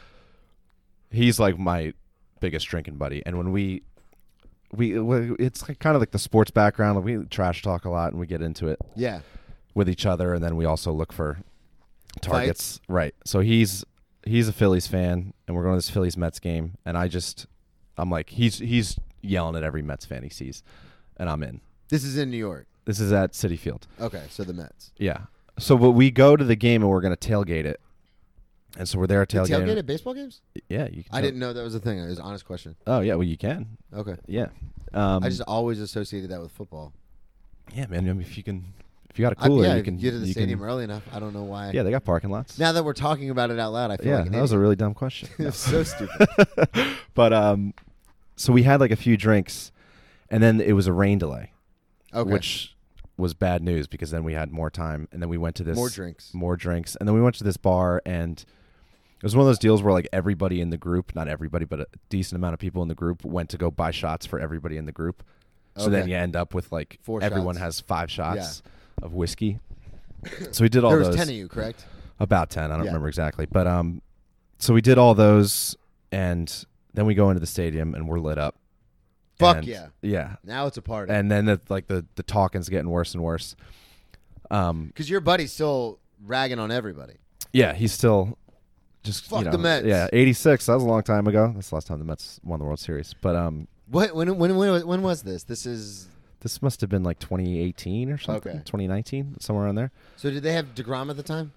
[SPEAKER 4] He's like my biggest drinking buddy, and when we. We we- it's like kind of like the sports background. Like we trash talk a lot, and we get into it
[SPEAKER 3] Yeah. yeah.
[SPEAKER 4] with each other, and then we also look for targets. Right. So he's he's a Phillies fan, and we're going to this Phillies Mets game, and I just I'm like he's he's yelling at every Mets fan he sees, and I'm in.
[SPEAKER 3] This is in New York.
[SPEAKER 4] This is at City Field.
[SPEAKER 3] Okay, so the Mets.
[SPEAKER 4] Yeah. So but we go to the game and we're gonna tailgate it, and so we're there
[SPEAKER 3] You
[SPEAKER 4] tailgating.
[SPEAKER 3] tailgate at baseball games?
[SPEAKER 4] Yeah, you. Can
[SPEAKER 3] I
[SPEAKER 4] tail-
[SPEAKER 3] didn't know that was a thing. It was an honest question.
[SPEAKER 4] Oh yeah, well you can.
[SPEAKER 3] Okay.
[SPEAKER 4] Yeah. Um,
[SPEAKER 3] I just always associated that with football.
[SPEAKER 4] yeah, man. I mean, if you can, if you got a
[SPEAKER 3] I-
[SPEAKER 4] cooler,
[SPEAKER 3] yeah,
[SPEAKER 4] you
[SPEAKER 3] if
[SPEAKER 4] can
[SPEAKER 3] get to the
[SPEAKER 4] you
[SPEAKER 3] stadium
[SPEAKER 4] Can,
[SPEAKER 3] early enough. I don't know why.
[SPEAKER 4] yeah, they got parking lots.
[SPEAKER 3] Now that we're talking about it out loud, I feel
[SPEAKER 4] yeah,
[SPEAKER 3] like an
[SPEAKER 4] that was a
[SPEAKER 3] idiot.
[SPEAKER 4] really dumb question. No.
[SPEAKER 3] It's so stupid.
[SPEAKER 4] but um, so we had like a few drinks, and then it was a rain delay,
[SPEAKER 3] Okay.
[SPEAKER 4] which was bad news because then we had more time, and then we went to this
[SPEAKER 3] More drinks.
[SPEAKER 4] more drinks, and then we went to this bar, and it was one of those deals where like everybody in the group, not everybody, but a decent amount of people in the group went to go buy shots for everybody in the group. So then
[SPEAKER 3] Okay.
[SPEAKER 4] you end up with like
[SPEAKER 3] Four
[SPEAKER 4] everyone
[SPEAKER 3] shots.
[SPEAKER 4] has five shots of whiskey. So we did all
[SPEAKER 3] there was
[SPEAKER 4] those
[SPEAKER 3] ten of you, correct?
[SPEAKER 4] about 10 i don't
[SPEAKER 3] Yeah.
[SPEAKER 4] remember exactly but um so we did all those and then we go into the stadium and we're lit up
[SPEAKER 3] Fuck
[SPEAKER 4] And-
[SPEAKER 3] yeah.
[SPEAKER 4] yeah
[SPEAKER 3] Now it's a party.
[SPEAKER 4] and then the, like the the talking's getting worse and worse um
[SPEAKER 3] Because your buddy's still ragging on everybody.
[SPEAKER 4] yeah he's still just you
[SPEAKER 3] Fuck the
[SPEAKER 4] know,
[SPEAKER 3] Mets.
[SPEAKER 4] yeah 86 that was a long time ago that's the last time the mets won the world series but um
[SPEAKER 3] What? When? When? When? When was this? This is.
[SPEAKER 4] this must have been like 2018 or something
[SPEAKER 3] Okay.
[SPEAKER 4] 2019 somewhere around there
[SPEAKER 3] So did they have Degrom at the time?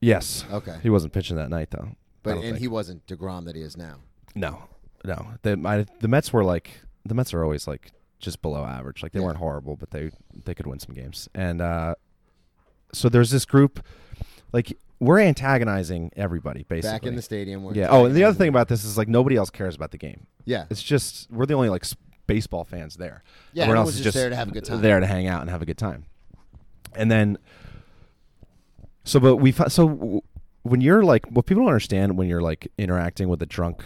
[SPEAKER 4] yes
[SPEAKER 3] Okay.
[SPEAKER 4] he wasn't pitching that night though I
[SPEAKER 3] But
[SPEAKER 4] don't
[SPEAKER 3] and
[SPEAKER 4] think.
[SPEAKER 3] he wasn't Degrom that he is now.
[SPEAKER 4] No, no. The my, the Mets were like the Mets are always like just below average. Like they
[SPEAKER 3] Yeah.
[SPEAKER 4] weren't horrible, but they they could win some games. And uh, so there's this group, like we're antagonizing everybody basically.
[SPEAKER 3] Back in the stadium. where-
[SPEAKER 4] yeah. Oh, and the other thing about this is like nobody else cares about the game.
[SPEAKER 3] Yeah.
[SPEAKER 4] It's just we're the only like s- baseball fans there.
[SPEAKER 3] Yeah,
[SPEAKER 4] Everyone
[SPEAKER 3] everyone's
[SPEAKER 4] else is
[SPEAKER 3] just there to have a good time.
[SPEAKER 4] There to hang out and have a good time. And then, so but we fi- so w- when you're like what people don't understand when you're like interacting with a drunk,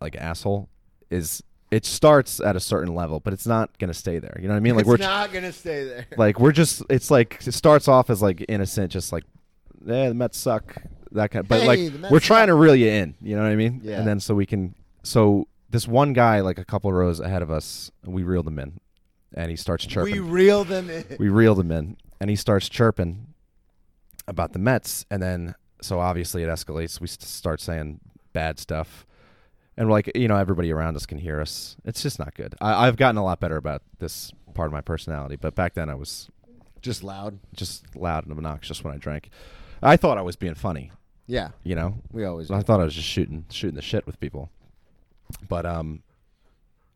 [SPEAKER 4] like asshole, is it starts at a certain level, but it's not gonna stay there. You know what I mean? Like
[SPEAKER 3] It's
[SPEAKER 4] we're tr-
[SPEAKER 3] not gonna stay there.
[SPEAKER 4] like we're just it's like it starts off as like innocent, just like eh, the Mets suck that kind. But
[SPEAKER 3] Hey, the
[SPEAKER 4] like
[SPEAKER 3] Mets
[SPEAKER 4] we're trying
[SPEAKER 3] suck.
[SPEAKER 4] to reel you in, you know what I mean?
[SPEAKER 3] Yeah.
[SPEAKER 4] And then so we can so this one guy like a couple rows ahead of us, we reeled him in, and he starts chirping.
[SPEAKER 3] we reel them in.
[SPEAKER 4] we reeled him in, and he starts chirping about the Mets, and then so obviously it escalates. We st- start saying bad stuff. And we're like you know, everybody around us can hear us. It's just not good. I, I've gotten a lot better about this part of my personality, but back then I was
[SPEAKER 3] Just loud.
[SPEAKER 4] just loud and obnoxious when I drank. I thought I was being funny,
[SPEAKER 3] Yeah.
[SPEAKER 4] you know.
[SPEAKER 3] We always.
[SPEAKER 4] I thought I was just shooting shooting the shit with people. But um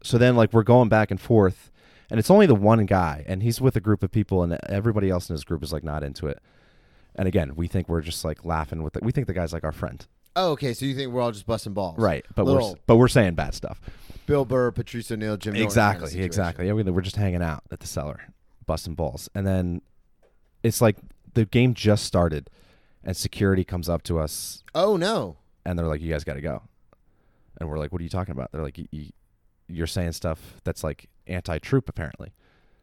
[SPEAKER 4] so then like we're going back and forth and it's only the one guy and he's with a group of people and everybody else in his group is like not into it. And again, we think we're just like laughing with it. We think the guy's like our friend.
[SPEAKER 3] Oh, okay. So you think we're all just busting balls?
[SPEAKER 4] But we're
[SPEAKER 3] Little
[SPEAKER 4] s- but we're saying bad stuff.
[SPEAKER 3] Bill Burr, Patrice O'Neill, Jim. Norton kind of
[SPEAKER 4] Exactly,
[SPEAKER 3] situation.
[SPEAKER 4] exactly. Yeah, we- we're just hanging out at the cellar, busting balls, and then it's like the game just started, and security comes up to us
[SPEAKER 3] Oh no.
[SPEAKER 4] and they're like, "You guys got to go." And we're like, what are you talking about? They're like, y- y- you're saying stuff that's like anti-troop apparently.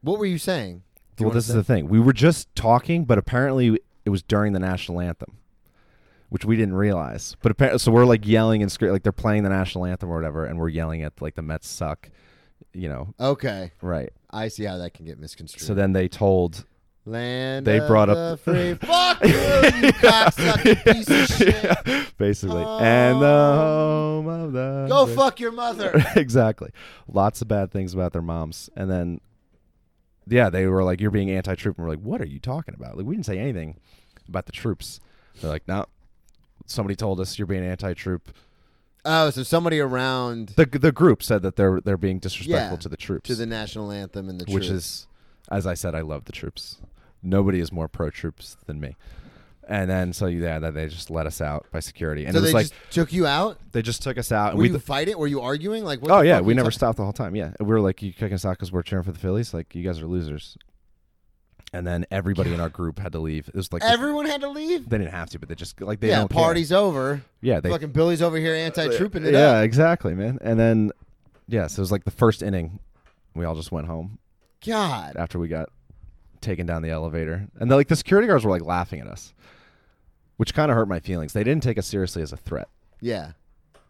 [SPEAKER 3] What were you saying? Do you
[SPEAKER 4] Well,
[SPEAKER 3] wanna
[SPEAKER 4] this is
[SPEAKER 3] say?
[SPEAKER 4] the thing. We were just talking, but apparently it was during the national anthem, which we didn't realize. But apparently, so we're like yelling and screaming, like they're playing the national anthem or whatever, and we're yelling at like the Mets suck, you know,
[SPEAKER 3] Okay,
[SPEAKER 4] right?
[SPEAKER 3] I see how that can get misconstrued.
[SPEAKER 4] So then they told
[SPEAKER 3] Land.
[SPEAKER 4] they
[SPEAKER 3] of
[SPEAKER 4] brought up
[SPEAKER 3] the
[SPEAKER 4] the-
[SPEAKER 3] free. Fuck you, you cocksucking piece of shit.
[SPEAKER 4] basically, and the
[SPEAKER 3] Um,
[SPEAKER 4] home of the
[SPEAKER 3] Go
[SPEAKER 4] brave-
[SPEAKER 3] fuck your mother.
[SPEAKER 4] exactly. Lots of bad things about their moms, and then yeah, they were like, "You're being anti-troop," and we're like, "What are you talking about? Like, we didn't say anything about the troops." They're like, "No, somebody told us you're being anti-troop."
[SPEAKER 3] Oh, so somebody around
[SPEAKER 4] The the group said that they're they're being disrespectful
[SPEAKER 3] Yeah,
[SPEAKER 4] to the troops,
[SPEAKER 3] to the national anthem and the
[SPEAKER 4] which
[SPEAKER 3] truth.
[SPEAKER 4] is, as I said, I love the troops. Nobody is more pro troops than me. And then so yeah, that they just let us out by security, and
[SPEAKER 3] so
[SPEAKER 4] it was
[SPEAKER 3] they
[SPEAKER 4] like
[SPEAKER 3] just took you out.
[SPEAKER 4] they just took us out, and
[SPEAKER 3] Were
[SPEAKER 4] we
[SPEAKER 3] you
[SPEAKER 4] th-
[SPEAKER 3] fighting? Were you arguing? Like, what
[SPEAKER 4] Oh
[SPEAKER 3] the
[SPEAKER 4] yeah,
[SPEAKER 3] fuck
[SPEAKER 4] we
[SPEAKER 3] you
[SPEAKER 4] never
[SPEAKER 3] ta-
[SPEAKER 4] stopped the whole time. Yeah, we were like, "You kicking us out because we're cheering for the Phillies? Like, you guys are losers." And then everybody in our group had to leave. It was like
[SPEAKER 3] Everyone had to leave.
[SPEAKER 4] they didn't have to, but they just like they
[SPEAKER 3] yeah,
[SPEAKER 4] don't care.
[SPEAKER 3] party's over.
[SPEAKER 4] Yeah, they
[SPEAKER 3] Fucking Billy's over here anti-trooping it
[SPEAKER 4] yeah,
[SPEAKER 3] up.
[SPEAKER 4] exactly, man. And then yeah, so it was like the first inning. We all just went home
[SPEAKER 3] God,
[SPEAKER 4] after we got taken down the elevator, and the, like the security guards were like laughing at us, which kind of hurt my feelings. They didn't take us seriously as a threat.
[SPEAKER 3] yeah.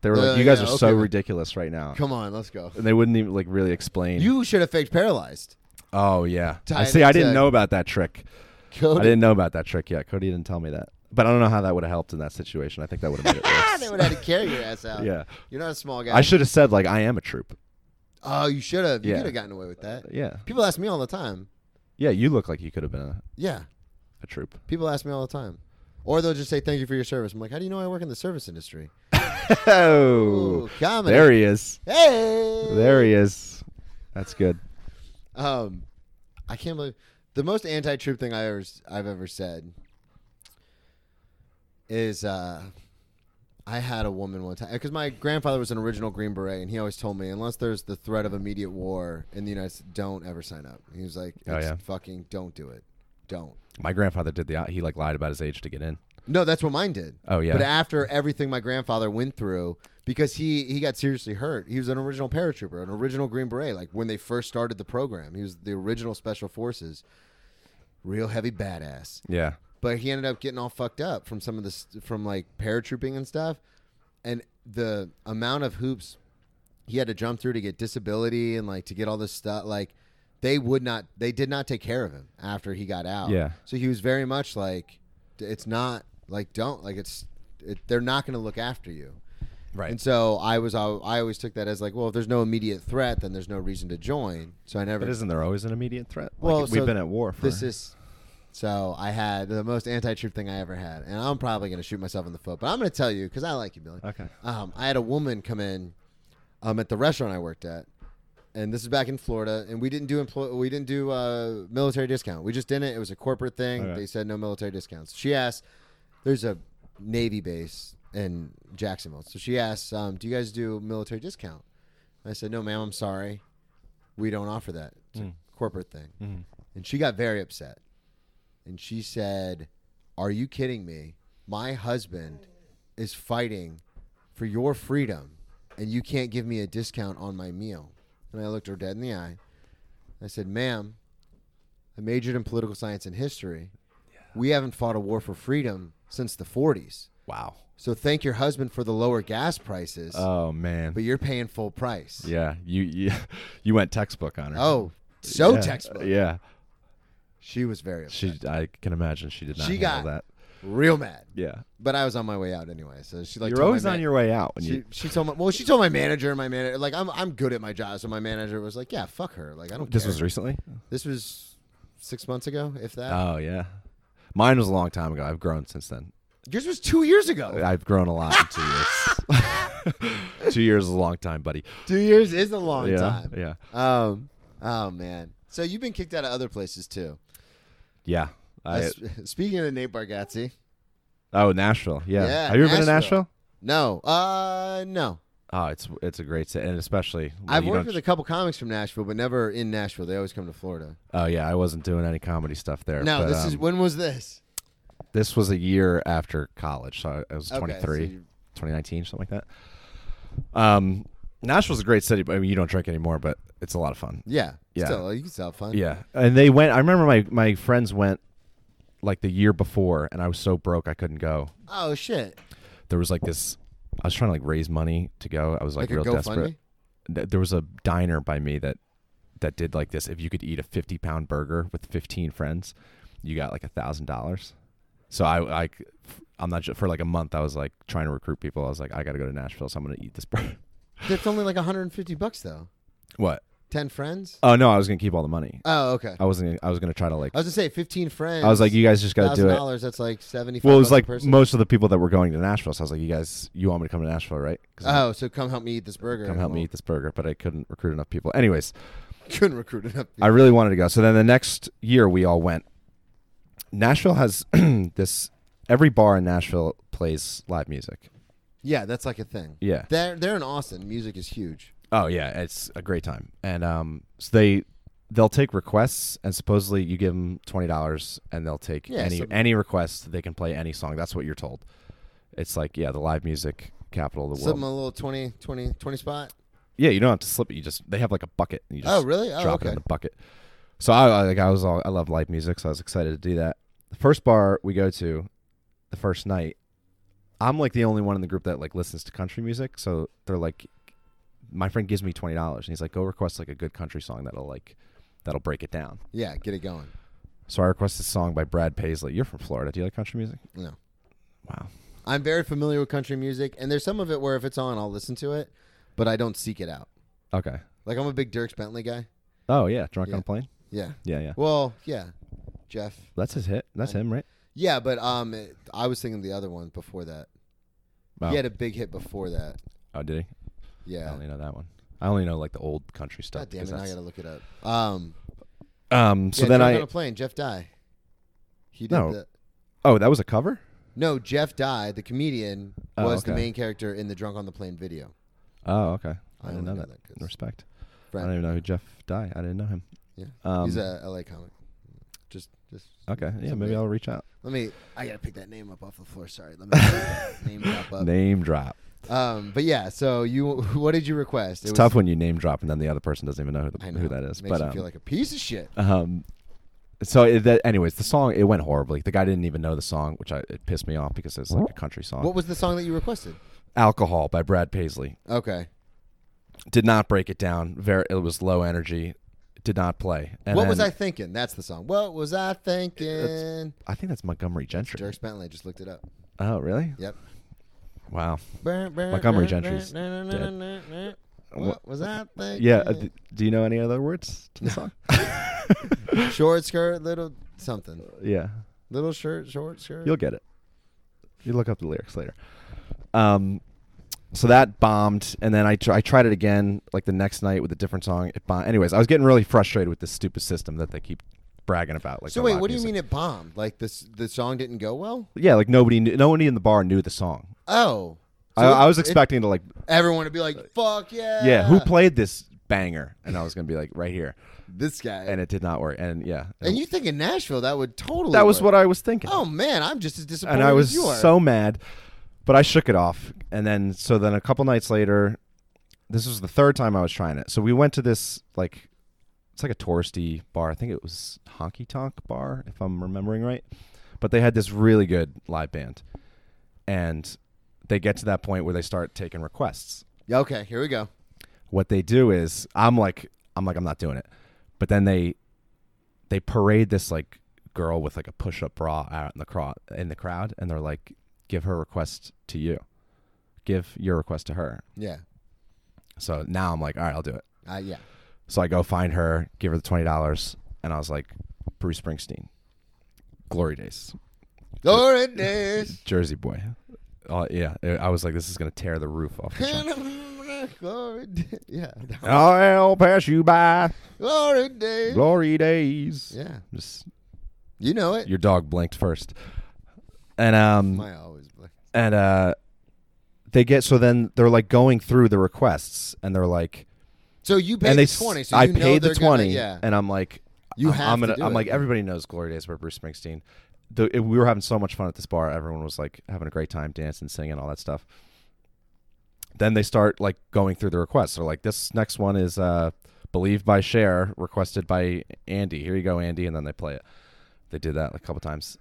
[SPEAKER 4] They were
[SPEAKER 3] Uh,
[SPEAKER 4] like, "You guys
[SPEAKER 3] yeah,
[SPEAKER 4] are
[SPEAKER 3] okay,
[SPEAKER 4] so
[SPEAKER 3] man.
[SPEAKER 4] ridiculous right now,"
[SPEAKER 3] Come on, let's go.
[SPEAKER 4] and they wouldn't even like really explain.
[SPEAKER 3] You should have faked paralyzed.
[SPEAKER 4] Oh yeah, I
[SPEAKER 3] Tied
[SPEAKER 4] see. I didn't
[SPEAKER 3] exact-
[SPEAKER 4] know about that trick.
[SPEAKER 3] Cody,
[SPEAKER 4] I didn't know about that trick yet. Cody didn't tell me that, but I don't know how that would have helped in that situation. I think that would have made
[SPEAKER 3] Ah,
[SPEAKER 4] it
[SPEAKER 3] they
[SPEAKER 4] worse.
[SPEAKER 3] would have had to carry your ass out.
[SPEAKER 4] yeah,
[SPEAKER 3] You're not a small guy.
[SPEAKER 4] I should have said like I am a troop.
[SPEAKER 3] Oh, you should have. You
[SPEAKER 4] Yeah.
[SPEAKER 3] could have gotten away with that.
[SPEAKER 4] Yeah,
[SPEAKER 3] People ask me all the time.
[SPEAKER 4] yeah. You look like you could have been a,
[SPEAKER 3] Yeah.
[SPEAKER 4] a troop.
[SPEAKER 3] People ask me all the time. Or they'll just say, thank you for your service. I'm like, how do you know I work in the service industry?
[SPEAKER 4] Oh,
[SPEAKER 3] Ooh, comedy.
[SPEAKER 4] there he is.
[SPEAKER 3] Hey.
[SPEAKER 4] There he is. That's good.
[SPEAKER 3] Um, I can't believe the most anti-troop thing I ever I've ever said is uh, I had a woman one time because my grandfather was an original Green Beret and he always told me unless there's the threat of immediate war in the United States, don't ever sign up. He was like,
[SPEAKER 4] Oh,
[SPEAKER 3] "It's
[SPEAKER 4] yeah.
[SPEAKER 3] fucking don't do it, don't.
[SPEAKER 4] My grandfather did the. He like lied about his age to get in.
[SPEAKER 3] No, that's what mine did.
[SPEAKER 4] Oh, yeah.
[SPEAKER 3] But after everything my grandfather went through, because he he got seriously hurt. He was an original paratrooper, an original Green Beret. Like when they first started the program, he was the original Special Forces, real heavy badass.
[SPEAKER 4] Yeah.
[SPEAKER 3] But he ended up getting all fucked up from some of this from like paratrooping and stuff, and the amount of hoops he had to jump through to get disability and like to get all this stuff like they would not they did not take care of him after he got out
[SPEAKER 4] Yeah.
[SPEAKER 3] so he was very much like d- it's not like don't like it's it, they're not going to look after you
[SPEAKER 4] Right.
[SPEAKER 3] and so i was al- i always took that as like well if there's no immediate threat then there's no reason to join so i never
[SPEAKER 4] but isn't there always an immediate threat? Like,
[SPEAKER 3] Well,
[SPEAKER 4] we've
[SPEAKER 3] so
[SPEAKER 4] been at war for
[SPEAKER 3] this is so i had the most anti-troop thing i ever had and i'm probably going to shoot myself in the foot but i'm going to tell you because i like you billy
[SPEAKER 4] Okay.
[SPEAKER 3] um, I had a woman come in um, at the restaurant I worked at, and this is back in Florida, and we didn't do employ- we didn't do uh, military discount. We just didn't. It was a corporate thing.
[SPEAKER 4] Okay.
[SPEAKER 3] They said no military discounts. She asked, "There's a Navy base in Jacksonville," so she asked, um, "Do you guys do military discount?" And I said, "No, ma'am. I'm sorry, we don't offer that. It's a corporate thing." And she got very upset, and she said, "Are you kidding me? My husband is fighting for your freedom and you can't give me a discount on my meal. And I looked her dead in the eye. I said, Ma'am, I majored in political science and history. We haven't fought a war for freedom since the 40s.
[SPEAKER 4] Wow.
[SPEAKER 3] So thank your husband for the lower gas prices,
[SPEAKER 4] Oh man.
[SPEAKER 3] but you're paying full price.
[SPEAKER 4] yeah. You you you went textbook on her.
[SPEAKER 3] Oh, so
[SPEAKER 4] Yeah,
[SPEAKER 3] textbook.
[SPEAKER 4] Yeah.
[SPEAKER 3] She was very upset.
[SPEAKER 4] She. I can imagine she did not.
[SPEAKER 3] She got-
[SPEAKER 4] handle that.
[SPEAKER 3] real mad.
[SPEAKER 4] Yeah.
[SPEAKER 3] But I was on my way out anyway. So she like
[SPEAKER 4] You're
[SPEAKER 3] told my
[SPEAKER 4] always
[SPEAKER 3] man-
[SPEAKER 4] on your way out. When
[SPEAKER 3] She,
[SPEAKER 4] you,
[SPEAKER 3] she told my well she told my manager and my manager like I'm I'm good at my job so my manager was like yeah fuck her like I don't
[SPEAKER 4] this
[SPEAKER 3] care.
[SPEAKER 4] was recently.
[SPEAKER 3] This was six months ago, if that.
[SPEAKER 4] Oh yeah, mine was a long time ago. I've grown since then.
[SPEAKER 3] Yours was two years ago.
[SPEAKER 4] I've grown a lot in two years. two years is a long time, buddy.
[SPEAKER 3] Two years is a long
[SPEAKER 4] yeah,
[SPEAKER 3] time.
[SPEAKER 4] yeah,
[SPEAKER 3] Um. Oh man. So you've been kicked out of other places too.
[SPEAKER 4] yeah. I,
[SPEAKER 3] Uh, s- speaking of Nate Bargatze,
[SPEAKER 4] oh, Nashville. Yeah.
[SPEAKER 3] Yeah,
[SPEAKER 4] Have you ever been to
[SPEAKER 3] Nashville.
[SPEAKER 4] Nashville?
[SPEAKER 3] no, uh, no.
[SPEAKER 4] Oh, it's it's a great city, and especially when
[SPEAKER 3] I've
[SPEAKER 4] you
[SPEAKER 3] worked
[SPEAKER 4] don't-
[SPEAKER 3] with a couple comics from Nashville, but never in Nashville. They always come to Florida.
[SPEAKER 4] Oh yeah, I wasn't doing any comedy stuff there.
[SPEAKER 3] No,
[SPEAKER 4] but,
[SPEAKER 3] this is
[SPEAKER 4] um,
[SPEAKER 3] when was this?
[SPEAKER 4] this was a year after college, so I, I was
[SPEAKER 3] Okay, so
[SPEAKER 4] 23,
[SPEAKER 3] you-
[SPEAKER 4] 2019, something like that. Um, Nashville's a great city, but I mean, you don't drink anymore, but it's a lot of fun.
[SPEAKER 3] Yeah.
[SPEAKER 4] Yeah.
[SPEAKER 3] Still, you can still have fun.
[SPEAKER 4] Yeah, and they went. I remember my my friends went like the year before, and I was so broke I couldn't go.
[SPEAKER 3] Oh shit.
[SPEAKER 4] There was like this. I was trying to like raise money to go. I was like,
[SPEAKER 3] Like a
[SPEAKER 4] real desperate.
[SPEAKER 3] GoFundMe?
[SPEAKER 4] Th- There was a diner by me that that did like this. If you could eat a fifty pound burger with fifteen friends, you got like a thousand dollars. So I I am not ju- for like a month. I was like trying to recruit people. I was like, I got to go to Nashville, so I'm gonna eat this burger.
[SPEAKER 3] That's only like 150 bucks though.
[SPEAKER 4] what?
[SPEAKER 3] Ten friends.
[SPEAKER 4] Oh no, I was gonna keep all the money.
[SPEAKER 3] Oh, okay.
[SPEAKER 4] I wasn't. I was gonna try to like.
[SPEAKER 3] I was gonna say 15 friends.
[SPEAKER 4] I was like, you guys just gotta do it.
[SPEAKER 3] dollars. That's like 75.
[SPEAKER 4] Well, it was
[SPEAKER 3] bucks a
[SPEAKER 4] like
[SPEAKER 3] person.
[SPEAKER 4] most of the people that were going to Nashville. So I was like, you guys, you want me to come to Nashville, right? 'Cause I'm-
[SPEAKER 3] Oh, so come help me eat this burger.
[SPEAKER 4] come help me
[SPEAKER 3] Well,
[SPEAKER 4] eat this burger. But I couldn't recruit enough people. Anyways,
[SPEAKER 3] Couldn't recruit enough.
[SPEAKER 4] I really wanted to go. So then the next year we all went. Nashville has this. Every bar in Nashville plays live music.
[SPEAKER 3] Yeah, that's like a thing.
[SPEAKER 4] Yeah.
[SPEAKER 3] They're they're in Austin. Music is huge.
[SPEAKER 4] Oh yeah, it's a great time. And um, so they they'll take requests, and supposedly you give them twenty dollars, and they'll take
[SPEAKER 3] Yeah,
[SPEAKER 4] any
[SPEAKER 3] so-
[SPEAKER 4] any request. They can play any song. That's what you're told. It's like yeah, the live music capital of the world.
[SPEAKER 3] Something a little 20, 20, 20 spot.
[SPEAKER 4] Yeah, you don't have to slip it. You just they have like a bucket. And you just
[SPEAKER 3] Oh, really? Oh,
[SPEAKER 4] drop it in
[SPEAKER 3] okay.
[SPEAKER 4] the bucket. So I I- like I was all I love live music, so I was excited to do that. The first bar we go to, the first night, I'm like the only one in the group that like listens to country music. So they're like, my friend gives me twenty dollars, and he's like, go request like a good country song that'll like that'll break it down.
[SPEAKER 3] Yeah, get it going.
[SPEAKER 4] So I requested a song by Brad Paisley. You're from Florida. Do you like country music?
[SPEAKER 3] No.
[SPEAKER 4] Wow.
[SPEAKER 3] I'm very familiar with country music, and there's some of it where if it's on, I'll listen to it, but I don't seek it out.
[SPEAKER 4] Okay.
[SPEAKER 3] Like I'm a big Dirks Bentley guy.
[SPEAKER 4] Oh yeah, drunk on
[SPEAKER 3] Yeah.
[SPEAKER 4] a plane.
[SPEAKER 3] Yeah.
[SPEAKER 4] Yeah, yeah.
[SPEAKER 3] Well, yeah, Jeff.
[SPEAKER 4] That's his hit. That's him, right?
[SPEAKER 3] Yeah, but um, it- I was thinking the other one before that.
[SPEAKER 4] Wow.
[SPEAKER 3] He had a big hit before that.
[SPEAKER 4] oh, did he? I
[SPEAKER 3] Yeah.
[SPEAKER 4] only know that one. I only know like the old country stuff.
[SPEAKER 3] God damn it!
[SPEAKER 4] because
[SPEAKER 3] now I
[SPEAKER 4] that's-
[SPEAKER 3] gotta look it up. Um.
[SPEAKER 4] Um. So
[SPEAKER 3] yeah,
[SPEAKER 4] then
[SPEAKER 3] Drunk
[SPEAKER 4] I.
[SPEAKER 3] on a plane. Jeff Die. He did
[SPEAKER 4] No.
[SPEAKER 3] the-
[SPEAKER 4] Oh, that was a cover.
[SPEAKER 3] No, Jeff Die, the comedian,
[SPEAKER 4] Oh,
[SPEAKER 3] was the
[SPEAKER 4] okay.
[SPEAKER 3] main character in the Drunk on the Plane video.
[SPEAKER 4] Oh, okay. I,
[SPEAKER 3] I
[SPEAKER 4] didn't
[SPEAKER 3] only
[SPEAKER 4] know
[SPEAKER 3] know
[SPEAKER 4] that.
[SPEAKER 3] that 'cause-
[SPEAKER 4] Respect. I
[SPEAKER 3] Friend.
[SPEAKER 4] don't even know who Jeff Dye. I didn't know him.
[SPEAKER 3] Yeah.
[SPEAKER 4] Um,
[SPEAKER 3] He's a LA comic. Just, just.
[SPEAKER 4] Okay. Yeah.
[SPEAKER 3] some
[SPEAKER 4] Maybe
[SPEAKER 3] dude.
[SPEAKER 4] I'll reach out.
[SPEAKER 3] Let me. I gotta pick that name up off the floor. Sorry. Let me pick that name drop up.
[SPEAKER 4] Name drop.
[SPEAKER 3] Um, but yeah. So you, what did you request?
[SPEAKER 4] It's tough when you name drop and then the other person doesn't even know who, the,
[SPEAKER 3] I know.
[SPEAKER 4] who that is.
[SPEAKER 3] Makes
[SPEAKER 4] but
[SPEAKER 3] you
[SPEAKER 4] um,
[SPEAKER 3] feel like a piece of shit.
[SPEAKER 4] um, so it, that, anyways, the song it went horribly. The guy didn't even know the song, which I, it pissed me off because it's like a country song.
[SPEAKER 3] What was the song that you requested?
[SPEAKER 4] Alcohol by Brad Paisley.
[SPEAKER 3] Okay.
[SPEAKER 4] Did not break it down. Very. It was low energy. Did not play. And
[SPEAKER 3] what was I
[SPEAKER 4] then-
[SPEAKER 3] thinking? That's the song. What was I thinking?
[SPEAKER 4] I think that's Montgomery Gentry.
[SPEAKER 3] Dirk Bentley just looked it up.
[SPEAKER 4] Oh, really?
[SPEAKER 3] Yep.
[SPEAKER 4] Wow.
[SPEAKER 3] Montgomery
[SPEAKER 4] Gentry's
[SPEAKER 3] What was I thinking?
[SPEAKER 4] Yeah. uh, d- do you know any other words to the song?
[SPEAKER 3] short skirt, little something,
[SPEAKER 4] yeah.
[SPEAKER 3] little shirt, short skirt.
[SPEAKER 4] You'll get it. You look up the lyrics later. Um, so that bombed, and then I tr- I tried it again like the next night with a different song. It bombed. Anyways, I was getting really frustrated with this stupid system that they keep bragging about. Like,
[SPEAKER 3] so
[SPEAKER 4] the
[SPEAKER 3] wait,
[SPEAKER 4] live
[SPEAKER 3] what do you
[SPEAKER 4] music.
[SPEAKER 3] mean it bombed? Like this, the song didn't go well.
[SPEAKER 4] Yeah, like nobody knew, nobody in the bar knew the song.
[SPEAKER 3] Oh,
[SPEAKER 4] I,
[SPEAKER 3] So
[SPEAKER 4] I was
[SPEAKER 3] it-
[SPEAKER 4] expecting to like,
[SPEAKER 3] everyone to be like, "Fuck yeah!"
[SPEAKER 4] yeah, who played this banger? And I was gonna be like, right here,
[SPEAKER 3] this guy?
[SPEAKER 4] and it did not work. And yeah,
[SPEAKER 3] And you think in Nashville that would totally?
[SPEAKER 4] that was
[SPEAKER 3] work.
[SPEAKER 4] what I was thinking.
[SPEAKER 3] Oh man, I'm just as disappointed.
[SPEAKER 4] and I was
[SPEAKER 3] as you are.
[SPEAKER 4] so mad, but I shook it off. And then so then a couple nights later, this was the third time I was trying it. So we went to this like it's like a touristy bar. I think it was Honky Tonk Bar, if I'm remembering right. But they had this really good live band, and they get to that point where they start taking requests.
[SPEAKER 3] Yeah, okay, here we go.
[SPEAKER 4] What they do is I'm like I'm like I'm not doing it, but then they they parade this like girl with like a push-up bra out in the crowd in the crowd and they're like give her request to you give your request to her
[SPEAKER 3] Yeah,
[SPEAKER 4] so now i'm like all right i'll do it
[SPEAKER 3] uh, yeah.
[SPEAKER 4] so i go find her give her the $20 and i was like bruce springsteen glory days
[SPEAKER 3] Glory days,
[SPEAKER 4] jersey boy oh yeah i was like this is gonna tear the roof off the shop.
[SPEAKER 3] glory days, yeah,
[SPEAKER 4] i'll pass you by
[SPEAKER 3] glory days.
[SPEAKER 4] glory days
[SPEAKER 3] Yeah,
[SPEAKER 4] just
[SPEAKER 3] you know it.
[SPEAKER 4] your dog blinked first and um
[SPEAKER 3] My always black.
[SPEAKER 4] and uh they get so then they're like going through the requests and they're like
[SPEAKER 3] So you paid
[SPEAKER 4] and they
[SPEAKER 3] the twenty. So
[SPEAKER 4] I
[SPEAKER 3] you know
[SPEAKER 4] paid the
[SPEAKER 3] they're gonna-
[SPEAKER 4] 20
[SPEAKER 3] yeah.
[SPEAKER 4] and I'm like
[SPEAKER 3] You
[SPEAKER 4] I'm,
[SPEAKER 3] have
[SPEAKER 4] I'm
[SPEAKER 3] to
[SPEAKER 4] gonna
[SPEAKER 3] do
[SPEAKER 4] I'm
[SPEAKER 3] it.
[SPEAKER 4] like everybody knows Glory Days by Bruce Springsteen the, it- we were having so much fun at this bar everyone was like having a great time dancing singing all that stuff then they start like going through the requests. They're like, this next one is uh, "Believe" by Cher, requested by Andy. Here you go, Andy, and then they play it. They did that a couple times,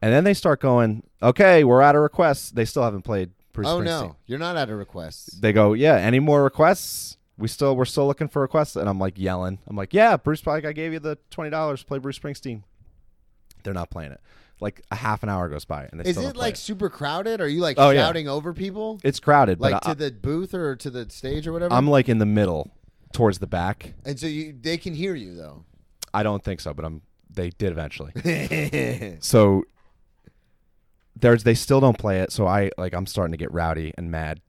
[SPEAKER 4] and then they start going, "Okay, we're out of requests." They still haven't played. Bruce
[SPEAKER 3] Oh
[SPEAKER 4] Springsteen
[SPEAKER 3] no, you're not out of requests.
[SPEAKER 4] they go, "Yeah, any more requests? We still we're still looking for requests." And I'm like yelling. I'm like, "Yeah, Bruce Pike, I gave you the twenty dollars. Play Bruce Springsteen." They're not playing it. Like a half an hour goes by, and they
[SPEAKER 3] Is
[SPEAKER 4] still don't
[SPEAKER 3] it
[SPEAKER 4] play
[SPEAKER 3] like super crowded? Are you like
[SPEAKER 4] Oh, yeah.
[SPEAKER 3] shouting over people?
[SPEAKER 4] it's crowded?
[SPEAKER 3] like
[SPEAKER 4] but
[SPEAKER 3] to
[SPEAKER 4] I,
[SPEAKER 3] the booth or to the stage or whatever?
[SPEAKER 4] I'm like in the middle, towards the back.
[SPEAKER 3] and so you, they can hear you though.
[SPEAKER 4] I don't think so, but I'm. They did eventually. so there's they still don't play it. So I like I'm starting to get rowdy and mad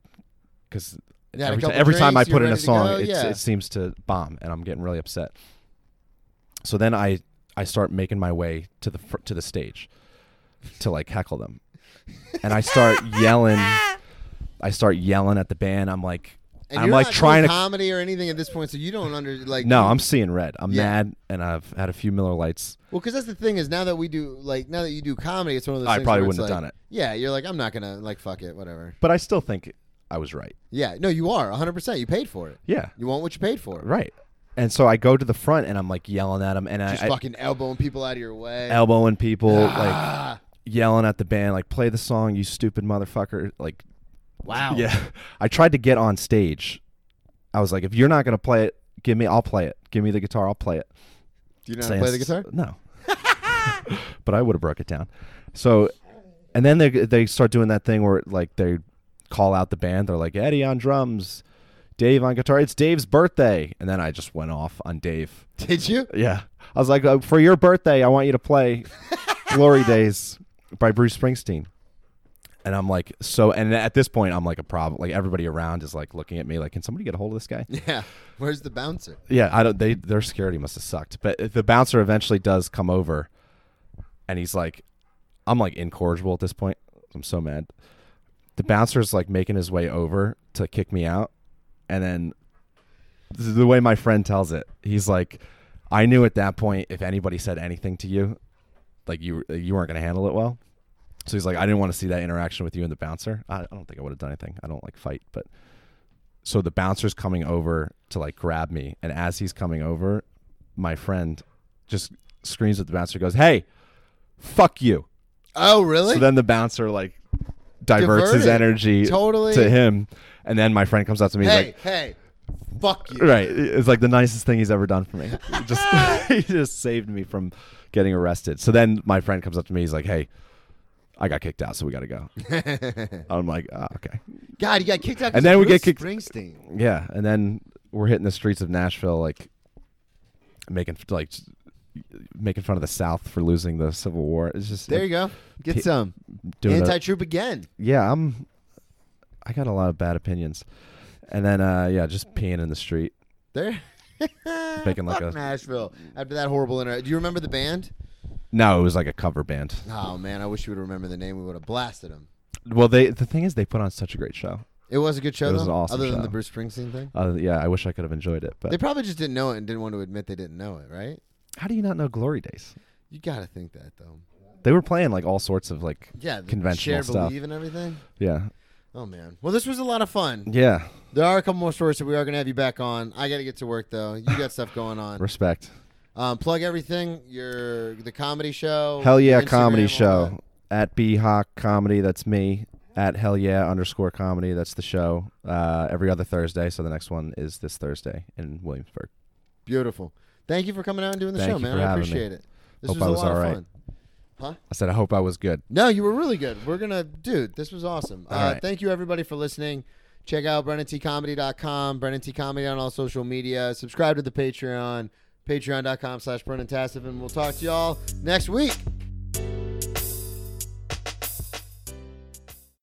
[SPEAKER 4] because
[SPEAKER 3] You had a
[SPEAKER 4] every, ti-
[SPEAKER 3] couple
[SPEAKER 4] every time I
[SPEAKER 3] drinks,
[SPEAKER 4] put
[SPEAKER 3] you're
[SPEAKER 4] in a
[SPEAKER 3] ready to
[SPEAKER 4] song,
[SPEAKER 3] go?
[SPEAKER 4] it's,
[SPEAKER 3] Yeah.
[SPEAKER 4] it seems to bomb, and I'm getting really upset. So then I I start making my way to the fr- to the stage to like heckle them, and I start yelling. I start yelling at the band. I'm like,
[SPEAKER 3] And
[SPEAKER 4] I'm
[SPEAKER 3] you're
[SPEAKER 4] like
[SPEAKER 3] not
[SPEAKER 4] trying
[SPEAKER 3] doing
[SPEAKER 4] to
[SPEAKER 3] comedy or anything at this point, so you don't under like.
[SPEAKER 4] no,
[SPEAKER 3] you-
[SPEAKER 4] I'm seeing red. I'm
[SPEAKER 3] Yeah.
[SPEAKER 4] mad, and I've had a few Miller Lights.
[SPEAKER 3] Well, because that's the thing is now that we do like now that you do comedy, it's one of those.
[SPEAKER 4] I
[SPEAKER 3] things
[SPEAKER 4] probably
[SPEAKER 3] where it's
[SPEAKER 4] wouldn't have
[SPEAKER 3] like-
[SPEAKER 4] done it.
[SPEAKER 3] Yeah, you're like I'm not gonna like fuck it, whatever.
[SPEAKER 4] But I still think I was right.
[SPEAKER 3] Yeah, no, you are 100. percent You paid for it.
[SPEAKER 4] Yeah,
[SPEAKER 3] You want what you paid for.
[SPEAKER 4] right. And so I go to the front, and I'm like yelling at them, and
[SPEAKER 3] Just
[SPEAKER 4] I, I
[SPEAKER 3] fucking elbowing people out of your way.
[SPEAKER 4] elbowing people, like
[SPEAKER 3] Ah.
[SPEAKER 4] yelling at the band, like play the song, you stupid motherfucker. Like,
[SPEAKER 3] wow.
[SPEAKER 4] yeah. I tried to get on stage. I was like, if you're not gonna play it, give me, I'll play it. Give me the guitar, I'll play it.
[SPEAKER 3] Do you know how to
[SPEAKER 4] Saying
[SPEAKER 3] play the
[SPEAKER 4] s-
[SPEAKER 3] guitar?
[SPEAKER 4] No. but I would have broke it down. So, and then they they start doing that thing where like they call out the band. They're like Eddie on drums, Dave on guitar. It's Dave's birthday, and then I just went off on Dave.
[SPEAKER 3] Did you?
[SPEAKER 4] Yeah, I was like, "Uh, for your birthday, I want you to play "Glory Days" by Bruce Springsteen. And I'm like, so, and at this point, I'm like a problem. Like everybody around is like looking at me, like, can somebody get a hold of this guy?
[SPEAKER 3] Yeah. Where's the bouncer?
[SPEAKER 4] Yeah, I don't. They their security must have sucked. But the bouncer eventually does come over, and he's like, "I'm like incorrigible at this point. I'm so mad." The bouncer's like making his way over to kick me out, and then this is the way my friend tells it, he's like, "I knew at that point if anybody said anything to you, like you you weren't gonna handle it well." So he's like, "I didn't want to see that interaction with you and the bouncer. I, I don't think I would have done anything. I don't like fight, but." so the bouncer's coming over to like grab me and as he's coming over my friend just screams at the bouncer goes hey fuck you
[SPEAKER 3] Oh, really?
[SPEAKER 4] so then the bouncer like diverts his
[SPEAKER 3] Diverted.
[SPEAKER 4] energy
[SPEAKER 3] Totally.
[SPEAKER 4] to him and then my friend comes up to me he's
[SPEAKER 3] hey,
[SPEAKER 4] like
[SPEAKER 3] hey, fuck you.
[SPEAKER 4] right it's like the nicest thing he's ever done for me He just he just saved me from getting arrested so then my friend comes up to me he's like hey i got kicked out so we gotta go i'm like "Ah, okay
[SPEAKER 3] God, you got kicked out. 'cause
[SPEAKER 4] And then
[SPEAKER 3] of
[SPEAKER 4] we
[SPEAKER 3] Bruce
[SPEAKER 4] get kicked-
[SPEAKER 3] Springsteen.
[SPEAKER 4] Yeah, and then we're hitting the streets of Nashville, like making like making fun of the South for losing the Civil War. It's just
[SPEAKER 3] There you go. Get
[SPEAKER 4] Pe-
[SPEAKER 3] some
[SPEAKER 4] doing the-
[SPEAKER 3] anti-troop again.
[SPEAKER 4] yeah, I'm. I got a lot of bad opinions, and then uh, yeah, just peeing in the street.
[SPEAKER 3] There.
[SPEAKER 4] Making like
[SPEAKER 3] Fuck
[SPEAKER 4] a-
[SPEAKER 3] Nashville after that horrible interaction. Do you remember the band?
[SPEAKER 4] No, it was like a cover band.
[SPEAKER 3] Oh man, I wish you would remember the name. We would have blasted them.
[SPEAKER 4] Well, they the thing is they put on such a great show.
[SPEAKER 3] It was a good show.
[SPEAKER 4] It was an
[SPEAKER 3] though,
[SPEAKER 4] awesome
[SPEAKER 3] Other than
[SPEAKER 4] show.
[SPEAKER 3] the Bruce Springsteen thing,
[SPEAKER 4] Uh, yeah, I wish I could have enjoyed it, but
[SPEAKER 3] they probably just didn't know it and didn't want to admit they didn't know it. Right?
[SPEAKER 4] how do you not know Glory Days?
[SPEAKER 3] You got to think that though.
[SPEAKER 4] They were playing like all sorts of like
[SPEAKER 3] Yeah, the
[SPEAKER 4] conventional
[SPEAKER 3] share
[SPEAKER 4] stuff.
[SPEAKER 3] believe and everything.
[SPEAKER 4] Yeah,
[SPEAKER 3] Oh man. Well, this was a lot of fun.
[SPEAKER 4] yeah,
[SPEAKER 3] There are a couple more stories, so we are gonna have you back on. I got to get to work though. You got stuff going on.
[SPEAKER 4] respect.
[SPEAKER 3] Um, plug everything. Your the comedy show.
[SPEAKER 4] Hell yeah,
[SPEAKER 3] your Instagram,
[SPEAKER 4] comedy
[SPEAKER 3] all
[SPEAKER 4] show
[SPEAKER 3] that.
[SPEAKER 4] at B Hawk Comedy. That's me at Hell yeah underscore comedy. That's the show. Uh, every other Thursday. So the next one is this Thursday in Williamsburg.
[SPEAKER 3] Beautiful. Thank you for coming out and doing the
[SPEAKER 4] Thank
[SPEAKER 3] show,
[SPEAKER 4] you
[SPEAKER 3] man.
[SPEAKER 4] for
[SPEAKER 3] I
[SPEAKER 4] having me.
[SPEAKER 3] appreciate it. This
[SPEAKER 4] Hope
[SPEAKER 3] was
[SPEAKER 4] I
[SPEAKER 3] a
[SPEAKER 4] was
[SPEAKER 3] lot
[SPEAKER 4] all
[SPEAKER 3] of
[SPEAKER 4] right.
[SPEAKER 3] fun.
[SPEAKER 4] I said I hope I was good.
[SPEAKER 3] No, you were really good. We're gonna, dude. This was awesome. Uh,
[SPEAKER 4] All right.
[SPEAKER 3] Thank you everybody for listening. Check out BrennanTComedy.com, Brennan T Comedy on all social media. Subscribe to the Patreon, patreon.com slash Brennan Tassif, and we'll talk to y'all next week.